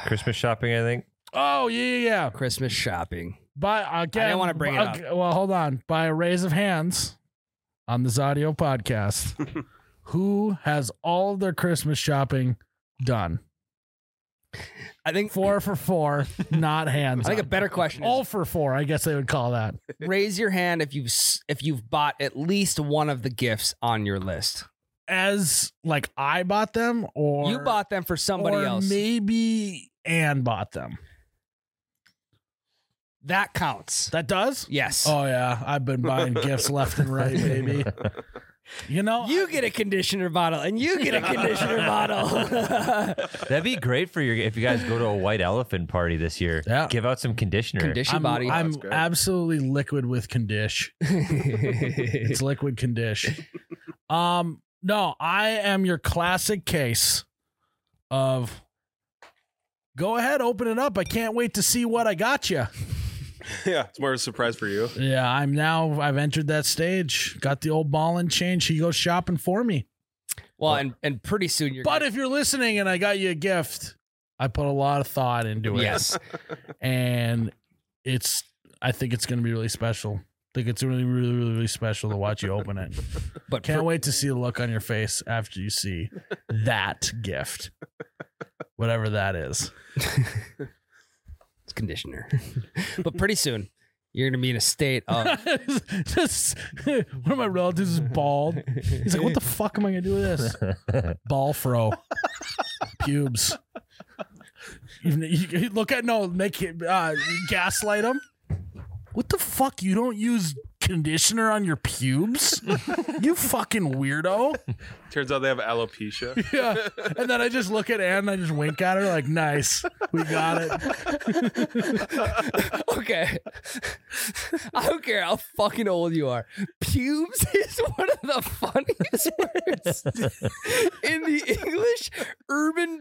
[SPEAKER 2] Christmas shopping, I think.
[SPEAKER 1] Oh yeah, yeah, yeah.
[SPEAKER 3] Christmas shopping.
[SPEAKER 1] By again,
[SPEAKER 3] didn't wanna bring it up.
[SPEAKER 1] okay, Well, hold on. By a raise of hands on this audio podcast, who has all of their Christmas shopping done?
[SPEAKER 3] I think
[SPEAKER 1] Four for four, not hands.
[SPEAKER 3] I think a
[SPEAKER 1] up.
[SPEAKER 3] better question is
[SPEAKER 1] all for four, I guess they would call that.
[SPEAKER 3] raise your hand if you've s- if you've bought at least one of the gifts on your list.
[SPEAKER 1] As like I bought them, or
[SPEAKER 3] you bought them for somebody
[SPEAKER 1] or
[SPEAKER 3] else.
[SPEAKER 1] Maybe Anne bought them.
[SPEAKER 3] That counts.
[SPEAKER 1] That does?
[SPEAKER 3] Yes.
[SPEAKER 1] Oh yeah, I've been buying gifts left and right, baby. You know,
[SPEAKER 3] you get a conditioner bottle and you get a conditioner bottle.
[SPEAKER 2] That'd be great for your if you guys go to a white elephant party this year.
[SPEAKER 1] Yeah.
[SPEAKER 2] Give out some conditioner.
[SPEAKER 3] Condition
[SPEAKER 1] I'm,
[SPEAKER 3] body.
[SPEAKER 1] I'm
[SPEAKER 4] That's good.
[SPEAKER 1] absolutely liquid with condish. It's liquid condish. Um, no, I am your classic case of go ahead, open it up. I can't wait to see what I got you.
[SPEAKER 4] yeah, it's more of a surprise for you.
[SPEAKER 1] Yeah, I'm now. I've entered that stage. Got the old ball and chain. She goes shopping for me.
[SPEAKER 3] well, and and pretty soon you're
[SPEAKER 1] But
[SPEAKER 3] gonna-
[SPEAKER 1] if you're listening and I got you a gift, I put a lot of thought into it.
[SPEAKER 3] yes.
[SPEAKER 1] and it's I think it's gonna be really special. I think it's really, really, really, really special to watch you open it.
[SPEAKER 3] But
[SPEAKER 1] Can't
[SPEAKER 3] for-
[SPEAKER 1] wait to see the look on your face after you see that gift. Whatever that is.
[SPEAKER 3] it's conditioner. but pretty soon you're gonna be in a state of
[SPEAKER 1] Just- one of my relatives is bald. He's like, what the fuck am I gonna do with this? Ball fro. Pubes. You- you- you look at no, make it uh, gaslight him. What the fuck? You don't use conditioner on your pubes? you fucking weirdo.
[SPEAKER 4] Turns out they have alopecia.
[SPEAKER 1] Yeah. And then I just look at Ann and I just wink at her like, nice. We got it.
[SPEAKER 3] Okay. I don't care how fucking old you are. Pubes is one of the funniest words in the English Urban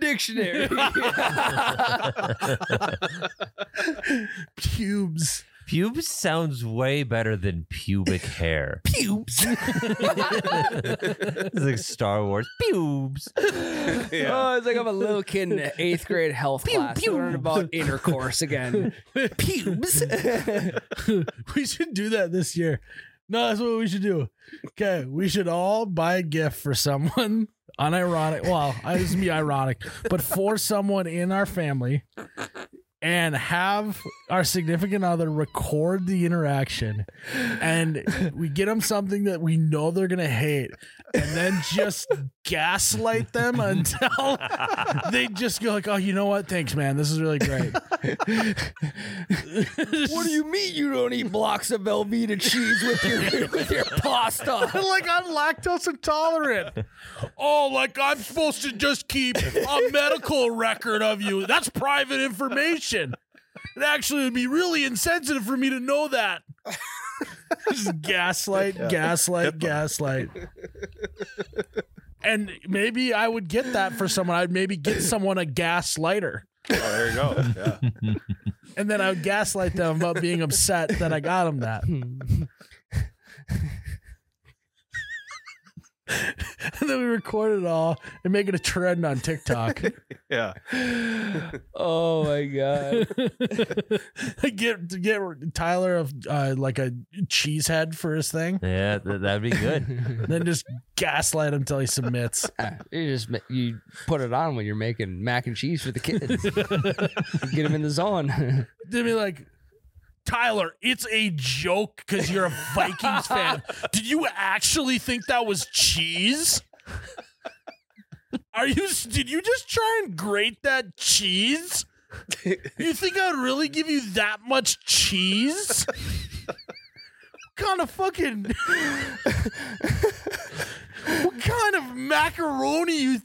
[SPEAKER 3] Dictionary.
[SPEAKER 1] Pubes.
[SPEAKER 2] Pubes sounds way better than pubic hair.
[SPEAKER 3] Pubes.
[SPEAKER 2] it's like Star Wars. Pubes.
[SPEAKER 4] yeah.
[SPEAKER 3] Oh, it's like I'm a little kid in eighth grade health class. Pew. Learn about intercourse again. Pubes.
[SPEAKER 1] we should do that this year. No, that's what we should do. Okay, we should all buy a gift for someone. Unironic. Well, I was be ironic, but for someone in our family, and have our significant other record the interaction, and we get them something that we know they're gonna hate, and then just gaslight them until they just go like, "Oh, you know what? Thanks, man. This is really great."
[SPEAKER 3] what do you mean you don't eat blocks of Velveeta cheese with your with your pasta?
[SPEAKER 1] like I'm lactose intolerant. Oh, like I'm supposed to just keep a medical record of you. That's private information. It actually would be really insensitive for me to know that. Just gaslight, gaslight, gaslight. And maybe I would get that for someone. I'd maybe get someone a gaslighter.
[SPEAKER 4] Oh, there you go. Yeah.
[SPEAKER 1] And then I would gaslight them about being upset that I got them that. And then we record it all and make it a trend on TikTok.
[SPEAKER 4] Yeah.
[SPEAKER 3] Oh my god.
[SPEAKER 1] get to get Tyler of uh, like a cheese head for his thing,
[SPEAKER 2] Yeah, th- that'd be good.
[SPEAKER 1] then just gaslight him till he submits.
[SPEAKER 3] You just ma- you put it on when you're making mac and cheese for the kids. Get them in the zone.
[SPEAKER 1] They'd be like, Tyler, it's a joke because you're a Vikings fan. Did you actually think that was cheese? Are you? Did you just try and grate that cheese? You think I'd really give you that much cheese? What kind of fucking? what kind of macaroni you?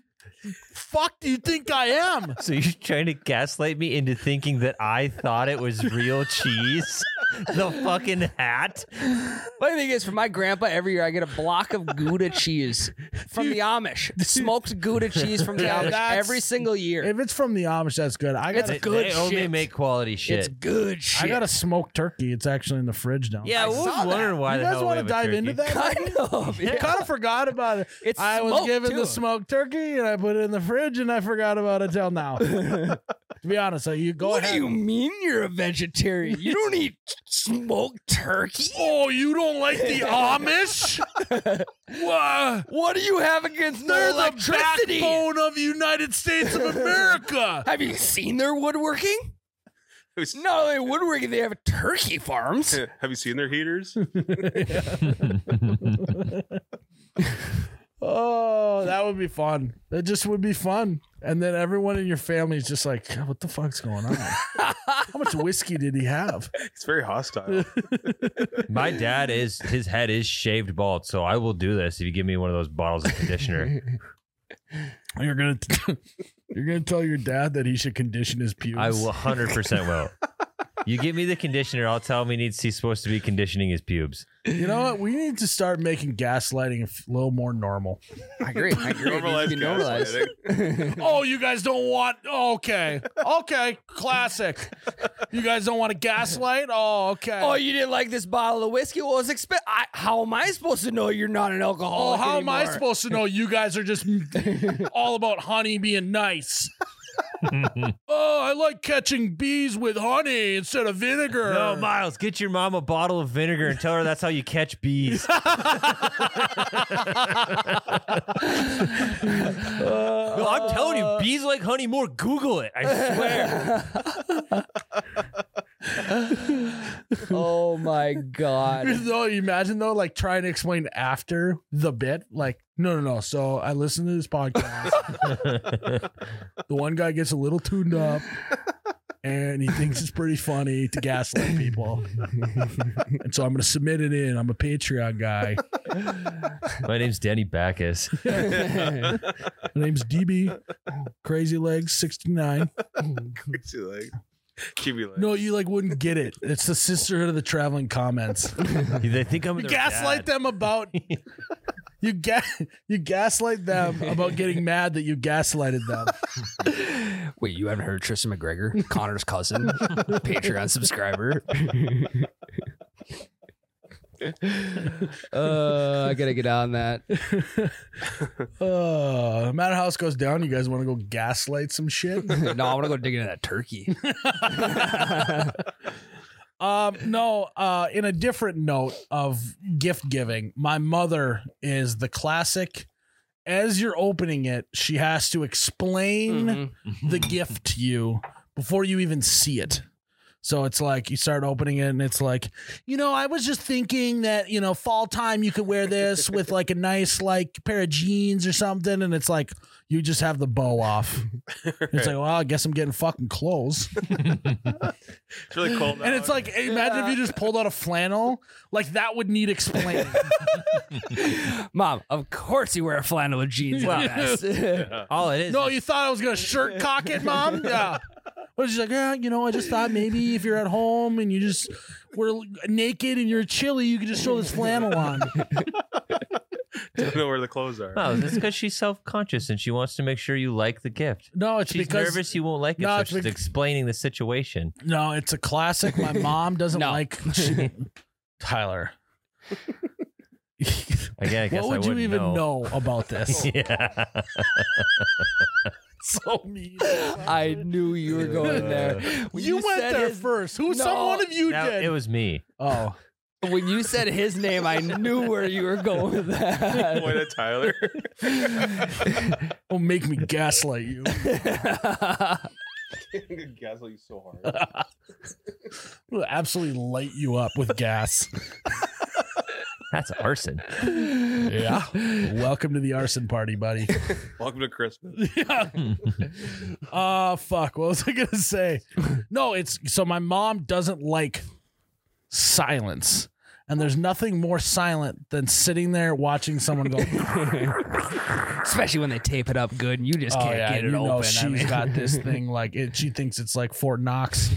[SPEAKER 1] Fuck, do you think I am?
[SPEAKER 2] So you're trying to gaslight me into thinking that I thought it was real cheese? the fucking hat?
[SPEAKER 3] Funny thing is, for my grandpa, every year I get a block of Gouda cheese from the Amish. Smoked Gouda cheese from the
[SPEAKER 1] Yeah,
[SPEAKER 3] Amish
[SPEAKER 1] that's-
[SPEAKER 3] every single year.
[SPEAKER 1] If it's from the Amish, that's good. I
[SPEAKER 3] It's
[SPEAKER 1] got
[SPEAKER 3] good
[SPEAKER 2] They only
[SPEAKER 3] shit.
[SPEAKER 2] make quality shit.
[SPEAKER 3] It's good shit.
[SPEAKER 1] I got a smoked turkey. It's actually in the fridge now.
[SPEAKER 2] yeah, I,
[SPEAKER 3] I
[SPEAKER 2] was
[SPEAKER 3] saw that.
[SPEAKER 2] wondering why
[SPEAKER 1] you
[SPEAKER 2] the
[SPEAKER 1] guys
[SPEAKER 2] hell
[SPEAKER 1] want
[SPEAKER 2] we
[SPEAKER 1] to
[SPEAKER 2] have a
[SPEAKER 1] dive into
[SPEAKER 2] turkey.
[SPEAKER 1] that?
[SPEAKER 3] kind of. Yeah.
[SPEAKER 1] Kind of forgot about it.
[SPEAKER 3] It's
[SPEAKER 1] I was
[SPEAKER 3] smoked,
[SPEAKER 1] given
[SPEAKER 3] too.
[SPEAKER 1] the smoked turkey and I put it in the fridge and I forgot about it till now. to be honest, so you go
[SPEAKER 3] What
[SPEAKER 1] ahead.
[SPEAKER 3] do you mean you're a vegetarian? You don't eat smoked turkey.
[SPEAKER 1] oh, you don't like the Amish? Wha-
[SPEAKER 3] What do you have against no
[SPEAKER 1] They're the
[SPEAKER 3] electricity?
[SPEAKER 1] backbone of the United States of America.
[SPEAKER 3] Have you seen their woodworking?
[SPEAKER 4] Who's-
[SPEAKER 3] Not only woodworking, they have turkey farms.
[SPEAKER 4] Have you seen their heaters?
[SPEAKER 1] Oh, that would be fun. That just would be fun. And then everyone in your family is just like, "God, what the fuck's going on? How much whiskey did he have?
[SPEAKER 4] It's very hostile.
[SPEAKER 2] My dad is his head is shaved bald, so I will do this if you give me one of those bottles of conditioner.
[SPEAKER 1] You're gonna you're gonna tell your dad that he should condition his pubes.
[SPEAKER 2] I will hundred percent will. You give me the conditioner, I'll tell him he needs he's supposed to be conditioning his pubes.
[SPEAKER 1] You know what? We need to start making gaslighting a f- little more normal.
[SPEAKER 3] I agree. I agree.
[SPEAKER 4] Normalized
[SPEAKER 3] It needs to be normalized.
[SPEAKER 4] gaslighting.
[SPEAKER 1] oh, you guys don't want? oh, okay, okay, classic. You guys don't want to gaslight? Oh, okay.
[SPEAKER 3] Oh, you didn't like this bottle of whiskey? Well, it's exp- I, how am I supposed to know you're not an
[SPEAKER 1] Oh,
[SPEAKER 3] alcoholic? anymore?
[SPEAKER 1] to know? You guys are just all about honey being nice. oh, I like catching bees with honey instead of vinegar.
[SPEAKER 2] No, Miles, get your mom a bottle of vinegar and tell her that's how you catch bees. No, I'm telling you, bees like honey more. Google it. I swear.
[SPEAKER 3] Oh my god.
[SPEAKER 1] Though, you imagine though, like trying to explain after the bit, like, no, no, no. So I listened to this podcast. the one guy gets a little tuned up. and he thinks it's pretty funny to gaslight people. and so I'm going to submit it in. I'm a Patreon guy.
[SPEAKER 2] My name's Danny Backus.
[SPEAKER 1] My name's DB Crazy Legs 69.
[SPEAKER 4] Crazy leg. Kiwi leg.
[SPEAKER 1] No, you like wouldn't get it. It's the sisterhood of the traveling comments.
[SPEAKER 2] they think I'm
[SPEAKER 1] You
[SPEAKER 2] their
[SPEAKER 1] gaslight
[SPEAKER 2] dad.
[SPEAKER 1] them about you ga- you gaslight them about getting mad that you gaslighted them.
[SPEAKER 3] Wait, you haven't heard Tristan McGregor, Connor's cousin, Patreon subscriber. uh, I gotta get on that.
[SPEAKER 1] Uh, no matter how this goes down, you guys want to go gaslight some shit?
[SPEAKER 3] no, I want to go dig into that turkey.
[SPEAKER 1] Um, no, uh, in a different note of gift giving, my mother is the classic. As you're opening it, she has to explain
[SPEAKER 3] Mhm.
[SPEAKER 1] the gift to you before you even see it. So it's like you start opening it and it's like, you know, I was just thinking that, you know, fall time you could wear this with like a nice like pair of jeans or something. And it's like, you just have the bow off. It's like, well, I guess I'm getting fucking clothes.
[SPEAKER 4] It's really cold.
[SPEAKER 1] And it's
[SPEAKER 4] out.
[SPEAKER 1] like, imagine if you just pulled out a flannel, like that would need explaining.
[SPEAKER 3] Mom, of course you wear a flannel with jeans. Wow.
[SPEAKER 2] All it is.
[SPEAKER 1] no, you thought I was gonna shirt cock it, mom? Yeah. But she's like, yeah, you know, I just thought maybe if you're at home and you just were naked and you're chilly, you could just throw this flannel on.
[SPEAKER 4] don't know where the clothes are.
[SPEAKER 2] no, Oh, that's because she's self conscious and she wants to make sure you like the gift.
[SPEAKER 1] No, it's
[SPEAKER 2] She's
[SPEAKER 1] because
[SPEAKER 2] nervous you won't like it,
[SPEAKER 1] No,
[SPEAKER 2] so
[SPEAKER 1] it's
[SPEAKER 2] she's
[SPEAKER 1] bec-
[SPEAKER 2] explaining the situation.
[SPEAKER 1] no, it's a classic. My mom doesn't
[SPEAKER 3] No.
[SPEAKER 1] like Tyler.
[SPEAKER 2] Again, I
[SPEAKER 1] what
[SPEAKER 2] guess I
[SPEAKER 1] would you
[SPEAKER 2] wouldn't
[SPEAKER 1] even
[SPEAKER 2] know.
[SPEAKER 1] know, about this?
[SPEAKER 2] yeah.
[SPEAKER 1] so mean.
[SPEAKER 3] I knew you were going there. When
[SPEAKER 1] you, went
[SPEAKER 3] said
[SPEAKER 1] there
[SPEAKER 3] his-
[SPEAKER 1] first. Who?
[SPEAKER 3] No.
[SPEAKER 1] Some one of you
[SPEAKER 2] Now,
[SPEAKER 1] did.
[SPEAKER 2] it was me.
[SPEAKER 1] oh,
[SPEAKER 3] When you said his name, I knew where you were going with that.
[SPEAKER 4] Point at Tyler.
[SPEAKER 1] don't make me gaslight you.
[SPEAKER 4] Gaslight you so hard.
[SPEAKER 1] will absolutely light you up with gas.
[SPEAKER 2] That's arson.
[SPEAKER 1] yeah. Welcome to the arson party, buddy.
[SPEAKER 4] Welcome to Christmas.
[SPEAKER 1] yeah. Uh fuck. What was I gonna say? No, it's so my mom doesn't like silence. And there's nothing more silent than sitting there watching someone go,
[SPEAKER 3] Especially when they tape it up good and you just
[SPEAKER 1] Oh,
[SPEAKER 3] can't
[SPEAKER 1] yeah,
[SPEAKER 3] get it
[SPEAKER 1] you know
[SPEAKER 3] open.
[SPEAKER 1] she's
[SPEAKER 3] I mean,
[SPEAKER 1] got this thing like it, she thinks it's like Fort Knox.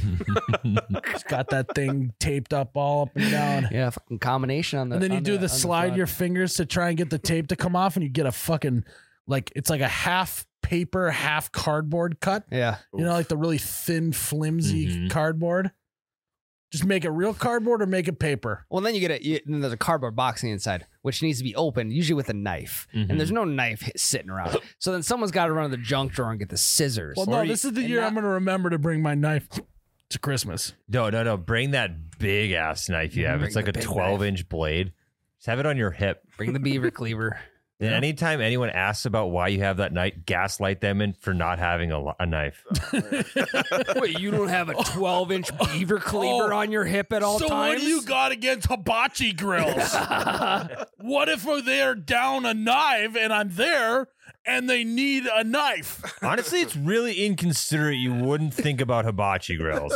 [SPEAKER 1] she's got that thing taped up all up and down.
[SPEAKER 3] yeah, fucking combination on the.
[SPEAKER 1] And then you
[SPEAKER 3] on
[SPEAKER 1] do the,
[SPEAKER 3] on
[SPEAKER 1] slide
[SPEAKER 3] front.
[SPEAKER 1] your fingers to try and get the tape to come off, and you get a fucking like it's like a half paper, half cardboard cut.
[SPEAKER 3] Yeah.
[SPEAKER 1] You know, like the really thin, flimsy
[SPEAKER 2] Mhm.
[SPEAKER 1] cardboard. Just make it real cardboard or make it paper.
[SPEAKER 3] Well, then you get a you, then there's a cardboard box on the inside, which needs to be opened, usually with a knife.
[SPEAKER 2] Mhm.
[SPEAKER 3] And there's no knife hi- sitting around. So then someone's got to run to the junk drawer and get the scissors.
[SPEAKER 1] Well,
[SPEAKER 3] Or
[SPEAKER 1] no,
[SPEAKER 3] you-
[SPEAKER 1] this is the
[SPEAKER 3] and
[SPEAKER 1] year
[SPEAKER 3] that-
[SPEAKER 1] I'm going to remember to bring my knife to Christmas.
[SPEAKER 2] No, no, no. Bring that big ass knife you have.
[SPEAKER 3] Bring
[SPEAKER 2] It's like
[SPEAKER 3] the
[SPEAKER 2] a
[SPEAKER 3] big
[SPEAKER 2] 12 inch blade. Just have it on your hip.
[SPEAKER 3] bring the beaver cleaver.
[SPEAKER 2] And anytime anyone asks about why you have that knife, gaslight them in for not having a, li- a knife.
[SPEAKER 3] Wait, you don't have a 12 inch beaver cleaver
[SPEAKER 1] Oh.
[SPEAKER 3] on your hip at all
[SPEAKER 1] so
[SPEAKER 3] times?
[SPEAKER 1] what do you got against hibachi grills? what if they're down a knife and I'm there and they need a knife?
[SPEAKER 2] Honestly, it's really inconsiderate you wouldn't think about hibachi grills.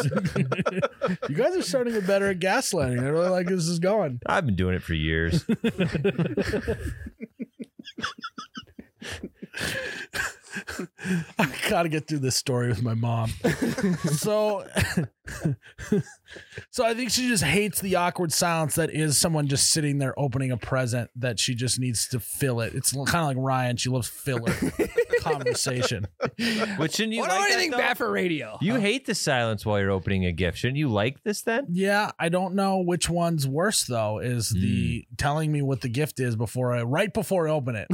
[SPEAKER 1] You guys are starting to get better at gaslighting. I really like this is going.
[SPEAKER 2] I've been doing it for years.
[SPEAKER 1] I gotta get through this story with my mom. so, so I think she just hates the awkward silence that is someone just sitting there opening a present that she just needs to fill it. It's kind of like Ryan; she loves filler conversation.
[SPEAKER 2] Which shouldn't you
[SPEAKER 3] What
[SPEAKER 2] like
[SPEAKER 3] do
[SPEAKER 2] that,
[SPEAKER 3] anything
[SPEAKER 2] though?
[SPEAKER 3] bad for radio?
[SPEAKER 2] You hate the silence while you're opening a gift. Shouldn't you like this then?
[SPEAKER 1] Yeah, I don't know which one's worse though. Is the telling me what the gift is before I right before I open it.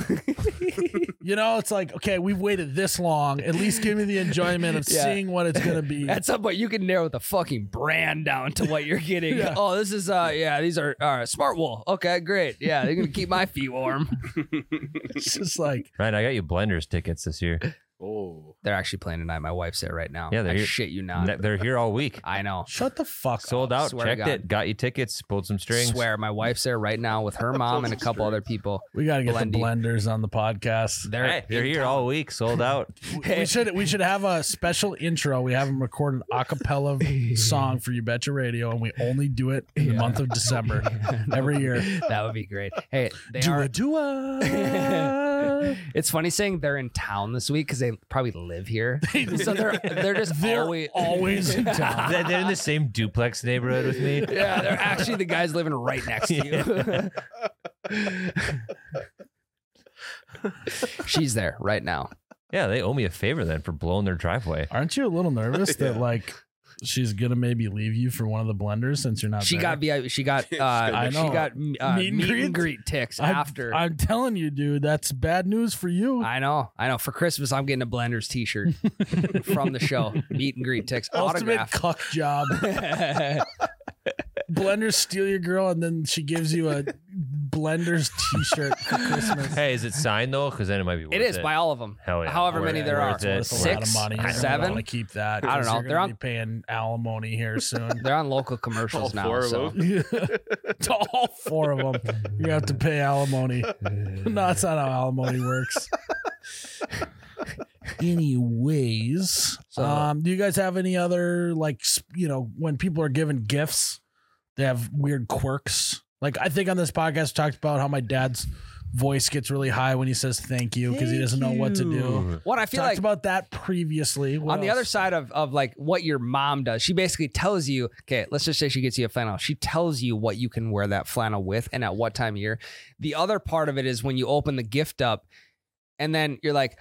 [SPEAKER 1] you know, it's like okay, we've waited this long. At least give me the enjoyment of
[SPEAKER 3] Yeah.
[SPEAKER 1] seeing what it's gonna be.
[SPEAKER 3] At some point, you can narrow the fucking brand down to what you're getting.
[SPEAKER 1] Yeah.
[SPEAKER 3] Oh, this is uh, yeah, these are all right, smart wool. Okay, great. Yeah, they're gonna keep my feet warm.
[SPEAKER 1] It's just like
[SPEAKER 2] Right, I got you blenders tickets this year.
[SPEAKER 4] Oh,
[SPEAKER 3] They're actually playing tonight. My wife's there right now.
[SPEAKER 2] Yeah, they're
[SPEAKER 3] I
[SPEAKER 2] here.
[SPEAKER 3] shit you not.
[SPEAKER 2] That- They're here all week.
[SPEAKER 3] I know.
[SPEAKER 1] Shut the fuck
[SPEAKER 2] Sold
[SPEAKER 1] up.
[SPEAKER 2] out.
[SPEAKER 3] swear to
[SPEAKER 2] Checked
[SPEAKER 3] God.
[SPEAKER 2] it. Got you tickets. Pulled some strings.
[SPEAKER 3] Swear, my wife's there right now with her mom and a couple other people.
[SPEAKER 1] We got to get the
[SPEAKER 3] Blendy.
[SPEAKER 1] blenders on the podcast.
[SPEAKER 3] They're
[SPEAKER 2] Hey, they're
[SPEAKER 3] in
[SPEAKER 2] here
[SPEAKER 3] town.
[SPEAKER 2] all week. Sold out.
[SPEAKER 1] We should we should have a special intro. We have them record an acapella song for You Betcha Radio, and we only do it in the
[SPEAKER 3] Yeah.
[SPEAKER 1] month of December every year.
[SPEAKER 3] That would be great. Hey, they
[SPEAKER 1] do
[SPEAKER 3] are.
[SPEAKER 1] a do a.
[SPEAKER 3] It's funny saying they're in town this week because they probably live here. so they're they're just
[SPEAKER 1] They're
[SPEAKER 3] always
[SPEAKER 1] always in town.
[SPEAKER 2] They're they're in the same duplex neighborhood with me.
[SPEAKER 3] yeah, they're actually the guys living right next to you. She's there right now.
[SPEAKER 2] Yeah, they owe me a favor then for blowing their driveway.
[SPEAKER 1] Aren't you a little nervous that
[SPEAKER 4] Yeah.
[SPEAKER 1] like she's gonna maybe leave you for one of the blenders since you're not?
[SPEAKER 3] She
[SPEAKER 1] there?
[SPEAKER 3] got VIP. She got uh,
[SPEAKER 4] I
[SPEAKER 3] she
[SPEAKER 1] know.
[SPEAKER 3] got uh,
[SPEAKER 1] Meet
[SPEAKER 3] meet,
[SPEAKER 1] and
[SPEAKER 3] and
[SPEAKER 1] greet?
[SPEAKER 3] greet ticks
[SPEAKER 1] I'm-
[SPEAKER 3] after. I,
[SPEAKER 1] I'm telling you, dude, that's bad news for you.
[SPEAKER 3] know, I know. For Christmas, I'm getting a Blenders T-shirt from the show. Meet and greet ticks
[SPEAKER 1] Ultimate
[SPEAKER 3] autograph.
[SPEAKER 1] cuck job. blenders steal your girl, and then she gives you a blenders T-shirt for Christmas.
[SPEAKER 2] Hey, is it signed though? Because then it might be worth it.
[SPEAKER 3] It is by all of them.
[SPEAKER 2] Hell yeah.
[SPEAKER 3] However
[SPEAKER 2] Worth
[SPEAKER 3] many
[SPEAKER 2] it,
[SPEAKER 3] there are.
[SPEAKER 2] worth it.
[SPEAKER 1] That's a lot of
[SPEAKER 3] Six,
[SPEAKER 1] money. You don't
[SPEAKER 3] seven?
[SPEAKER 1] wanna keep that.
[SPEAKER 3] I don't
[SPEAKER 1] because
[SPEAKER 3] know.
[SPEAKER 1] You're gonna
[SPEAKER 3] They're on-
[SPEAKER 1] be paying alimony here soon.
[SPEAKER 3] They're on local commercials
[SPEAKER 4] All
[SPEAKER 3] now.
[SPEAKER 4] four of
[SPEAKER 3] so.
[SPEAKER 4] them?
[SPEAKER 1] to all four of them, you have to pay alimony. no, that's not how alimony works. Anyways,
[SPEAKER 3] So-
[SPEAKER 1] um, do you guys have any other like s- you know when people are given gifts, they have weird quirks? Like I think on this podcast we talked about how my dad's voice gets really high when he says thank you because he doesn't know what to do.
[SPEAKER 3] What I feel
[SPEAKER 1] talked
[SPEAKER 3] like
[SPEAKER 1] about that previously. What
[SPEAKER 3] on the other
[SPEAKER 1] else?
[SPEAKER 3] side of, of like what your mom does, she basically tells you, okay, let's just say she gets you a flannel. She tells you what you can wear that flannel with and at what time of year. The other part of it is when you open the gift up and then you're like,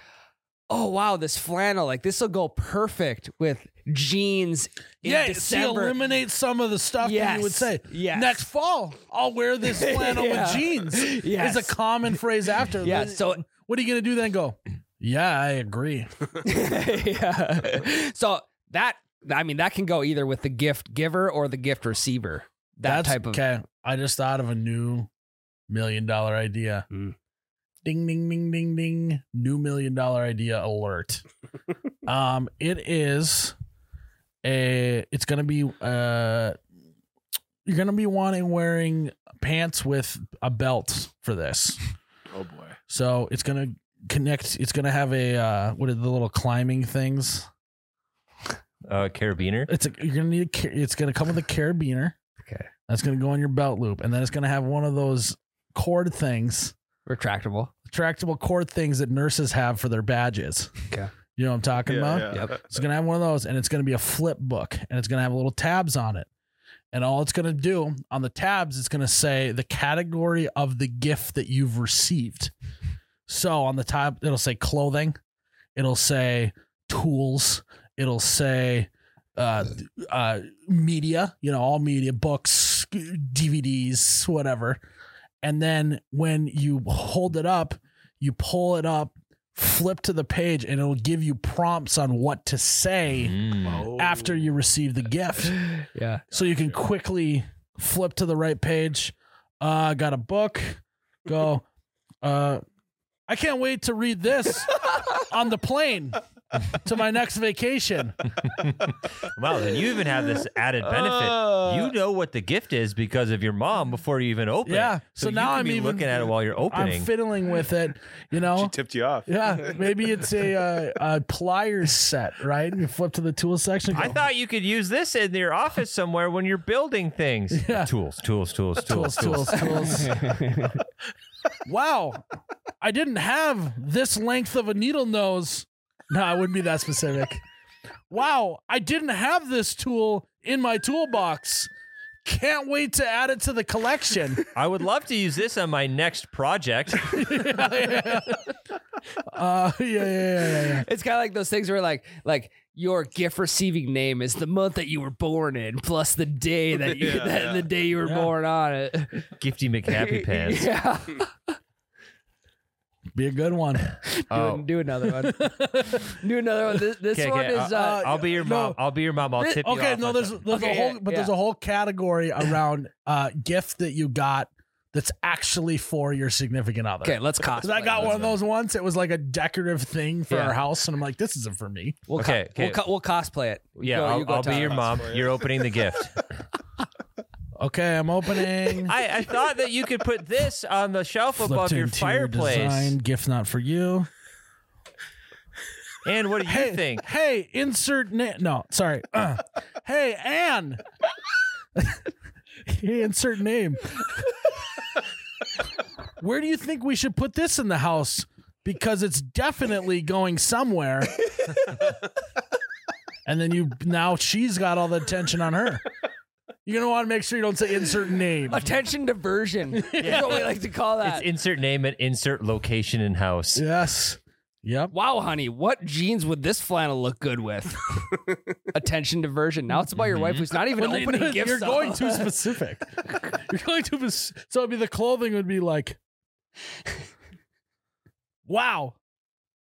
[SPEAKER 3] oh, wow, this flannel, like this will go perfect with jeans. In
[SPEAKER 1] yeah, she
[SPEAKER 3] December.
[SPEAKER 1] eliminates some of the stuff that you would
[SPEAKER 3] Yes.
[SPEAKER 1] say.
[SPEAKER 3] Yes.
[SPEAKER 1] Next fall, I'll wear this flannel
[SPEAKER 3] Yeah.
[SPEAKER 1] with jeans.
[SPEAKER 3] Yes.
[SPEAKER 1] Is a common phrase after.
[SPEAKER 3] Yeah,
[SPEAKER 1] Then-
[SPEAKER 3] so-
[SPEAKER 1] what are you gonna do then? Go. Yeah, I agree.
[SPEAKER 3] yeah. So that I mean that can go either with the gift giver or the gift receiver. That
[SPEAKER 1] That's
[SPEAKER 3] type of
[SPEAKER 1] okay. I just thought of a new million dollar idea.
[SPEAKER 3] Mm.
[SPEAKER 1] Ding ding ding ding ding. New million dollar idea alert. um, it is a. It's gonna be uh. You're gonna be wanting wearing pants with a belt for this.
[SPEAKER 4] oh boy.
[SPEAKER 1] So it's gonna connect. It's gonna have a uh, what are the little climbing things?
[SPEAKER 2] Uh, carabiner.
[SPEAKER 1] It's a, you're gonna need. A, car- it's gonna come with a carabiner.
[SPEAKER 3] Okay.
[SPEAKER 1] That's gonna go on your belt loop, and then it's gonna have one of those cord things,
[SPEAKER 3] retractable.
[SPEAKER 1] retractable cord things that nurses have for their badges.
[SPEAKER 3] Okay.
[SPEAKER 1] You know what I'm talking about?
[SPEAKER 4] Yeah, yeah.
[SPEAKER 3] Yep.
[SPEAKER 1] It's gonna have one of those, and it's gonna be a flip book, and it's gonna have little tabs on it. And all it's gonna do on the tabs, it's gonna say the category of the gift that you've received. So on the top, it'll say clothing, it'll say tools, it'll say uh, uh, media, you know, all media, books, DVDs, whatever. And then when you hold it up, you pull it up, flip to the page, and it'll give you prompts on what to say
[SPEAKER 2] Mm.
[SPEAKER 4] Oh.
[SPEAKER 1] after you receive the gift.
[SPEAKER 3] Yeah.
[SPEAKER 1] So you can quickly flip to the right page. Uh got a book. Go. Uh I can't wait to read this on the plane to my next vacation.
[SPEAKER 2] Wow, then you even have this added benefit.
[SPEAKER 3] Uh.
[SPEAKER 2] You know what the gift is because of your mom before you even open. it.
[SPEAKER 1] Yeah, so
[SPEAKER 2] you
[SPEAKER 1] now
[SPEAKER 2] can
[SPEAKER 1] I'm
[SPEAKER 2] be
[SPEAKER 1] even-
[SPEAKER 2] looking at it while you're
[SPEAKER 1] I'm
[SPEAKER 2] opening.
[SPEAKER 1] fiddling with it, you
[SPEAKER 4] She
[SPEAKER 1] know.
[SPEAKER 4] tipped you off.
[SPEAKER 1] Yeah, maybe it's a uh, a pliers set, right? You flip to the tool section.
[SPEAKER 2] I
[SPEAKER 1] go,
[SPEAKER 2] thought you could use this in your office somewhere when you're building things.
[SPEAKER 1] Yeah.
[SPEAKER 2] Tools, tools, tools,
[SPEAKER 1] tools, tools, tools. wow, I didn't have this length of a needle nose. No, I wouldn't be that specific. Wow, I didn't have this tool in my toolbox. Can't wait to add it to the collection.
[SPEAKER 2] I would love to use this on my next project.
[SPEAKER 1] uh, yeah, yeah, Uh, yeah, yeah, yeah.
[SPEAKER 3] It's kind of like those things where like like your gift receiving name is the month that you were born in plus the day that you
[SPEAKER 4] Yeah,
[SPEAKER 3] that,
[SPEAKER 4] yeah.
[SPEAKER 3] the day you were
[SPEAKER 1] Yeah.
[SPEAKER 3] born on it.
[SPEAKER 2] Gifty McHappy Pants.
[SPEAKER 3] Yeah.
[SPEAKER 1] Be a good one.
[SPEAKER 2] Oh.
[SPEAKER 3] Do, do another one. do another one. This, this
[SPEAKER 2] Okay,
[SPEAKER 3] one
[SPEAKER 2] okay,
[SPEAKER 3] is uh,
[SPEAKER 1] uh,
[SPEAKER 2] I'll be your
[SPEAKER 1] no.
[SPEAKER 2] mom. I'll be your mom. I'll tip you
[SPEAKER 1] okay,
[SPEAKER 2] off
[SPEAKER 1] no,
[SPEAKER 2] on
[SPEAKER 1] there's
[SPEAKER 2] something.
[SPEAKER 1] there's
[SPEAKER 3] Okay,
[SPEAKER 1] a whole
[SPEAKER 3] yeah,
[SPEAKER 1] but there's
[SPEAKER 3] yeah.
[SPEAKER 1] a whole category around uh gift that you got that's actually for your significant
[SPEAKER 2] uh,
[SPEAKER 1] other.
[SPEAKER 3] Okay, let's cosplay.
[SPEAKER 1] Because I got
[SPEAKER 3] Let's
[SPEAKER 1] one of those once. It was like a decorative thing for
[SPEAKER 3] Yeah.
[SPEAKER 1] our house, and I'm like, this isn't for me.
[SPEAKER 3] We'll
[SPEAKER 2] Okay,
[SPEAKER 3] co- We'll,
[SPEAKER 2] okay.
[SPEAKER 3] co- we'll cosplay it. You
[SPEAKER 2] Yeah,
[SPEAKER 3] go-
[SPEAKER 2] I'll,
[SPEAKER 3] you go,
[SPEAKER 2] I'll be
[SPEAKER 3] Tyler.
[SPEAKER 2] your mom. You're opening the gift.
[SPEAKER 1] Okay, I'm opening.
[SPEAKER 2] I, I thought that you could put this on the shelf above
[SPEAKER 1] Flipped
[SPEAKER 2] your
[SPEAKER 1] into
[SPEAKER 2] fireplace.
[SPEAKER 1] design, gift not for you.
[SPEAKER 2] and what do you think?
[SPEAKER 1] Hey, insert na- no, sorry. Uh, hey, Anne. hey, insert name. Where do you think we should put this in the house? Because it's definitely going somewhere. and then you now she's got all the attention on her. You're gonna want to make sure you don't say insert name.
[SPEAKER 3] Attention diversion. That's what we like to call
[SPEAKER 2] It's
[SPEAKER 3] that.
[SPEAKER 2] insert name and insert location and house.
[SPEAKER 1] Yes. Yep.
[SPEAKER 3] wow, honey, what jeans would this flannel look good with? Attention diversion. Now it's about your
[SPEAKER 2] Mm-hmm.
[SPEAKER 3] wife who's not even
[SPEAKER 1] Well,
[SPEAKER 3] opening
[SPEAKER 1] no,
[SPEAKER 3] gifts.
[SPEAKER 1] You're going too specific. you're going too spec- so it'd be the clothing would be like, wow,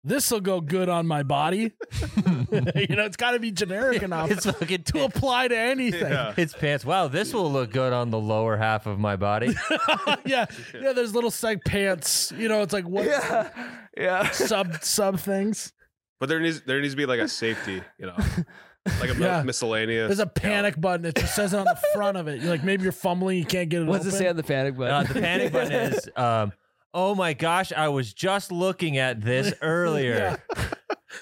[SPEAKER 1] this will go good on my body. you know, it's got to be generic enough
[SPEAKER 2] It's fucking
[SPEAKER 1] to apply to anything. Yeah.
[SPEAKER 4] Yeah.
[SPEAKER 2] It's pants. Wow, this will look good on the lower half of my body.
[SPEAKER 1] yeah, There's little seg pants. You know, it's like what
[SPEAKER 3] yeah. Yeah.
[SPEAKER 1] sub sub things.
[SPEAKER 4] But there needs there needs to be like a safety, you know, like a mi-
[SPEAKER 1] Yeah.
[SPEAKER 4] miscellaneous.
[SPEAKER 1] There's a panic button. It just says it on the front of it. You're like maybe you're fumbling. You can't get it.
[SPEAKER 3] What's it
[SPEAKER 1] open.
[SPEAKER 3] say on the panic button?
[SPEAKER 2] Uh, the panic button is. Um, oh my gosh, I was just looking at this earlier.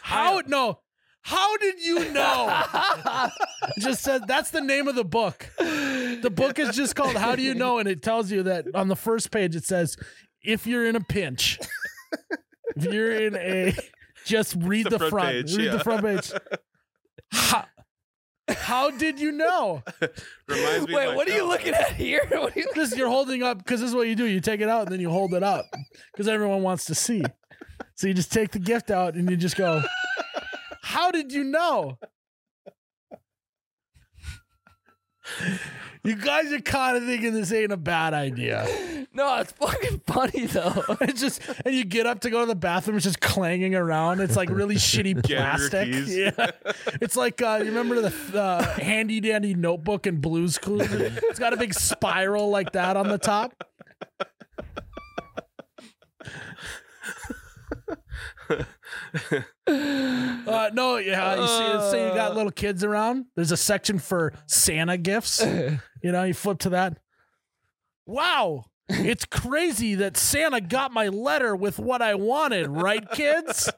[SPEAKER 1] How no? How did you know? It just says that's the name of the book. The book is just called How Do You Know? And it tells you that on the first page it says, if you're in a pinch, if you're in a just read the,
[SPEAKER 4] The front
[SPEAKER 1] front.
[SPEAKER 4] page,
[SPEAKER 1] read the
[SPEAKER 4] yeah.
[SPEAKER 1] front page. How, how did you know?
[SPEAKER 4] Reminds me of uh,
[SPEAKER 3] Wait,
[SPEAKER 4] my
[SPEAKER 3] what are you
[SPEAKER 4] job.
[SPEAKER 3] looking at here? What are you-
[SPEAKER 1] This you're holding up because this is what you do. You take it out and then you hold it up because everyone wants to see. So you just take the gift out and you just go, How did you know? You guys are kind of thinking this ain't a bad idea.
[SPEAKER 3] no, it's fucking funny though.
[SPEAKER 1] It's just and you get up to go to the bathroom, it's just clanging around. It's like really shitty
[SPEAKER 4] Get your
[SPEAKER 1] plastic.
[SPEAKER 4] keys.
[SPEAKER 1] Yeah. It's like uh, you remember the uh, handy dandy notebook and blues clues? It's got a big spiral like that on the top. Uh, no, yeah, you see, let's say you
[SPEAKER 4] Uh.
[SPEAKER 1] got little kids around. There's a section for Santa gifts. You know, you flip to that. Wow, it's crazy that Santa got my letter with what I wanted, right, kids?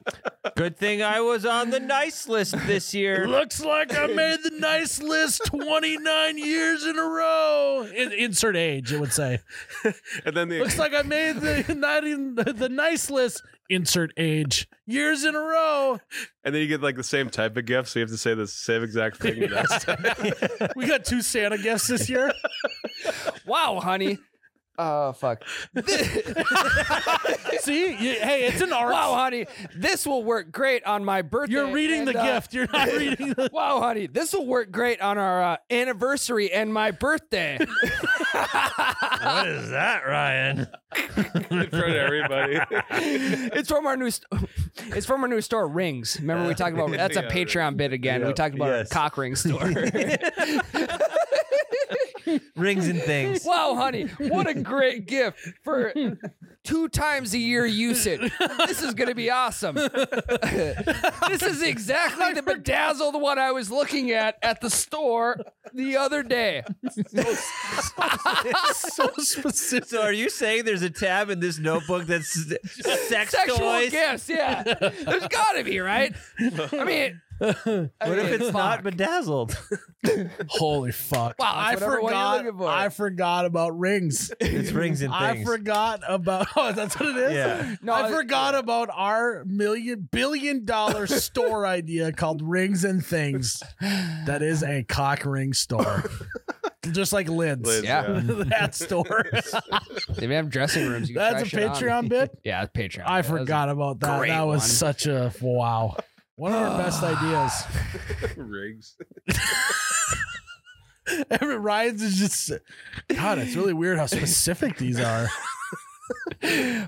[SPEAKER 2] Good thing I was on the nice list this year.
[SPEAKER 1] Looks like I made the nice list 29 years in a row. In- insert age, it would say.
[SPEAKER 4] And then the
[SPEAKER 1] Looks like I made the, not in, the nice list. Insert age. Years in a row.
[SPEAKER 4] and then you get like the same type of gift, so you have to say the same exact thing the next time.
[SPEAKER 1] We got two Santa gifts this year.
[SPEAKER 3] wow, honey. Oh fuck.
[SPEAKER 1] See? You- hey, it's an art.
[SPEAKER 3] Wow, honey, this will work great on my birthday.
[SPEAKER 1] You're reading
[SPEAKER 3] and,
[SPEAKER 1] the
[SPEAKER 3] uh,
[SPEAKER 1] gift. You're not reading the.
[SPEAKER 3] Wow, honey, this will work great on our uh, anniversary and my birthday.
[SPEAKER 2] What is that, Ryan?
[SPEAKER 4] in front of everybody.
[SPEAKER 3] it's from our new. St- it's from our new store, Rings. Remember we talked about that's a
[SPEAKER 4] Yeah.
[SPEAKER 3] Patreon bit again. We
[SPEAKER 4] Yeah.
[SPEAKER 3] talked about
[SPEAKER 2] Yes.
[SPEAKER 3] our cock ring store.
[SPEAKER 2] Rings and things.
[SPEAKER 3] wow, honey, what a great gift for two times a year usage. This is gonna be awesome. this is exactly the bedazzled one I was looking at at the store the other day.
[SPEAKER 1] so specific.
[SPEAKER 2] So, are you saying there's a tab in this notebook that's sex
[SPEAKER 3] sexual
[SPEAKER 2] toys?
[SPEAKER 3] gifts. Yeah, there's got to be, right? I mean,
[SPEAKER 2] What if it's not bedazzled?
[SPEAKER 1] Holy fuck!
[SPEAKER 3] Wow,
[SPEAKER 1] I
[SPEAKER 3] that's whatever one you're
[SPEAKER 1] forgot.
[SPEAKER 3] looking for.
[SPEAKER 1] I forgot about rings.
[SPEAKER 2] It's rings and things.
[SPEAKER 1] I forgot about. Oh, that's what it is.
[SPEAKER 2] Yeah.
[SPEAKER 3] No,
[SPEAKER 1] I
[SPEAKER 3] it-
[SPEAKER 1] forgot about our million billion dollar store idea called Rings and Things. That is a cock ring store, just like Lids.
[SPEAKER 4] Liz,
[SPEAKER 3] Yeah.
[SPEAKER 1] that store.
[SPEAKER 3] They have dressing rooms. You can
[SPEAKER 1] That's a
[SPEAKER 3] try shit on.
[SPEAKER 1] Patreon bit.
[SPEAKER 3] Yeah, it's Patreon.
[SPEAKER 1] I
[SPEAKER 3] That was-
[SPEAKER 1] forgot about that.
[SPEAKER 3] great
[SPEAKER 1] That was
[SPEAKER 3] one.
[SPEAKER 1] such a wow. One of our best ideas.
[SPEAKER 4] Rigs.
[SPEAKER 1] Every Ryan's is just God, it's really weird how specific these are.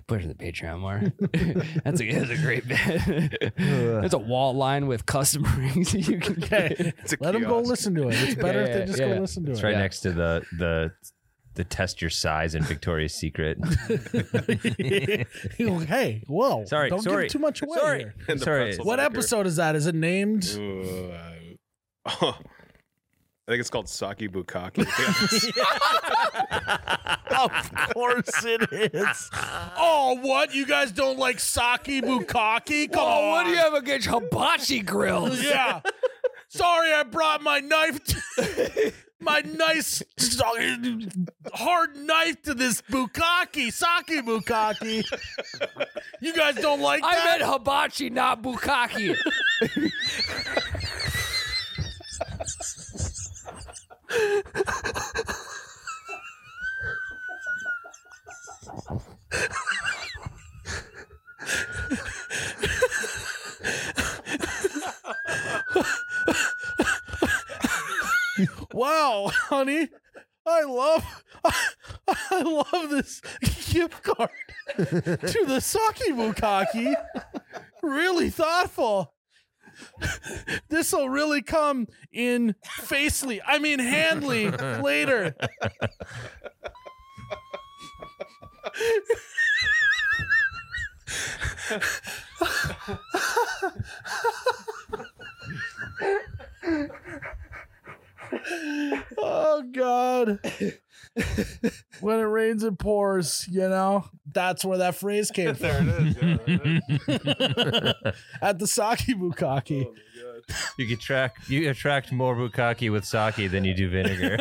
[SPEAKER 3] Put it in the Patreon more. that's, a, that's a great bit. There's a wall line with custom rings that you can get.
[SPEAKER 1] Okay.
[SPEAKER 4] It's a
[SPEAKER 1] Let them go
[SPEAKER 4] kiosk.
[SPEAKER 1] listen to it. It's better
[SPEAKER 3] Yeah,
[SPEAKER 1] if they
[SPEAKER 3] yeah,
[SPEAKER 1] just
[SPEAKER 3] yeah.
[SPEAKER 1] go listen to
[SPEAKER 2] It's
[SPEAKER 1] it.
[SPEAKER 2] right
[SPEAKER 3] Yeah.
[SPEAKER 2] next to the the to test your size in Victoria's Secret.
[SPEAKER 1] hey, whoa!
[SPEAKER 2] Sorry,
[SPEAKER 1] don't
[SPEAKER 2] sorry.
[SPEAKER 1] give too much away.
[SPEAKER 2] Sorry.
[SPEAKER 1] here.
[SPEAKER 4] And the
[SPEAKER 2] Sorry.
[SPEAKER 4] pretzel
[SPEAKER 1] What
[SPEAKER 4] maker.
[SPEAKER 1] episode is that? Is it named?
[SPEAKER 4] Ooh, uh, I think it's called Saki Bukaki. Yeah.
[SPEAKER 1] of course it is. Oh, what? You guys don't like sake bukkake? Come
[SPEAKER 3] Oh,
[SPEAKER 1] on.
[SPEAKER 3] what do you have against hibachi grills?
[SPEAKER 1] Yeah. Sorry, I brought my knife. To- my nice hard knife to this bukkake, sake bukkake. You guys don't like
[SPEAKER 3] I
[SPEAKER 1] that?
[SPEAKER 3] meant hibachi, not bukkake.
[SPEAKER 1] wow, honey. I love I, love this gift card to the sake bukkake. Really thoughtful. This'll really come in facely. I mean handly later. Oh God! when it rains, it pours. You know that's where that phrase came from.
[SPEAKER 4] There it is. Yeah, there it is.
[SPEAKER 1] At the sake bukkake.
[SPEAKER 4] Oh my God.
[SPEAKER 2] You could track you attract more bukkake with sake than you do vinegar.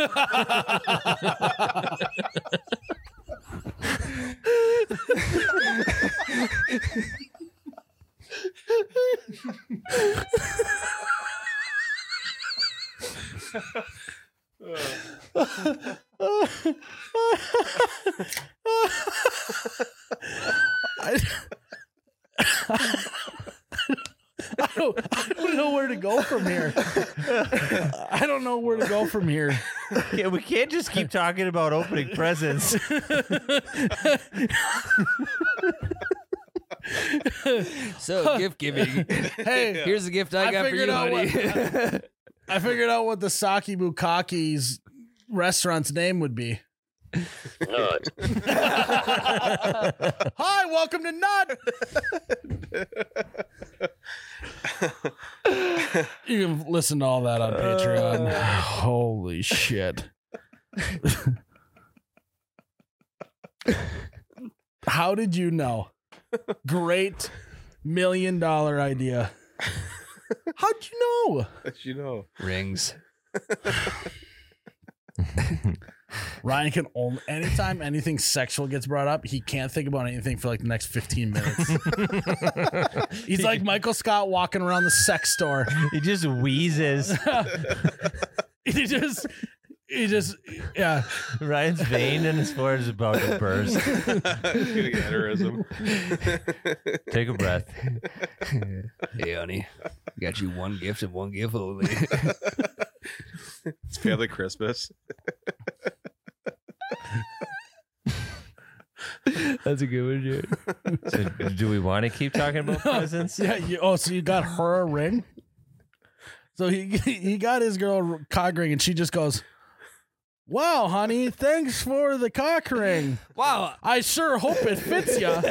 [SPEAKER 1] I, I, don't, I don't know where to go from here. I don't know where to go from here.
[SPEAKER 2] yeah, we can't just keep talking about opening presents.
[SPEAKER 3] So gift giving.
[SPEAKER 1] Hey,
[SPEAKER 3] Here's the gift I,
[SPEAKER 1] I
[SPEAKER 3] got for
[SPEAKER 1] figured
[SPEAKER 3] you,
[SPEAKER 1] out
[SPEAKER 3] buddy.
[SPEAKER 1] I figured out what the Saki Bukaki's restaurant's name would be. Hi, welcome to Nut. you can listen to all that on Patreon. Holy shit. How did you know? Great million dollar idea. How'd you know?
[SPEAKER 4] As you know.
[SPEAKER 3] Rings.
[SPEAKER 1] Ryan can only anytime anything sexual gets brought up, he can't think about anything for like the next 15 minutes. He's like Michael Scott walking around the sex store.
[SPEAKER 2] he just wheezes.
[SPEAKER 1] He just he just yeah.
[SPEAKER 2] Ryan's vein in his forehead is about to burst.
[SPEAKER 4] It's gonna get aneurysm.
[SPEAKER 2] Take a breath.
[SPEAKER 3] Hey, honey. Got you one gift and one gift only.
[SPEAKER 4] it's family Christmas.
[SPEAKER 3] That's a good one, dude.
[SPEAKER 2] So do we want to keep talking about presents?
[SPEAKER 1] Yeah, you, oh, so you got her a ring? So he he got his girl a cock ring and she just goes, "Wow, honey, thanks for the cock ring.
[SPEAKER 3] Wow.
[SPEAKER 1] I sure hope it fits ya.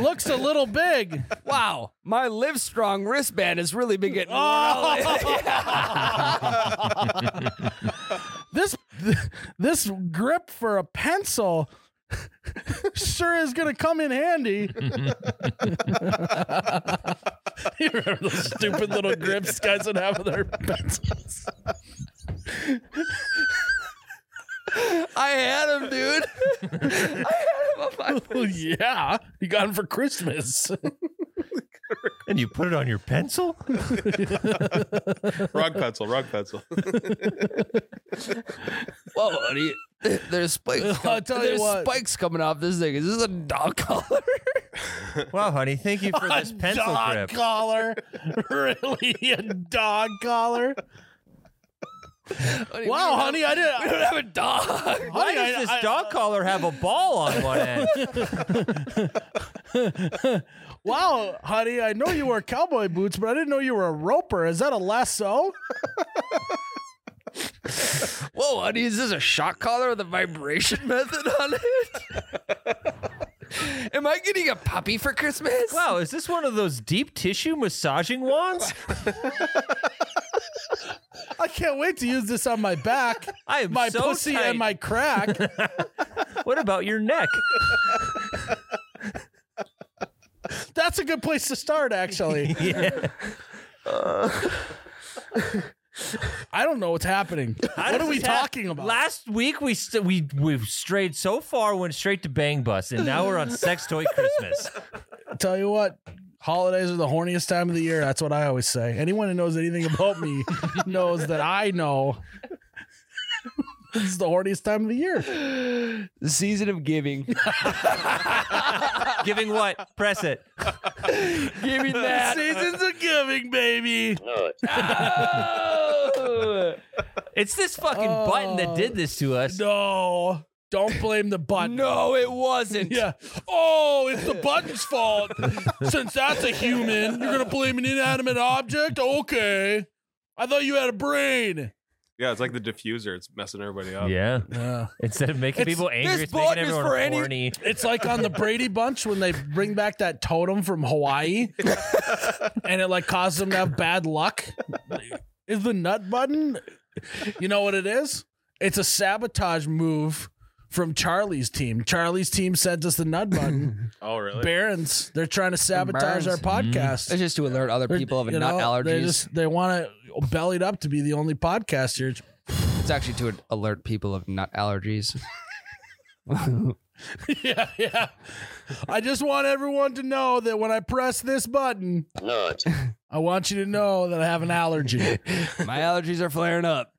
[SPEAKER 1] Looks a little big."
[SPEAKER 3] Wow. My Live Strong wristband has really been getting worn out.
[SPEAKER 1] this this grip for a pencil sure is gonna come in handy. you remember those stupid little grips guys would have with their pencils?
[SPEAKER 3] I had him, dude. I had him.
[SPEAKER 1] Well, Oh, yeah, you got them for Christmas.
[SPEAKER 2] And you put it on your pencil?
[SPEAKER 4] Rock pencil, rock pencil.
[SPEAKER 3] Whoa, honey. There's spikes.
[SPEAKER 1] I'll tell you
[SPEAKER 3] There's
[SPEAKER 1] what.
[SPEAKER 3] spikes coming off this thing. Is this a dog collar?
[SPEAKER 2] Wow, honey, thank you for this pencil
[SPEAKER 1] dog
[SPEAKER 2] grip.
[SPEAKER 1] collar, really a dog collar.
[SPEAKER 3] Honey,
[SPEAKER 1] Wow, honey, I didn't.
[SPEAKER 3] We don't have a dog.
[SPEAKER 2] Why
[SPEAKER 1] honey,
[SPEAKER 2] does
[SPEAKER 1] I-
[SPEAKER 2] this
[SPEAKER 1] I-
[SPEAKER 2] dog collar have a ball on one end?
[SPEAKER 1] Wow, honey, I know you wear cowboy boots, but I didn't know you were a roper. Is that a lasso?
[SPEAKER 3] Whoa, honey, is this a shock collar with a vibration method on it? Am I getting a puppy for Christmas?
[SPEAKER 2] Wow, is this one of those deep tissue massaging wands?
[SPEAKER 1] I can't wait to use this on my back,
[SPEAKER 2] I am
[SPEAKER 1] my
[SPEAKER 2] so
[SPEAKER 1] pussy,
[SPEAKER 2] tight.
[SPEAKER 1] and my crack.
[SPEAKER 2] What about your neck?
[SPEAKER 1] That's a good place to start, actually. I don't know what's happening. what are we
[SPEAKER 2] This hap-
[SPEAKER 1] talking about?
[SPEAKER 2] Last week we st- we we strayed so far, went straight to Bang Bus, and now we're on Sex Toy Christmas.
[SPEAKER 1] Tell you what, holidays are the horniest time of the year. That's what I always say. Anyone who knows anything about me knows that I know. This is the horniest time of the year.
[SPEAKER 3] Season of giving.
[SPEAKER 2] Giving what? Press it.
[SPEAKER 3] Give me that.
[SPEAKER 1] Seasons of giving, baby.
[SPEAKER 2] It's this fucking
[SPEAKER 1] Oh.
[SPEAKER 2] button that did this to us.
[SPEAKER 1] No, don't blame the button.
[SPEAKER 3] no, it wasn't.
[SPEAKER 1] Yeah. Oh, it's the button's fault. Since that's a human, you're gonna blame an inanimate object. Okay. I thought you had a brain.
[SPEAKER 4] Yeah, it's like the diffuser. It's messing everybody up.
[SPEAKER 2] Yeah.
[SPEAKER 1] Yeah.
[SPEAKER 2] Oh. Instead of making
[SPEAKER 1] It's-
[SPEAKER 2] people angry,
[SPEAKER 3] this
[SPEAKER 2] it's making
[SPEAKER 3] button is
[SPEAKER 2] everyone
[SPEAKER 3] for any-
[SPEAKER 2] horny.
[SPEAKER 1] It's like on the Brady Bunch when they bring back that totem from Hawaii, and it like causes them to have bad luck. Is the nut button? You know what it is? It's a sabotage move from Charlie's team. Charlie's team sends us the nut button.
[SPEAKER 4] Oh, really?
[SPEAKER 1] Barons, they're trying to sabotage
[SPEAKER 3] Barons.
[SPEAKER 1] our podcast.
[SPEAKER 3] It's just to alert other
[SPEAKER 1] They're-
[SPEAKER 3] people of
[SPEAKER 1] you
[SPEAKER 3] nut
[SPEAKER 1] know, They
[SPEAKER 3] allergies.
[SPEAKER 1] just they want to bellied up to be the only podcast here.
[SPEAKER 3] It's actually to alert people of nut allergies.
[SPEAKER 1] yeah, yeah. I just want everyone to know that when I press this button, I want you to know that I have an allergy.
[SPEAKER 3] My allergies are flaring up.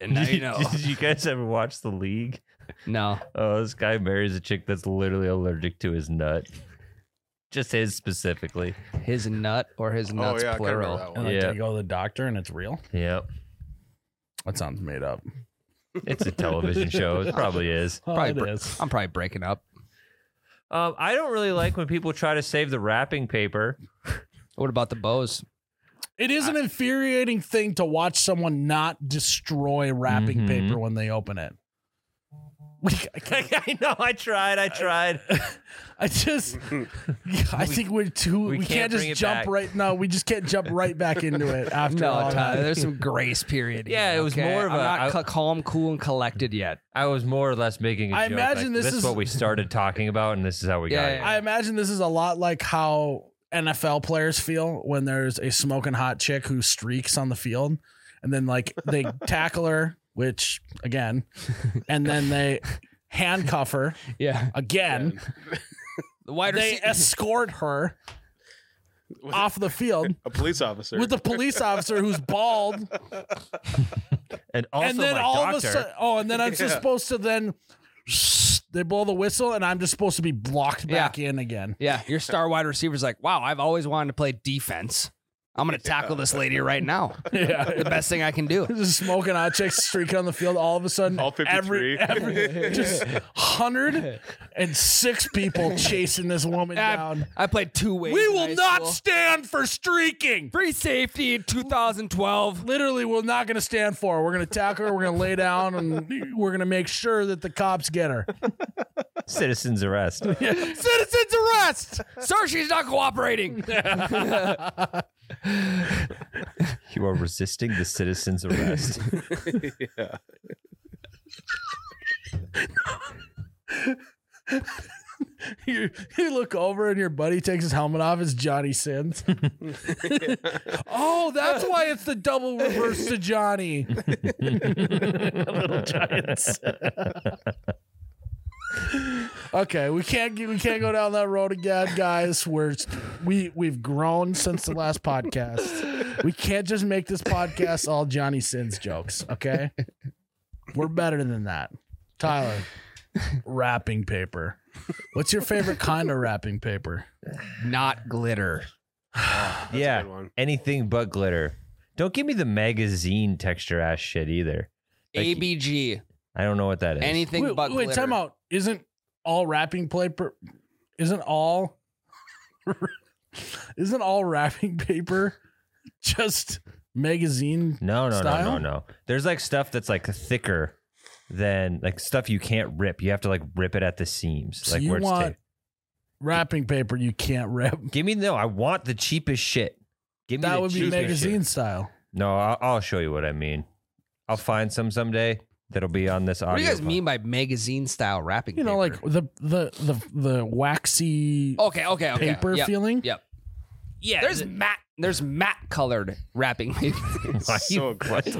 [SPEAKER 3] And now you know.
[SPEAKER 2] Did you guys ever watch The League?
[SPEAKER 3] No.
[SPEAKER 2] Oh, this guy marries a chick that's literally allergic to his nut. Just his specifically.
[SPEAKER 3] His nut or his nuts
[SPEAKER 4] oh, yeah, I kinda remember
[SPEAKER 3] plural.
[SPEAKER 4] that one.
[SPEAKER 1] And
[SPEAKER 2] Yeah.
[SPEAKER 1] then you go to the doctor and it's real.
[SPEAKER 2] Yep.
[SPEAKER 1] That sounds made up.
[SPEAKER 2] It's a television show. It probably is.
[SPEAKER 1] Oh,
[SPEAKER 3] Probably
[SPEAKER 1] it
[SPEAKER 3] br-
[SPEAKER 1] is.
[SPEAKER 3] I'm probably breaking up.
[SPEAKER 2] Um, I don't really like when people try to save the wrapping paper.
[SPEAKER 3] What about the bows?
[SPEAKER 1] It is an infuriating thing to watch someone not destroy wrapping
[SPEAKER 2] Mhm.
[SPEAKER 1] paper when they open it.
[SPEAKER 2] I know. I tried. I tried.
[SPEAKER 1] I just, I think we're too. We,
[SPEAKER 2] we
[SPEAKER 1] can't,
[SPEAKER 2] can't bring
[SPEAKER 1] just
[SPEAKER 2] it
[SPEAKER 1] jump
[SPEAKER 2] back.
[SPEAKER 1] right. No, we just can't jump right back into it after
[SPEAKER 3] No,
[SPEAKER 1] all
[SPEAKER 3] Tyler,
[SPEAKER 1] that.
[SPEAKER 3] there's some grace period.
[SPEAKER 2] Yeah,
[SPEAKER 3] here,
[SPEAKER 2] it was
[SPEAKER 3] okay?
[SPEAKER 2] more of
[SPEAKER 3] I'm
[SPEAKER 2] a-
[SPEAKER 3] not
[SPEAKER 2] I-
[SPEAKER 3] ca- calm, cool, and collected yet.
[SPEAKER 2] I was more or less making. a
[SPEAKER 1] I
[SPEAKER 2] joke,
[SPEAKER 1] imagine
[SPEAKER 2] like,
[SPEAKER 1] this
[SPEAKER 2] is
[SPEAKER 1] is-
[SPEAKER 2] what we started talking about, and this is how we
[SPEAKER 3] Yeah,
[SPEAKER 2] got
[SPEAKER 3] yeah,
[SPEAKER 2] it.
[SPEAKER 1] I imagine this is a lot like how NFL players feel when there's a smoking hot chick who streaks on the field and then like they tackle her, which again, and then they handcuff her
[SPEAKER 3] Yeah.
[SPEAKER 1] again.
[SPEAKER 3] The wide
[SPEAKER 1] They
[SPEAKER 3] receiver.
[SPEAKER 1] escort her
[SPEAKER 4] With
[SPEAKER 1] off the field
[SPEAKER 4] a police officer.
[SPEAKER 1] with a police officer who's bald.
[SPEAKER 2] And also,
[SPEAKER 1] and then
[SPEAKER 2] my
[SPEAKER 1] all
[SPEAKER 2] doctor.
[SPEAKER 1] of a sudden, oh, and then I'm just supposed to then they blow the whistle and I'm just supposed to be blocked back in again.
[SPEAKER 3] Yeah, your star wide receiver's like, wow, I've always wanted to play defense. I'm going to tackle this lady right now.
[SPEAKER 1] Yeah.
[SPEAKER 3] The best thing I can do.
[SPEAKER 1] just smoking hot chicks streaking on the field. All of a sudden,
[SPEAKER 4] All 53.
[SPEAKER 1] every, every just hundred and six people chasing this woman down.
[SPEAKER 3] I played two ways.
[SPEAKER 1] We
[SPEAKER 3] in
[SPEAKER 1] will
[SPEAKER 3] high
[SPEAKER 1] not
[SPEAKER 3] school.
[SPEAKER 1] stand for streaking.
[SPEAKER 3] Free safety in 2012.
[SPEAKER 1] Literally, we're not going to stand for. her. We're going to tackle her. We're going to lay down, and we're going to make sure that the cops get her.
[SPEAKER 2] citizens arrest.
[SPEAKER 1] Citizens arrest.
[SPEAKER 3] Sir, she's not cooperating.
[SPEAKER 2] you are resisting the citizens arrest.
[SPEAKER 1] You, you look over, and your buddy takes his helmet off. It's Johnny Sins. oh, that's why it's the double reverse to Johnny.
[SPEAKER 2] Little giants.
[SPEAKER 1] Okay, we can't get, we can't go down that road again, guys. We're we we've grown since the last podcast. We can't just make this podcast all Johnny Sins jokes. Okay, we're better than that. Tyler, wrapping paper. What's your favorite kind of wrapping paper?
[SPEAKER 3] not glitter.
[SPEAKER 2] yeah,
[SPEAKER 4] good one.
[SPEAKER 2] anything but glitter. Don't give me the magazine texture ass shit either. Like,
[SPEAKER 3] ABG.
[SPEAKER 2] I don't know what that is.
[SPEAKER 3] Anything
[SPEAKER 1] wait,
[SPEAKER 3] but
[SPEAKER 1] wait,
[SPEAKER 3] glitter.
[SPEAKER 1] time out. Isn't all wrapping paper? Isn't all? Isn't all wrapping paper just magazine?
[SPEAKER 2] No, no,
[SPEAKER 1] Style?
[SPEAKER 2] no, no, no. There's like stuff that's like thicker than like stuff you can't rip. You have to like rip it at the seams,
[SPEAKER 1] So
[SPEAKER 2] like
[SPEAKER 1] you
[SPEAKER 2] where it's
[SPEAKER 1] want-
[SPEAKER 2] taped.
[SPEAKER 1] Wrapping paper you can't rip.
[SPEAKER 2] Give me no. I want the cheapest shit. Give me
[SPEAKER 1] That
[SPEAKER 2] the
[SPEAKER 1] would be
[SPEAKER 2] cheapest shit.
[SPEAKER 1] magazine style.
[SPEAKER 2] No, I'll, I'll show you what I mean. I'll find some someday that'll be on this audio.
[SPEAKER 3] What do you guys
[SPEAKER 2] file.
[SPEAKER 3] mean by magazine style wrapping?
[SPEAKER 1] You know, like
[SPEAKER 3] paper?
[SPEAKER 1] the the the the waxy
[SPEAKER 3] okay, okay, okay.
[SPEAKER 1] paper
[SPEAKER 3] Yep,
[SPEAKER 1] feeling.
[SPEAKER 3] Yep. Yeah. There's matte. There's matte colored wrapping paper.
[SPEAKER 2] Why you-
[SPEAKER 4] so
[SPEAKER 2] what the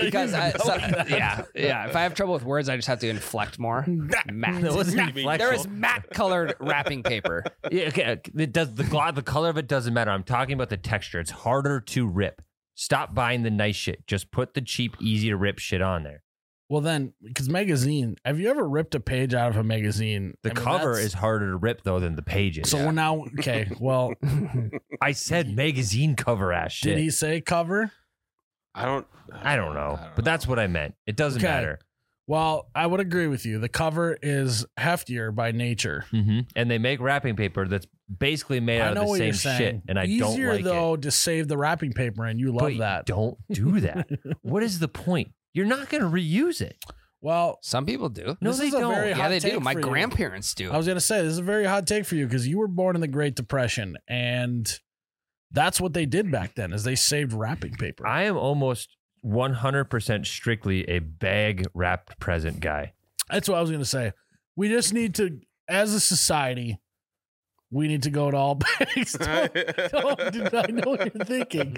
[SPEAKER 3] because I, so- yeah, yeah. If I have trouble with words, I just have to inflect more. Matte.
[SPEAKER 2] That wasn't
[SPEAKER 4] Matt.
[SPEAKER 2] inflexible.
[SPEAKER 3] There is matte colored wrapping paper.
[SPEAKER 2] Yeah, okay. It does the gl- the color of it doesn't matter. I'm talking about the texture. It's harder to rip. Stop buying the nice shit. Just put the cheap, easy to rip shit on there.
[SPEAKER 1] Well, then, because magazine, have you ever ripped a page out of a magazine?
[SPEAKER 2] The
[SPEAKER 1] I mean,
[SPEAKER 2] cover
[SPEAKER 1] that's-
[SPEAKER 2] is harder to rip though than the pages.
[SPEAKER 1] So we're now okay. Well,
[SPEAKER 2] I said magazine cover ass shit.
[SPEAKER 1] did he say cover?
[SPEAKER 4] I don't.
[SPEAKER 2] I don't know, but that's what I meant. It doesn't
[SPEAKER 1] Okay.
[SPEAKER 2] matter.
[SPEAKER 1] Well, I would agree with you. The cover is heftier by nature.
[SPEAKER 2] hmm And they make wrapping paper that's basically made
[SPEAKER 1] I
[SPEAKER 2] out
[SPEAKER 1] know
[SPEAKER 2] of
[SPEAKER 1] what
[SPEAKER 2] the same
[SPEAKER 1] you're saying.
[SPEAKER 2] shit, and I
[SPEAKER 1] Easier
[SPEAKER 2] don't like it.
[SPEAKER 1] though to save the wrapping paper, and you love
[SPEAKER 2] But
[SPEAKER 1] that.
[SPEAKER 2] Don't do that. what is the point? You're not going to reuse it.
[SPEAKER 1] Well,
[SPEAKER 3] Some people do.
[SPEAKER 2] No,
[SPEAKER 1] This
[SPEAKER 2] they
[SPEAKER 1] is a
[SPEAKER 2] don't.
[SPEAKER 1] very-
[SPEAKER 3] Yeah,
[SPEAKER 1] hot
[SPEAKER 3] they do.
[SPEAKER 1] take
[SPEAKER 3] My
[SPEAKER 1] for you. Oh,
[SPEAKER 3] grandparents do.
[SPEAKER 1] I was gonna say this is a very hot take for you because you were born in the Great Depression, and that's what they did back then. Is they saved wrapping paper.
[SPEAKER 2] I am almost 100% strictly a bag wrapped present guy.
[SPEAKER 1] That's what I was gonna say. We just need to, as a society, we need to go to all bags. Don't- don't do- I know what you're thinking.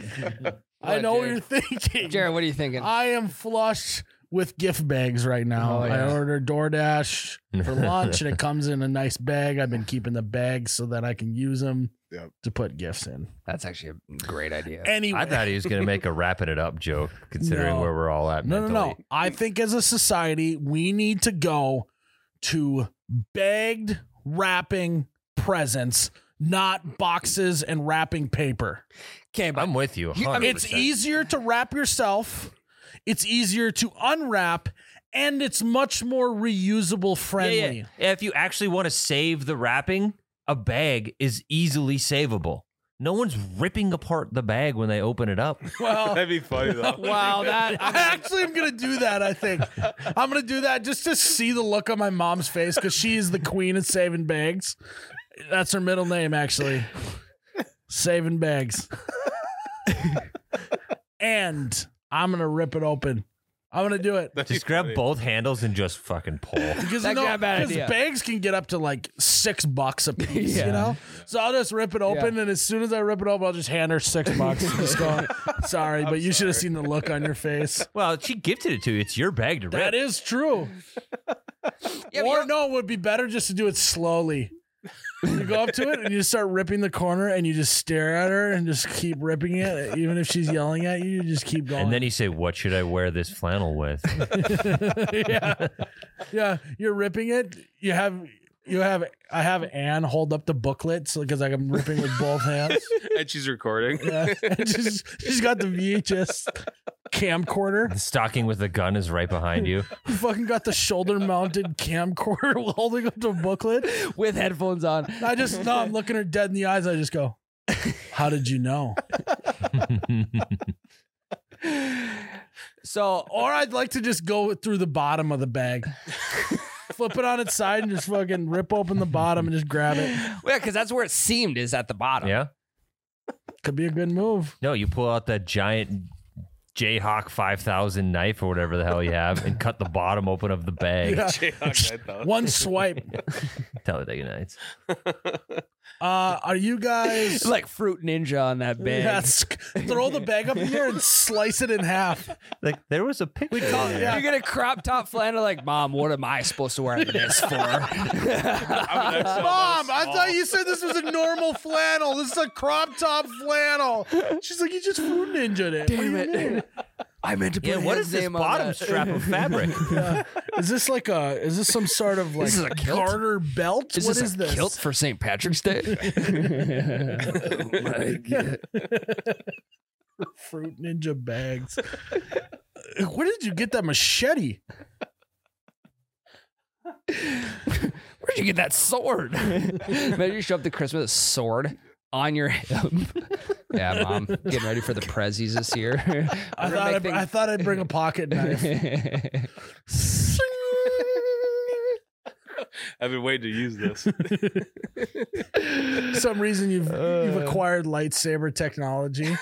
[SPEAKER 1] I
[SPEAKER 3] What,
[SPEAKER 1] know what
[SPEAKER 3] Jared?
[SPEAKER 1] you're thinking.
[SPEAKER 3] Jared, what are you thinking?
[SPEAKER 1] I am flush with gift bags right now.
[SPEAKER 3] Oh, yeah.
[SPEAKER 1] I ordered DoorDash for lunch and it comes in a nice bag. I've been keeping the bags so that I can use them
[SPEAKER 4] Yep.
[SPEAKER 1] to put gifts in.
[SPEAKER 3] That's actually a great idea.
[SPEAKER 1] Anyway,
[SPEAKER 2] I thought he was going to make a wrapping it up joke, considering
[SPEAKER 1] No.
[SPEAKER 2] where we're all at.
[SPEAKER 1] no, no, no.
[SPEAKER 2] mentally.
[SPEAKER 1] I think as a society, we need to go to bagged wrapping presents, not boxes and wrapping paper.
[SPEAKER 3] Okay, but
[SPEAKER 2] I'm with you.
[SPEAKER 3] You- I mean,
[SPEAKER 2] 100%.
[SPEAKER 1] It's easier to wrap yourself. It's easier to unwrap, and it's much more reusable
[SPEAKER 2] Yeah,
[SPEAKER 1] friendly.
[SPEAKER 2] yeah. If you actually want to save the wrapping, a bag is easily savable. No one's ripping apart the bag when they open it up.
[SPEAKER 1] Well,
[SPEAKER 4] That'd be funny though.
[SPEAKER 3] wow, that
[SPEAKER 1] I actually am gonna do that. I think I'm gonna do that just to see the look on my mom's face because she is the queen of saving bags. That's her middle name, actually. Saving bags. and I'm gonna rip it open. I'm gonna do it.
[SPEAKER 4] That'd be
[SPEAKER 2] Just grab
[SPEAKER 4] funny.
[SPEAKER 2] both handles and just fucking pull.
[SPEAKER 1] Because you
[SPEAKER 3] That's
[SPEAKER 1] know,
[SPEAKER 3] not a bad
[SPEAKER 1] 'cause
[SPEAKER 3] idea.
[SPEAKER 1] bags can get up to like six bucks a piece,
[SPEAKER 3] Yeah.
[SPEAKER 1] you know. So I'll just rip it open, and as soon as I rip it open, I'll just hand her six bucks. and just go, sorry, but you should have seen the look on your face.
[SPEAKER 2] well, she gifted it to you. It's your bag to
[SPEAKER 1] That
[SPEAKER 2] rip.
[SPEAKER 1] is true.
[SPEAKER 3] Yeah, but
[SPEAKER 1] or
[SPEAKER 3] you're-
[SPEAKER 1] no, it would be better just to do it slowly. You go up to it and you start ripping the corner, and you just stare at her and just keep ripping it, even if she's yelling at you. You just keep going.
[SPEAKER 2] and then you say, "What should I wear this flannel with?"
[SPEAKER 1] yeah. yeah, you're ripping it. You have you have I have Anne hold up the booklet because I'm ripping with both hands.
[SPEAKER 4] and she's recording.
[SPEAKER 1] Yeah. And she's, she's got the VHS camcorder.
[SPEAKER 2] the stocking with the gun is right behind you.
[SPEAKER 1] You fucking got the shoulder mounted camcorder while holding up the booklet.
[SPEAKER 3] with headphones on.
[SPEAKER 1] And I just no, I'm looking her dead in the eyes. I just go, How did you know?
[SPEAKER 3] So
[SPEAKER 1] Or I'd like to just go through the bottom of the bag. Flip it on its side and just fucking rip open the bottom and just grab it.
[SPEAKER 3] yeah, because that's where it seemed is at the bottom.
[SPEAKER 2] yeah.
[SPEAKER 1] Could be a good move.
[SPEAKER 2] No, you pull out that giant Jayhawk five thousand knife or whatever the hell you have, and cut the bottom open of the bag.
[SPEAKER 1] Yeah.
[SPEAKER 4] Jayhawk, I thought.
[SPEAKER 1] One swipe.
[SPEAKER 2] Tell it that unites.
[SPEAKER 1] Uh, are you guys
[SPEAKER 3] It's like fruit ninja on that bag.
[SPEAKER 1] Yeah, sk- throw the bag up in here and slice it in half.
[SPEAKER 2] Like there was a picture. in
[SPEAKER 1] call it-
[SPEAKER 2] there.
[SPEAKER 1] yeah.
[SPEAKER 3] You're gonna crop top flannel like, mom. What am I supposed to wear this for?
[SPEAKER 4] I mean, I saw that
[SPEAKER 1] Mom,
[SPEAKER 4] was
[SPEAKER 1] I
[SPEAKER 4] small.
[SPEAKER 1] thought you said this was a normal flannel. This is a crop top flannel. She's like, you just food ninja it. What do you mean?
[SPEAKER 3] I meant to put
[SPEAKER 2] Yeah, what is this bottom strap of fabric?
[SPEAKER 1] Is this like a? Is this some sort of like
[SPEAKER 3] This is a kilt?
[SPEAKER 1] garter belt?
[SPEAKER 3] Is
[SPEAKER 1] what
[SPEAKER 3] this
[SPEAKER 1] is
[SPEAKER 3] a
[SPEAKER 1] this?
[SPEAKER 3] kilt for St. Patrick's Day?
[SPEAKER 1] Fruit ninja bags. Where did you get that machete?
[SPEAKER 3] Where'd you get that sword? Imagine you show up to Christmas with a sword on your hip. Yeah, mom, getting ready for the prezzies this year.
[SPEAKER 1] I
[SPEAKER 3] We're
[SPEAKER 1] thought
[SPEAKER 3] gonna
[SPEAKER 1] I'd,
[SPEAKER 3] make
[SPEAKER 1] I thought I'd bring a pocket knife.
[SPEAKER 3] things-
[SPEAKER 4] I've been waiting to use this.
[SPEAKER 1] For some reason you've you've acquired lightsaber technology.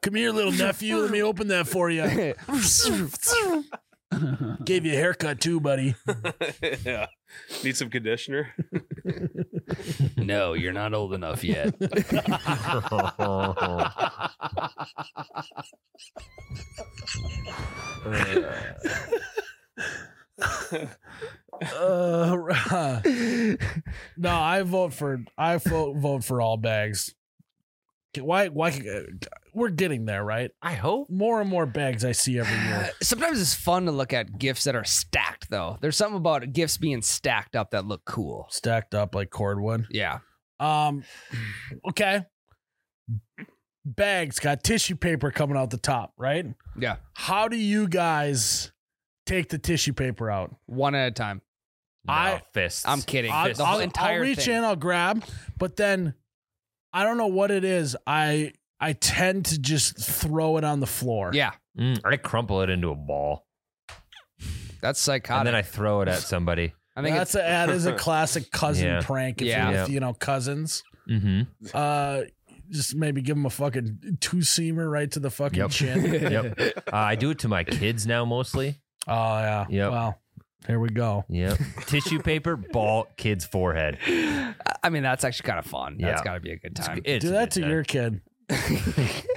[SPEAKER 1] Come here, little nephew. Let me open that for you. Gave you a haircut too, buddy.
[SPEAKER 4] yeah. Need some conditioner?
[SPEAKER 3] no, you're not old enough yet.
[SPEAKER 1] Uh, no, I vote for I vote vote for all bags. Why? Why? We're getting there, right?
[SPEAKER 2] I hope.
[SPEAKER 1] More and more bags I see every year.
[SPEAKER 3] Sometimes it's fun to look at gifts that are stacked, though. There's something about gifts being stacked up that look cool.
[SPEAKER 1] Stacked up like cordwood.
[SPEAKER 3] Yeah.
[SPEAKER 1] Um, okay. Bags got tissue paper coming out the top, right?
[SPEAKER 3] Yeah.
[SPEAKER 1] How do you guys take the tissue paper out?
[SPEAKER 3] One at a time.
[SPEAKER 2] No,
[SPEAKER 1] I-
[SPEAKER 2] fists.
[SPEAKER 3] I'm kidding.
[SPEAKER 1] I'll,
[SPEAKER 3] the whole
[SPEAKER 1] I'll-
[SPEAKER 3] entire
[SPEAKER 1] I'll reach
[SPEAKER 3] thing.
[SPEAKER 1] in, I'll grab, but then I don't know what it is. I I tend to just throw it on the floor.
[SPEAKER 3] Yeah.
[SPEAKER 2] Mm, I crumple it into a ball
[SPEAKER 3] That's psychotic.
[SPEAKER 2] and then I throw it at somebody.
[SPEAKER 3] I think
[SPEAKER 1] that's a, that is a classic cousin
[SPEAKER 2] Yeah.
[SPEAKER 1] prank. If
[SPEAKER 3] Yeah.
[SPEAKER 1] you're with,
[SPEAKER 2] Yeah.
[SPEAKER 1] you know cousins,
[SPEAKER 2] Mm-hmm.
[SPEAKER 1] uh, just maybe give them a fucking two seamer right to the fucking
[SPEAKER 2] Yep.
[SPEAKER 1] chin.
[SPEAKER 2] Yep. Uh, I do it to my kids now mostly.
[SPEAKER 1] Oh yeah.
[SPEAKER 2] Yep.
[SPEAKER 1] Well, here we go.
[SPEAKER 2] Yep. Tissue paper, ball, kid's forehead.
[SPEAKER 3] it's, I mean, that's actually kind of fun. That's
[SPEAKER 2] Yeah.
[SPEAKER 3] got to be a good
[SPEAKER 2] It's-
[SPEAKER 3] time.
[SPEAKER 2] it's
[SPEAKER 1] Do
[SPEAKER 2] a
[SPEAKER 1] that
[SPEAKER 2] good
[SPEAKER 1] to
[SPEAKER 2] time.
[SPEAKER 1] your kid.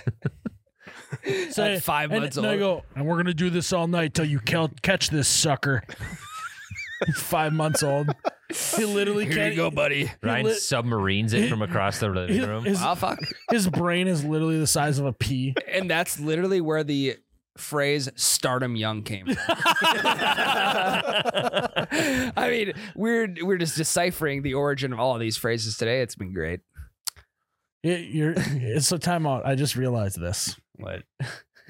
[SPEAKER 1] So
[SPEAKER 3] At five
[SPEAKER 1] and,
[SPEAKER 3] months
[SPEAKER 1] and I
[SPEAKER 3] old.
[SPEAKER 1] go, and we're gonna do this all night till you cal- catch this sucker. five months old. He literally
[SPEAKER 3] Here
[SPEAKER 1] can't. e-,
[SPEAKER 3] you go, buddy.
[SPEAKER 2] Ryan
[SPEAKER 1] lit-
[SPEAKER 2] submarines it from across the living
[SPEAKER 1] His,
[SPEAKER 2] room.
[SPEAKER 1] his,
[SPEAKER 3] Wow, fuck.
[SPEAKER 1] his brain is literally the size of a pea.
[SPEAKER 3] And that's literally where the phrase stardom young came from. I mean, we're we're just deciphering the origin of all of these phrases today. It's been great.
[SPEAKER 1] It, you're, it's a timeout. I just realized this.
[SPEAKER 3] What?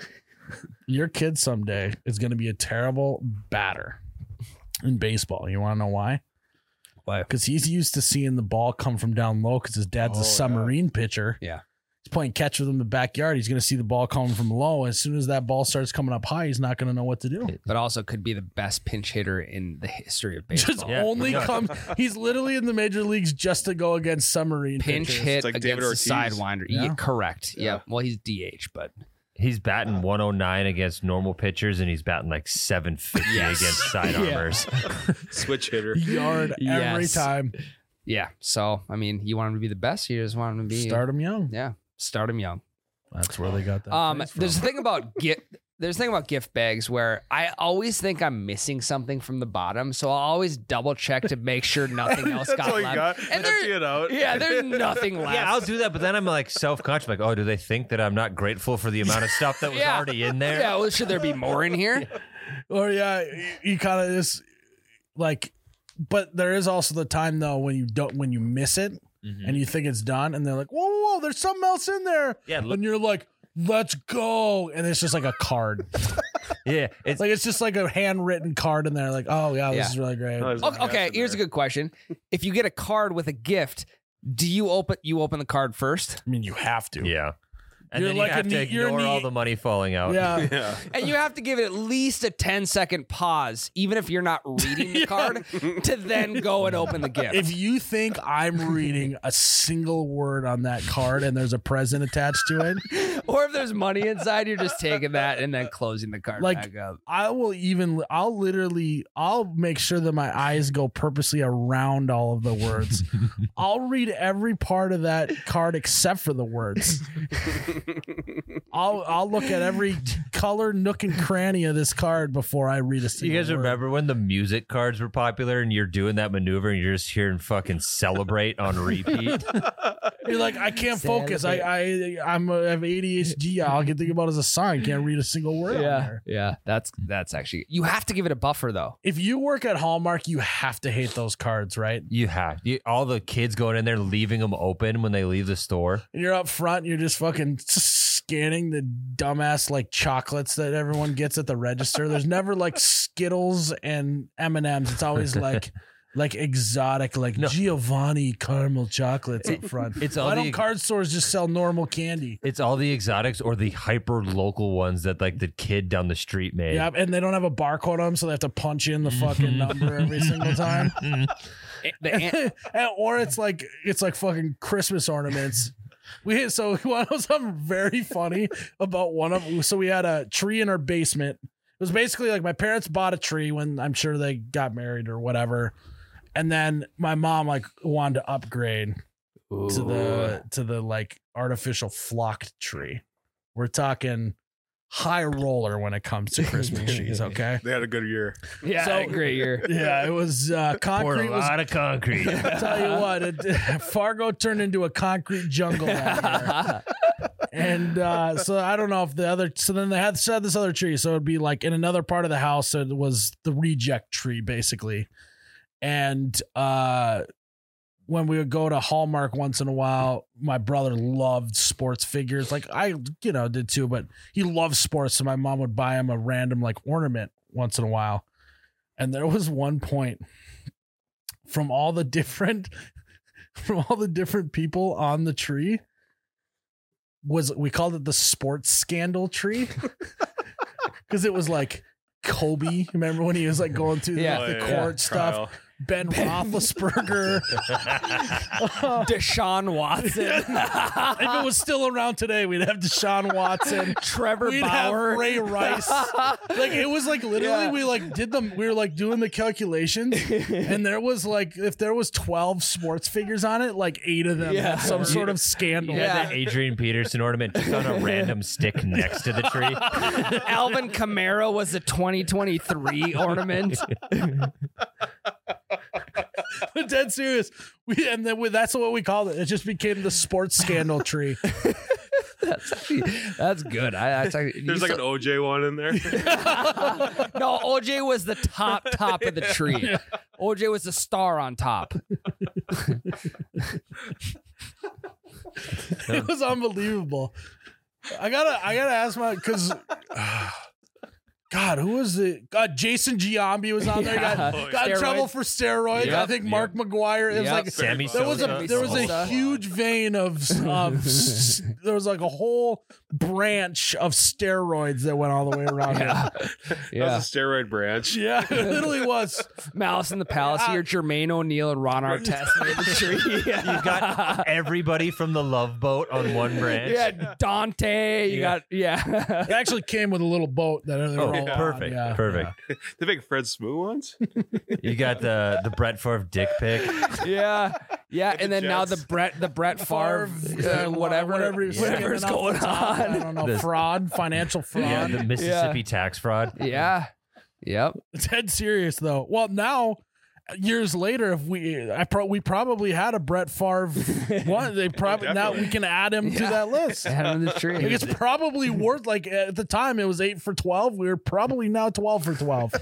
[SPEAKER 1] Your kid someday is going to be a terrible batter in baseball. You want to know why?
[SPEAKER 3] Why?
[SPEAKER 1] Because he's used to seeing the ball come from down low because his dad's
[SPEAKER 4] Oh,
[SPEAKER 1] a
[SPEAKER 4] yeah.
[SPEAKER 1] submarine pitcher.
[SPEAKER 3] Yeah.
[SPEAKER 1] He's playing catch with him in the backyard. He's going to see the ball coming from low. As soon as that ball starts coming up high, he's not going to know what to do.
[SPEAKER 3] But also could be the best pinch hitter in the history of baseball.
[SPEAKER 1] Just
[SPEAKER 2] Yeah.
[SPEAKER 1] only
[SPEAKER 2] Yeah.
[SPEAKER 1] comes. He's literally in the major leagues just to go against submarine
[SPEAKER 3] pinch
[SPEAKER 1] pitchers.
[SPEAKER 3] hit
[SPEAKER 4] It's like
[SPEAKER 3] against
[SPEAKER 4] David
[SPEAKER 3] the
[SPEAKER 4] Ortiz.
[SPEAKER 3] sidewinder. Yeah.
[SPEAKER 1] Yeah.
[SPEAKER 3] correct. Yeah.
[SPEAKER 4] Yeah.
[SPEAKER 3] Well, he's DH, but
[SPEAKER 2] He's batting 109 against normal pitchers, and he's batting like 750
[SPEAKER 3] Yes.
[SPEAKER 2] against sidearmers.
[SPEAKER 4] Switch hitter.
[SPEAKER 1] Yard every
[SPEAKER 3] Yes.
[SPEAKER 1] time.
[SPEAKER 3] yeah. So I mean, you want him to be the best. You just want him to be
[SPEAKER 1] Start him young.
[SPEAKER 3] Yeah, start him young.
[SPEAKER 1] That's where they got that.
[SPEAKER 3] Um,
[SPEAKER 1] phrase from.
[SPEAKER 3] there's a thing about gift. There's a thing about gift bags where I always think I'm missing something from the bottom, so I'll always double check to make sure nothing else
[SPEAKER 4] That's
[SPEAKER 3] got
[SPEAKER 4] all you
[SPEAKER 3] left.
[SPEAKER 4] got.
[SPEAKER 3] And
[SPEAKER 4] Empty
[SPEAKER 3] there,
[SPEAKER 4] it out.
[SPEAKER 3] yeah, there's nothing left.
[SPEAKER 2] yeah, I'll do that, but then I'm like self conscious. Like, oh, do they think that I'm not grateful for the amount of stuff that was
[SPEAKER 3] Yeah.
[SPEAKER 2] already in there?
[SPEAKER 3] Yeah, well, should there be more in here?
[SPEAKER 1] Or yeah, you- you kind of just like, but there is also the time though when you don't when you miss it
[SPEAKER 2] Mhm.
[SPEAKER 1] and you think it's done, and they're like, whoa, whoa, whoa there's something else in there,
[SPEAKER 2] Yeah, look,
[SPEAKER 1] and you're like, let's go, and it's just like a card,
[SPEAKER 2] yeah. It's
[SPEAKER 1] like it's just like a handwritten card, and they're like, oh yeah, this
[SPEAKER 3] Yeah.
[SPEAKER 1] is really great.
[SPEAKER 4] No, there's
[SPEAKER 3] Okay,
[SPEAKER 4] nothing
[SPEAKER 3] okay,
[SPEAKER 4] else in
[SPEAKER 3] here's a
[SPEAKER 4] there.
[SPEAKER 3] good question. If you get a card with a gift, do you open you open the card first?
[SPEAKER 1] I mean, you have to.
[SPEAKER 2] yeah. And
[SPEAKER 1] You're
[SPEAKER 2] then
[SPEAKER 1] like
[SPEAKER 2] you
[SPEAKER 1] a
[SPEAKER 2] have to
[SPEAKER 1] neat- you're
[SPEAKER 2] ignore all
[SPEAKER 1] neat-
[SPEAKER 2] the money falling out.
[SPEAKER 1] Yeah.
[SPEAKER 4] Yeah.
[SPEAKER 3] And you have to give it at least a 10 second pause, even if you're not reading the
[SPEAKER 1] Yeah.
[SPEAKER 3] card, to then go and open the gift.
[SPEAKER 1] If you think I'm reading a single word on that card and there's a present attached to it,
[SPEAKER 3] or if there's money inside, you're just taking that and then closing the card
[SPEAKER 1] Like-
[SPEAKER 3] back up.
[SPEAKER 1] I will even I'll literally I'll make sure that my eyes go purposely around all of the words. I'll read every part of that card except for the words. I'll I'll look at every color, nook and cranny of this card before I read a
[SPEAKER 2] You
[SPEAKER 1] single
[SPEAKER 2] guys
[SPEAKER 1] word.
[SPEAKER 2] remember when the music cards were popular and you're doing that maneuver and you're just hearing fucking celebrate on repeat?
[SPEAKER 1] You're like I can't focus. I I I'm a, I have ADHD. All I can think about is a sign. Can't read a single word. on there.
[SPEAKER 3] yeah. That's that's actually you have to give it a buffer though.
[SPEAKER 1] If you work at Hallmark, you have to hate those cards, right?
[SPEAKER 2] You have you, all the kids going in there, leaving them open when they leave the store.
[SPEAKER 1] And you're up front and you're just fucking scanning the dumbass like chocolates that everyone gets at the register there's never like skittles and m&ms it's always like like exotic, like
[SPEAKER 2] No.
[SPEAKER 1] Giovanni caramel chocolates up front.
[SPEAKER 2] It's all
[SPEAKER 1] Why
[SPEAKER 2] the
[SPEAKER 1] don't card stores just sell normal candy?
[SPEAKER 2] it's all the exotics or the hyper local ones that like the kid down the street made.
[SPEAKER 1] Yeah, and they don't have a barcode on them, so they have to punch in the fucking number every single time.
[SPEAKER 3] The an-
[SPEAKER 1] And- or it's like it's like fucking Christmas ornaments. We had so one of something very funny about one of so we had a tree in our basement. It was basically like my parents bought a tree when I'm sure they got married or whatever, and then my mom like wanted to upgrade to the to the like artificial flocked tree. We're talking high roller when it comes to Christmas trees. Okay,
[SPEAKER 4] They had a good year.
[SPEAKER 3] yeah,
[SPEAKER 1] So-
[SPEAKER 3] great year.
[SPEAKER 1] yeah, it was uh,
[SPEAKER 2] Poured
[SPEAKER 1] concrete
[SPEAKER 2] a
[SPEAKER 1] was
[SPEAKER 2] lot of concrete.
[SPEAKER 1] I'll tell you what, it, Fargo turned into a concrete jungle. down there. and uh, so I don't know if the other. So then they had, so had this other tree. So it'd be like in another part of the house. So it was the reject tree, basically. And uh, when we would go to Hallmark once in a while, my brother loved sports figures. Like I, you know, did too, but he loved sports. So my mom would buy him a random like ornament once in a while. And there was one point from all the different from all the different people on the tree was we called it the sports scandal tree because it was like Kobe. Remember when he was like going through
[SPEAKER 3] Yeah.
[SPEAKER 1] like, the
[SPEAKER 4] Oh,
[SPEAKER 1] court
[SPEAKER 4] yeah,
[SPEAKER 1] stuff?
[SPEAKER 4] trial.
[SPEAKER 1] Ben, Roethlisberger.
[SPEAKER 3] Deshaun Watson,
[SPEAKER 1] if it was still around today, we'd have Deshaun Watson.
[SPEAKER 3] Trevor
[SPEAKER 1] We'd
[SPEAKER 3] Bauer,
[SPEAKER 1] have Ray Rice. Like it was like literally
[SPEAKER 3] Yeah.
[SPEAKER 1] we like did them. We were like doing the calculations, and there was like if there was twelve sports figures on it, like eight of them
[SPEAKER 3] Yeah.
[SPEAKER 1] had some sort of scandal.
[SPEAKER 2] Yeah,
[SPEAKER 3] Yeah.
[SPEAKER 2] that Adrian Peterson ornament just on a random stick next to the tree.
[SPEAKER 3] Alvin Kamara was the 2023 ornament.
[SPEAKER 1] dead serious. We and then we, that's what we called it. It just became the sports scandal tree.
[SPEAKER 3] That's good. I, I
[SPEAKER 4] There's like an OJ one in there.
[SPEAKER 3] no, OJ was the top top of the tree. OJ was the star on top.
[SPEAKER 1] it was unbelievable. I gotta, I gotta ask my because. God, who was the God? Jason Giambi was on there. Got,
[SPEAKER 4] Yeah.
[SPEAKER 1] got in
[SPEAKER 3] Steroids.
[SPEAKER 1] trouble for steroids. I
[SPEAKER 3] Yep.
[SPEAKER 1] think Mark McGuire. It was
[SPEAKER 3] Yep.
[SPEAKER 1] like
[SPEAKER 2] Sammy
[SPEAKER 1] there was a
[SPEAKER 2] Sosa.
[SPEAKER 1] there was a
[SPEAKER 3] Sosa.
[SPEAKER 1] huge vein of, of s- there was like a whole branch of steroids that went all the way around. Yeah,
[SPEAKER 4] That
[SPEAKER 3] Yeah.
[SPEAKER 4] was a steroid branch.
[SPEAKER 1] yeah it literally was.
[SPEAKER 3] Malice in the Palace here,
[SPEAKER 4] Ah.
[SPEAKER 3] Jermaine O'Neal and Ron Artest made the tree. Yeah.
[SPEAKER 2] You Oh. got everybody from the Love Boat on one branch.
[SPEAKER 3] Yeah, Dante. You
[SPEAKER 2] Yeah.
[SPEAKER 3] got yeah.
[SPEAKER 1] It actually came with a little boat that they were
[SPEAKER 2] Oh,
[SPEAKER 1] all on,
[SPEAKER 2] perfect,
[SPEAKER 1] yeah.
[SPEAKER 2] perfect.
[SPEAKER 4] They make Fred Smoo ones.
[SPEAKER 2] You got the the Brett Favre dick pic.
[SPEAKER 3] yeah, yeah, and
[SPEAKER 4] the
[SPEAKER 3] then now the
[SPEAKER 4] Jets.
[SPEAKER 3] Brett, the Brett Favre,
[SPEAKER 1] yeah,
[SPEAKER 3] uh, whatever,
[SPEAKER 1] whatever he was
[SPEAKER 3] whatever's
[SPEAKER 1] skimming off
[SPEAKER 3] going
[SPEAKER 1] the top, I
[SPEAKER 3] on.
[SPEAKER 1] don't know,
[SPEAKER 2] This-
[SPEAKER 1] fraud, financial fraud.
[SPEAKER 2] Yeah, the Mississippi tax fraud.
[SPEAKER 3] Yeah, yep.
[SPEAKER 1] dead serious though. Well, now years later, if we, I pro- we probably had a Brett Favre one. They probably now we
[SPEAKER 4] definitely.
[SPEAKER 1] can add him to
[SPEAKER 3] Oh, Yeah.
[SPEAKER 1] that list.
[SPEAKER 3] Head on the tree.
[SPEAKER 1] Like, it's probably worth like at the time it was eight for twelve. We were probably now twelve for twelve.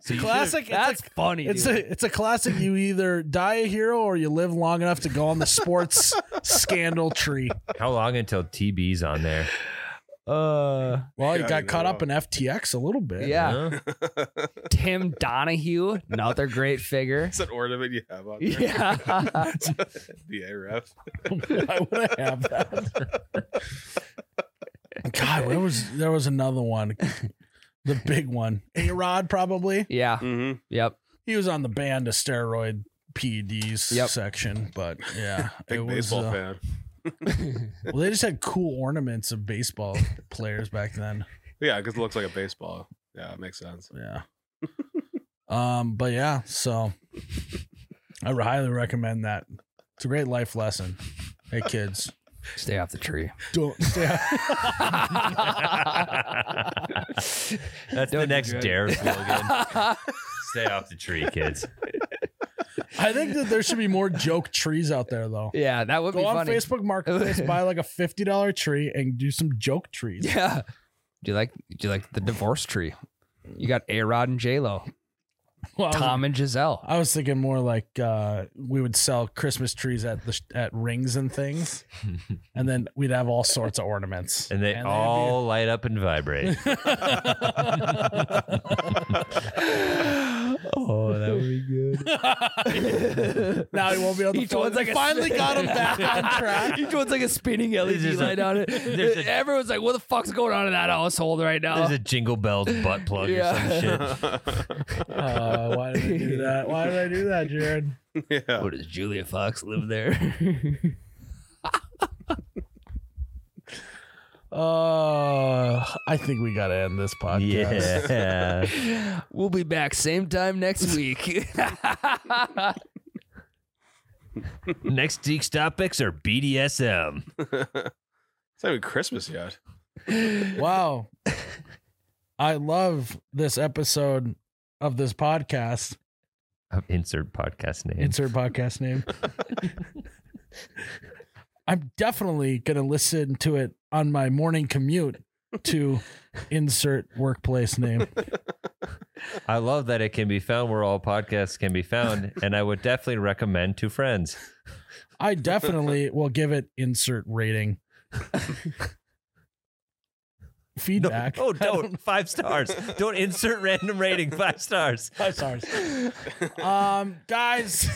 [SPEAKER 2] So you
[SPEAKER 1] Classic. It's
[SPEAKER 3] That's
[SPEAKER 1] a,
[SPEAKER 3] funny.
[SPEAKER 1] it's
[SPEAKER 3] dude.
[SPEAKER 1] a it's a classic. You either die a hero or you live long enough to go on the sports scandal tree.
[SPEAKER 2] should've- how long until TB's on there?
[SPEAKER 3] uh,
[SPEAKER 1] Well, you
[SPEAKER 4] Yeah,
[SPEAKER 1] got
[SPEAKER 4] you
[SPEAKER 1] caught
[SPEAKER 4] know.
[SPEAKER 1] up in FTX a little bit.
[SPEAKER 3] yeah.
[SPEAKER 2] Huh?
[SPEAKER 3] Tim Donahue, another great figure.
[SPEAKER 4] It's an ornament you have on there.
[SPEAKER 3] Yeah,
[SPEAKER 4] BA ref.
[SPEAKER 1] I would have that. God, there was there was another one, the big one. A Rod probably.
[SPEAKER 3] yeah,
[SPEAKER 4] Mm-hmm.
[SPEAKER 3] yep.
[SPEAKER 1] He was on the band of steroid PEDs
[SPEAKER 3] Yep.
[SPEAKER 1] section, but yeah,
[SPEAKER 4] Big
[SPEAKER 1] was.
[SPEAKER 4] baseball
[SPEAKER 1] uh,
[SPEAKER 4] fan.
[SPEAKER 1] well, they just had cool ornaments of baseball players back then.
[SPEAKER 4] Yeah, because it looks like a baseball. Yeah, it makes sense.
[SPEAKER 1] Yeah. Um, but yeah, so I highly recommend that. It's a great life lesson. Hey kids,
[SPEAKER 3] Stay off the tree.
[SPEAKER 1] don't stay.
[SPEAKER 2] That's
[SPEAKER 3] Don't
[SPEAKER 2] the
[SPEAKER 3] be
[SPEAKER 2] next
[SPEAKER 3] good.
[SPEAKER 2] dare slogan. Stay off the tree, kids.
[SPEAKER 1] I think that there should be more joke trees out there though.
[SPEAKER 3] yeah, that would
[SPEAKER 1] Go
[SPEAKER 3] be
[SPEAKER 1] on
[SPEAKER 3] funny.
[SPEAKER 1] Facebook Marketplace, buy like a fifty dollar tree, and do some joke trees.
[SPEAKER 3] Yeah. Do you like do you like the divorce tree? You got A Rod and J Lo,
[SPEAKER 1] Oh. Well, I was-
[SPEAKER 3] Tom and Giselle.
[SPEAKER 1] I was thinking more like uh, we would sell Christmas trees at the sh- at rings and things, and then we'd have all sorts of ornaments.
[SPEAKER 2] And they
[SPEAKER 1] they'd be-
[SPEAKER 2] all light up and vibrate.
[SPEAKER 3] oh, be good.
[SPEAKER 1] now he won't be able to.
[SPEAKER 3] Each
[SPEAKER 1] fold.
[SPEAKER 3] one's
[SPEAKER 1] They
[SPEAKER 3] like a-
[SPEAKER 1] finally got him back on track.
[SPEAKER 3] Each one's like a spinning LED
[SPEAKER 2] just a-
[SPEAKER 3] light on it.
[SPEAKER 2] there's a-
[SPEAKER 3] Everyone's like, "What the fuck's going on in that household right now?"
[SPEAKER 2] There's a Jingle Bells butt plug or some shit.
[SPEAKER 1] Uh, why did I do that? Why did I do that, Jared?
[SPEAKER 4] yeah.
[SPEAKER 3] What does Julia Fox live there?
[SPEAKER 1] Uh, I think we gotta end this podcast.
[SPEAKER 2] Yeah.
[SPEAKER 3] we'll be back same time next week.
[SPEAKER 2] Next Deeks topics are BDSM.
[SPEAKER 4] It's not even Christmas yet.
[SPEAKER 1] Wow. I love this episode of this podcast.
[SPEAKER 2] Insert podcast name.
[SPEAKER 1] Insert podcast name. I'm definitely going to listen to it on my morning commute to insert workplace name.
[SPEAKER 2] I love that it can be found where all podcasts can be found, and I would definitely recommend to friends.
[SPEAKER 1] I definitely will give it insert rating. Feedback.
[SPEAKER 2] Oh, don't five stars. Don't insert random rating five stars.
[SPEAKER 1] Five stars. Um, guys,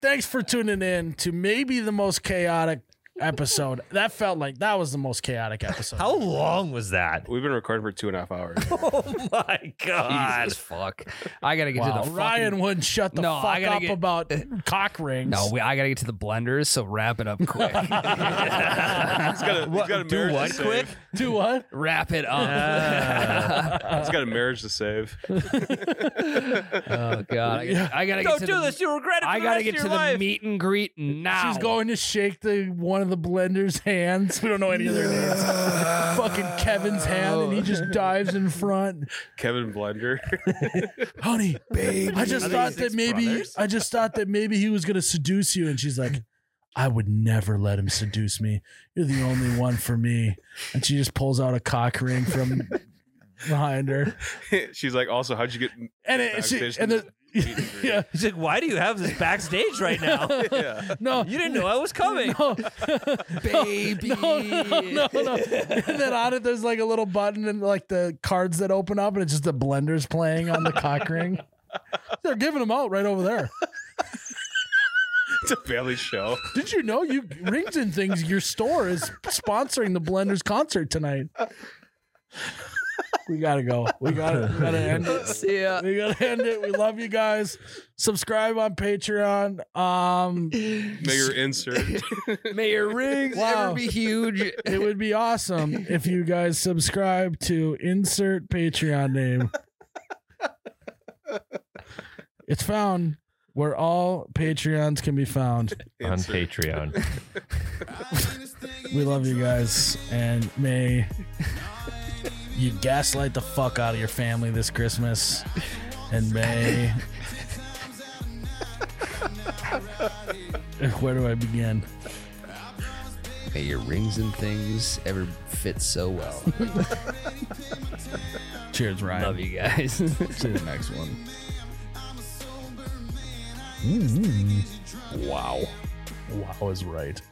[SPEAKER 1] thanks for tuning in to maybe the most chaotic episode. That felt like that was the most chaotic episode.
[SPEAKER 2] How long was that?
[SPEAKER 4] We've been recording for two and a half hours.
[SPEAKER 2] Oh my god!
[SPEAKER 3] Jesus fuck! I gotta get to the
[SPEAKER 1] Wow.
[SPEAKER 3] Oh, fucking-
[SPEAKER 1] Ryan wouldn't shut the
[SPEAKER 3] No, I
[SPEAKER 1] fuck
[SPEAKER 3] gotta
[SPEAKER 1] up
[SPEAKER 3] get-
[SPEAKER 1] about cock rings.
[SPEAKER 3] No, we, I gotta get to the blenders. So wrap it up quick.
[SPEAKER 4] He's got a, he's
[SPEAKER 2] What-
[SPEAKER 4] got a
[SPEAKER 2] do
[SPEAKER 4] marriage
[SPEAKER 2] what
[SPEAKER 4] to
[SPEAKER 2] quick?
[SPEAKER 4] save.
[SPEAKER 1] Do what?
[SPEAKER 3] wrap it up.
[SPEAKER 4] He's got a marriage to save.
[SPEAKER 3] oh god! I, I gotta
[SPEAKER 2] Don't
[SPEAKER 3] get to
[SPEAKER 2] do
[SPEAKER 3] the,
[SPEAKER 2] this. You regret it. For
[SPEAKER 3] I gotta get
[SPEAKER 2] the
[SPEAKER 3] to the meet and greet now.
[SPEAKER 1] She's going to shake the one of the blender's hands. We don't know any of their names. Fucking Kevin's hand, and he just dives in front.
[SPEAKER 4] Kevin Blender.
[SPEAKER 1] Honey, babe, I
[SPEAKER 2] Are
[SPEAKER 1] just
[SPEAKER 2] they
[SPEAKER 1] thought
[SPEAKER 2] six
[SPEAKER 1] that maybe
[SPEAKER 2] brothers?
[SPEAKER 1] I just thought that maybe he was gonna seduce you, and she's like, "I would never let him seduce me. You're the only one for me." And she just pulls out a cock ring from behind her,
[SPEAKER 4] She's like, also, how'd you get?
[SPEAKER 1] and it, she,
[SPEAKER 4] Backstage
[SPEAKER 1] and the
[SPEAKER 4] meet and greet.
[SPEAKER 1] yeah.
[SPEAKER 2] He's like, why do you have this backstage right now?
[SPEAKER 4] Yeah.
[SPEAKER 1] No,
[SPEAKER 2] You didn't know I was coming.
[SPEAKER 1] No,
[SPEAKER 3] baby.
[SPEAKER 1] no, no, no. And then on it, there's like a little button and like the cards that open up, and it's just the blenders playing on the cock ring. They're giving them out right over there.
[SPEAKER 4] It's a family show.
[SPEAKER 1] Did you know you rings and things? Your store is sponsoring the blenders concert tonight. We gotta go. We gotta, we gotta end it.
[SPEAKER 3] See ya.
[SPEAKER 1] We gotta end it. We love you guys. Subscribe on Patreon. Um,
[SPEAKER 4] May your insert.
[SPEAKER 3] May your rings
[SPEAKER 1] Wow.
[SPEAKER 3] ever be huge.
[SPEAKER 1] it would be awesome if you guys subscribe to insert Patreon name. It's found where all Patreons can be found.
[SPEAKER 2] On Patreon.
[SPEAKER 1] We love you guys, and may you gaslight the fuck out of your family this Christmas, and may. Where do I begin?
[SPEAKER 3] May your rings and things ever fit so well.
[SPEAKER 1] Cheers, Ryan.
[SPEAKER 3] Love you guys.
[SPEAKER 1] See you next one. Wow. Wow is right.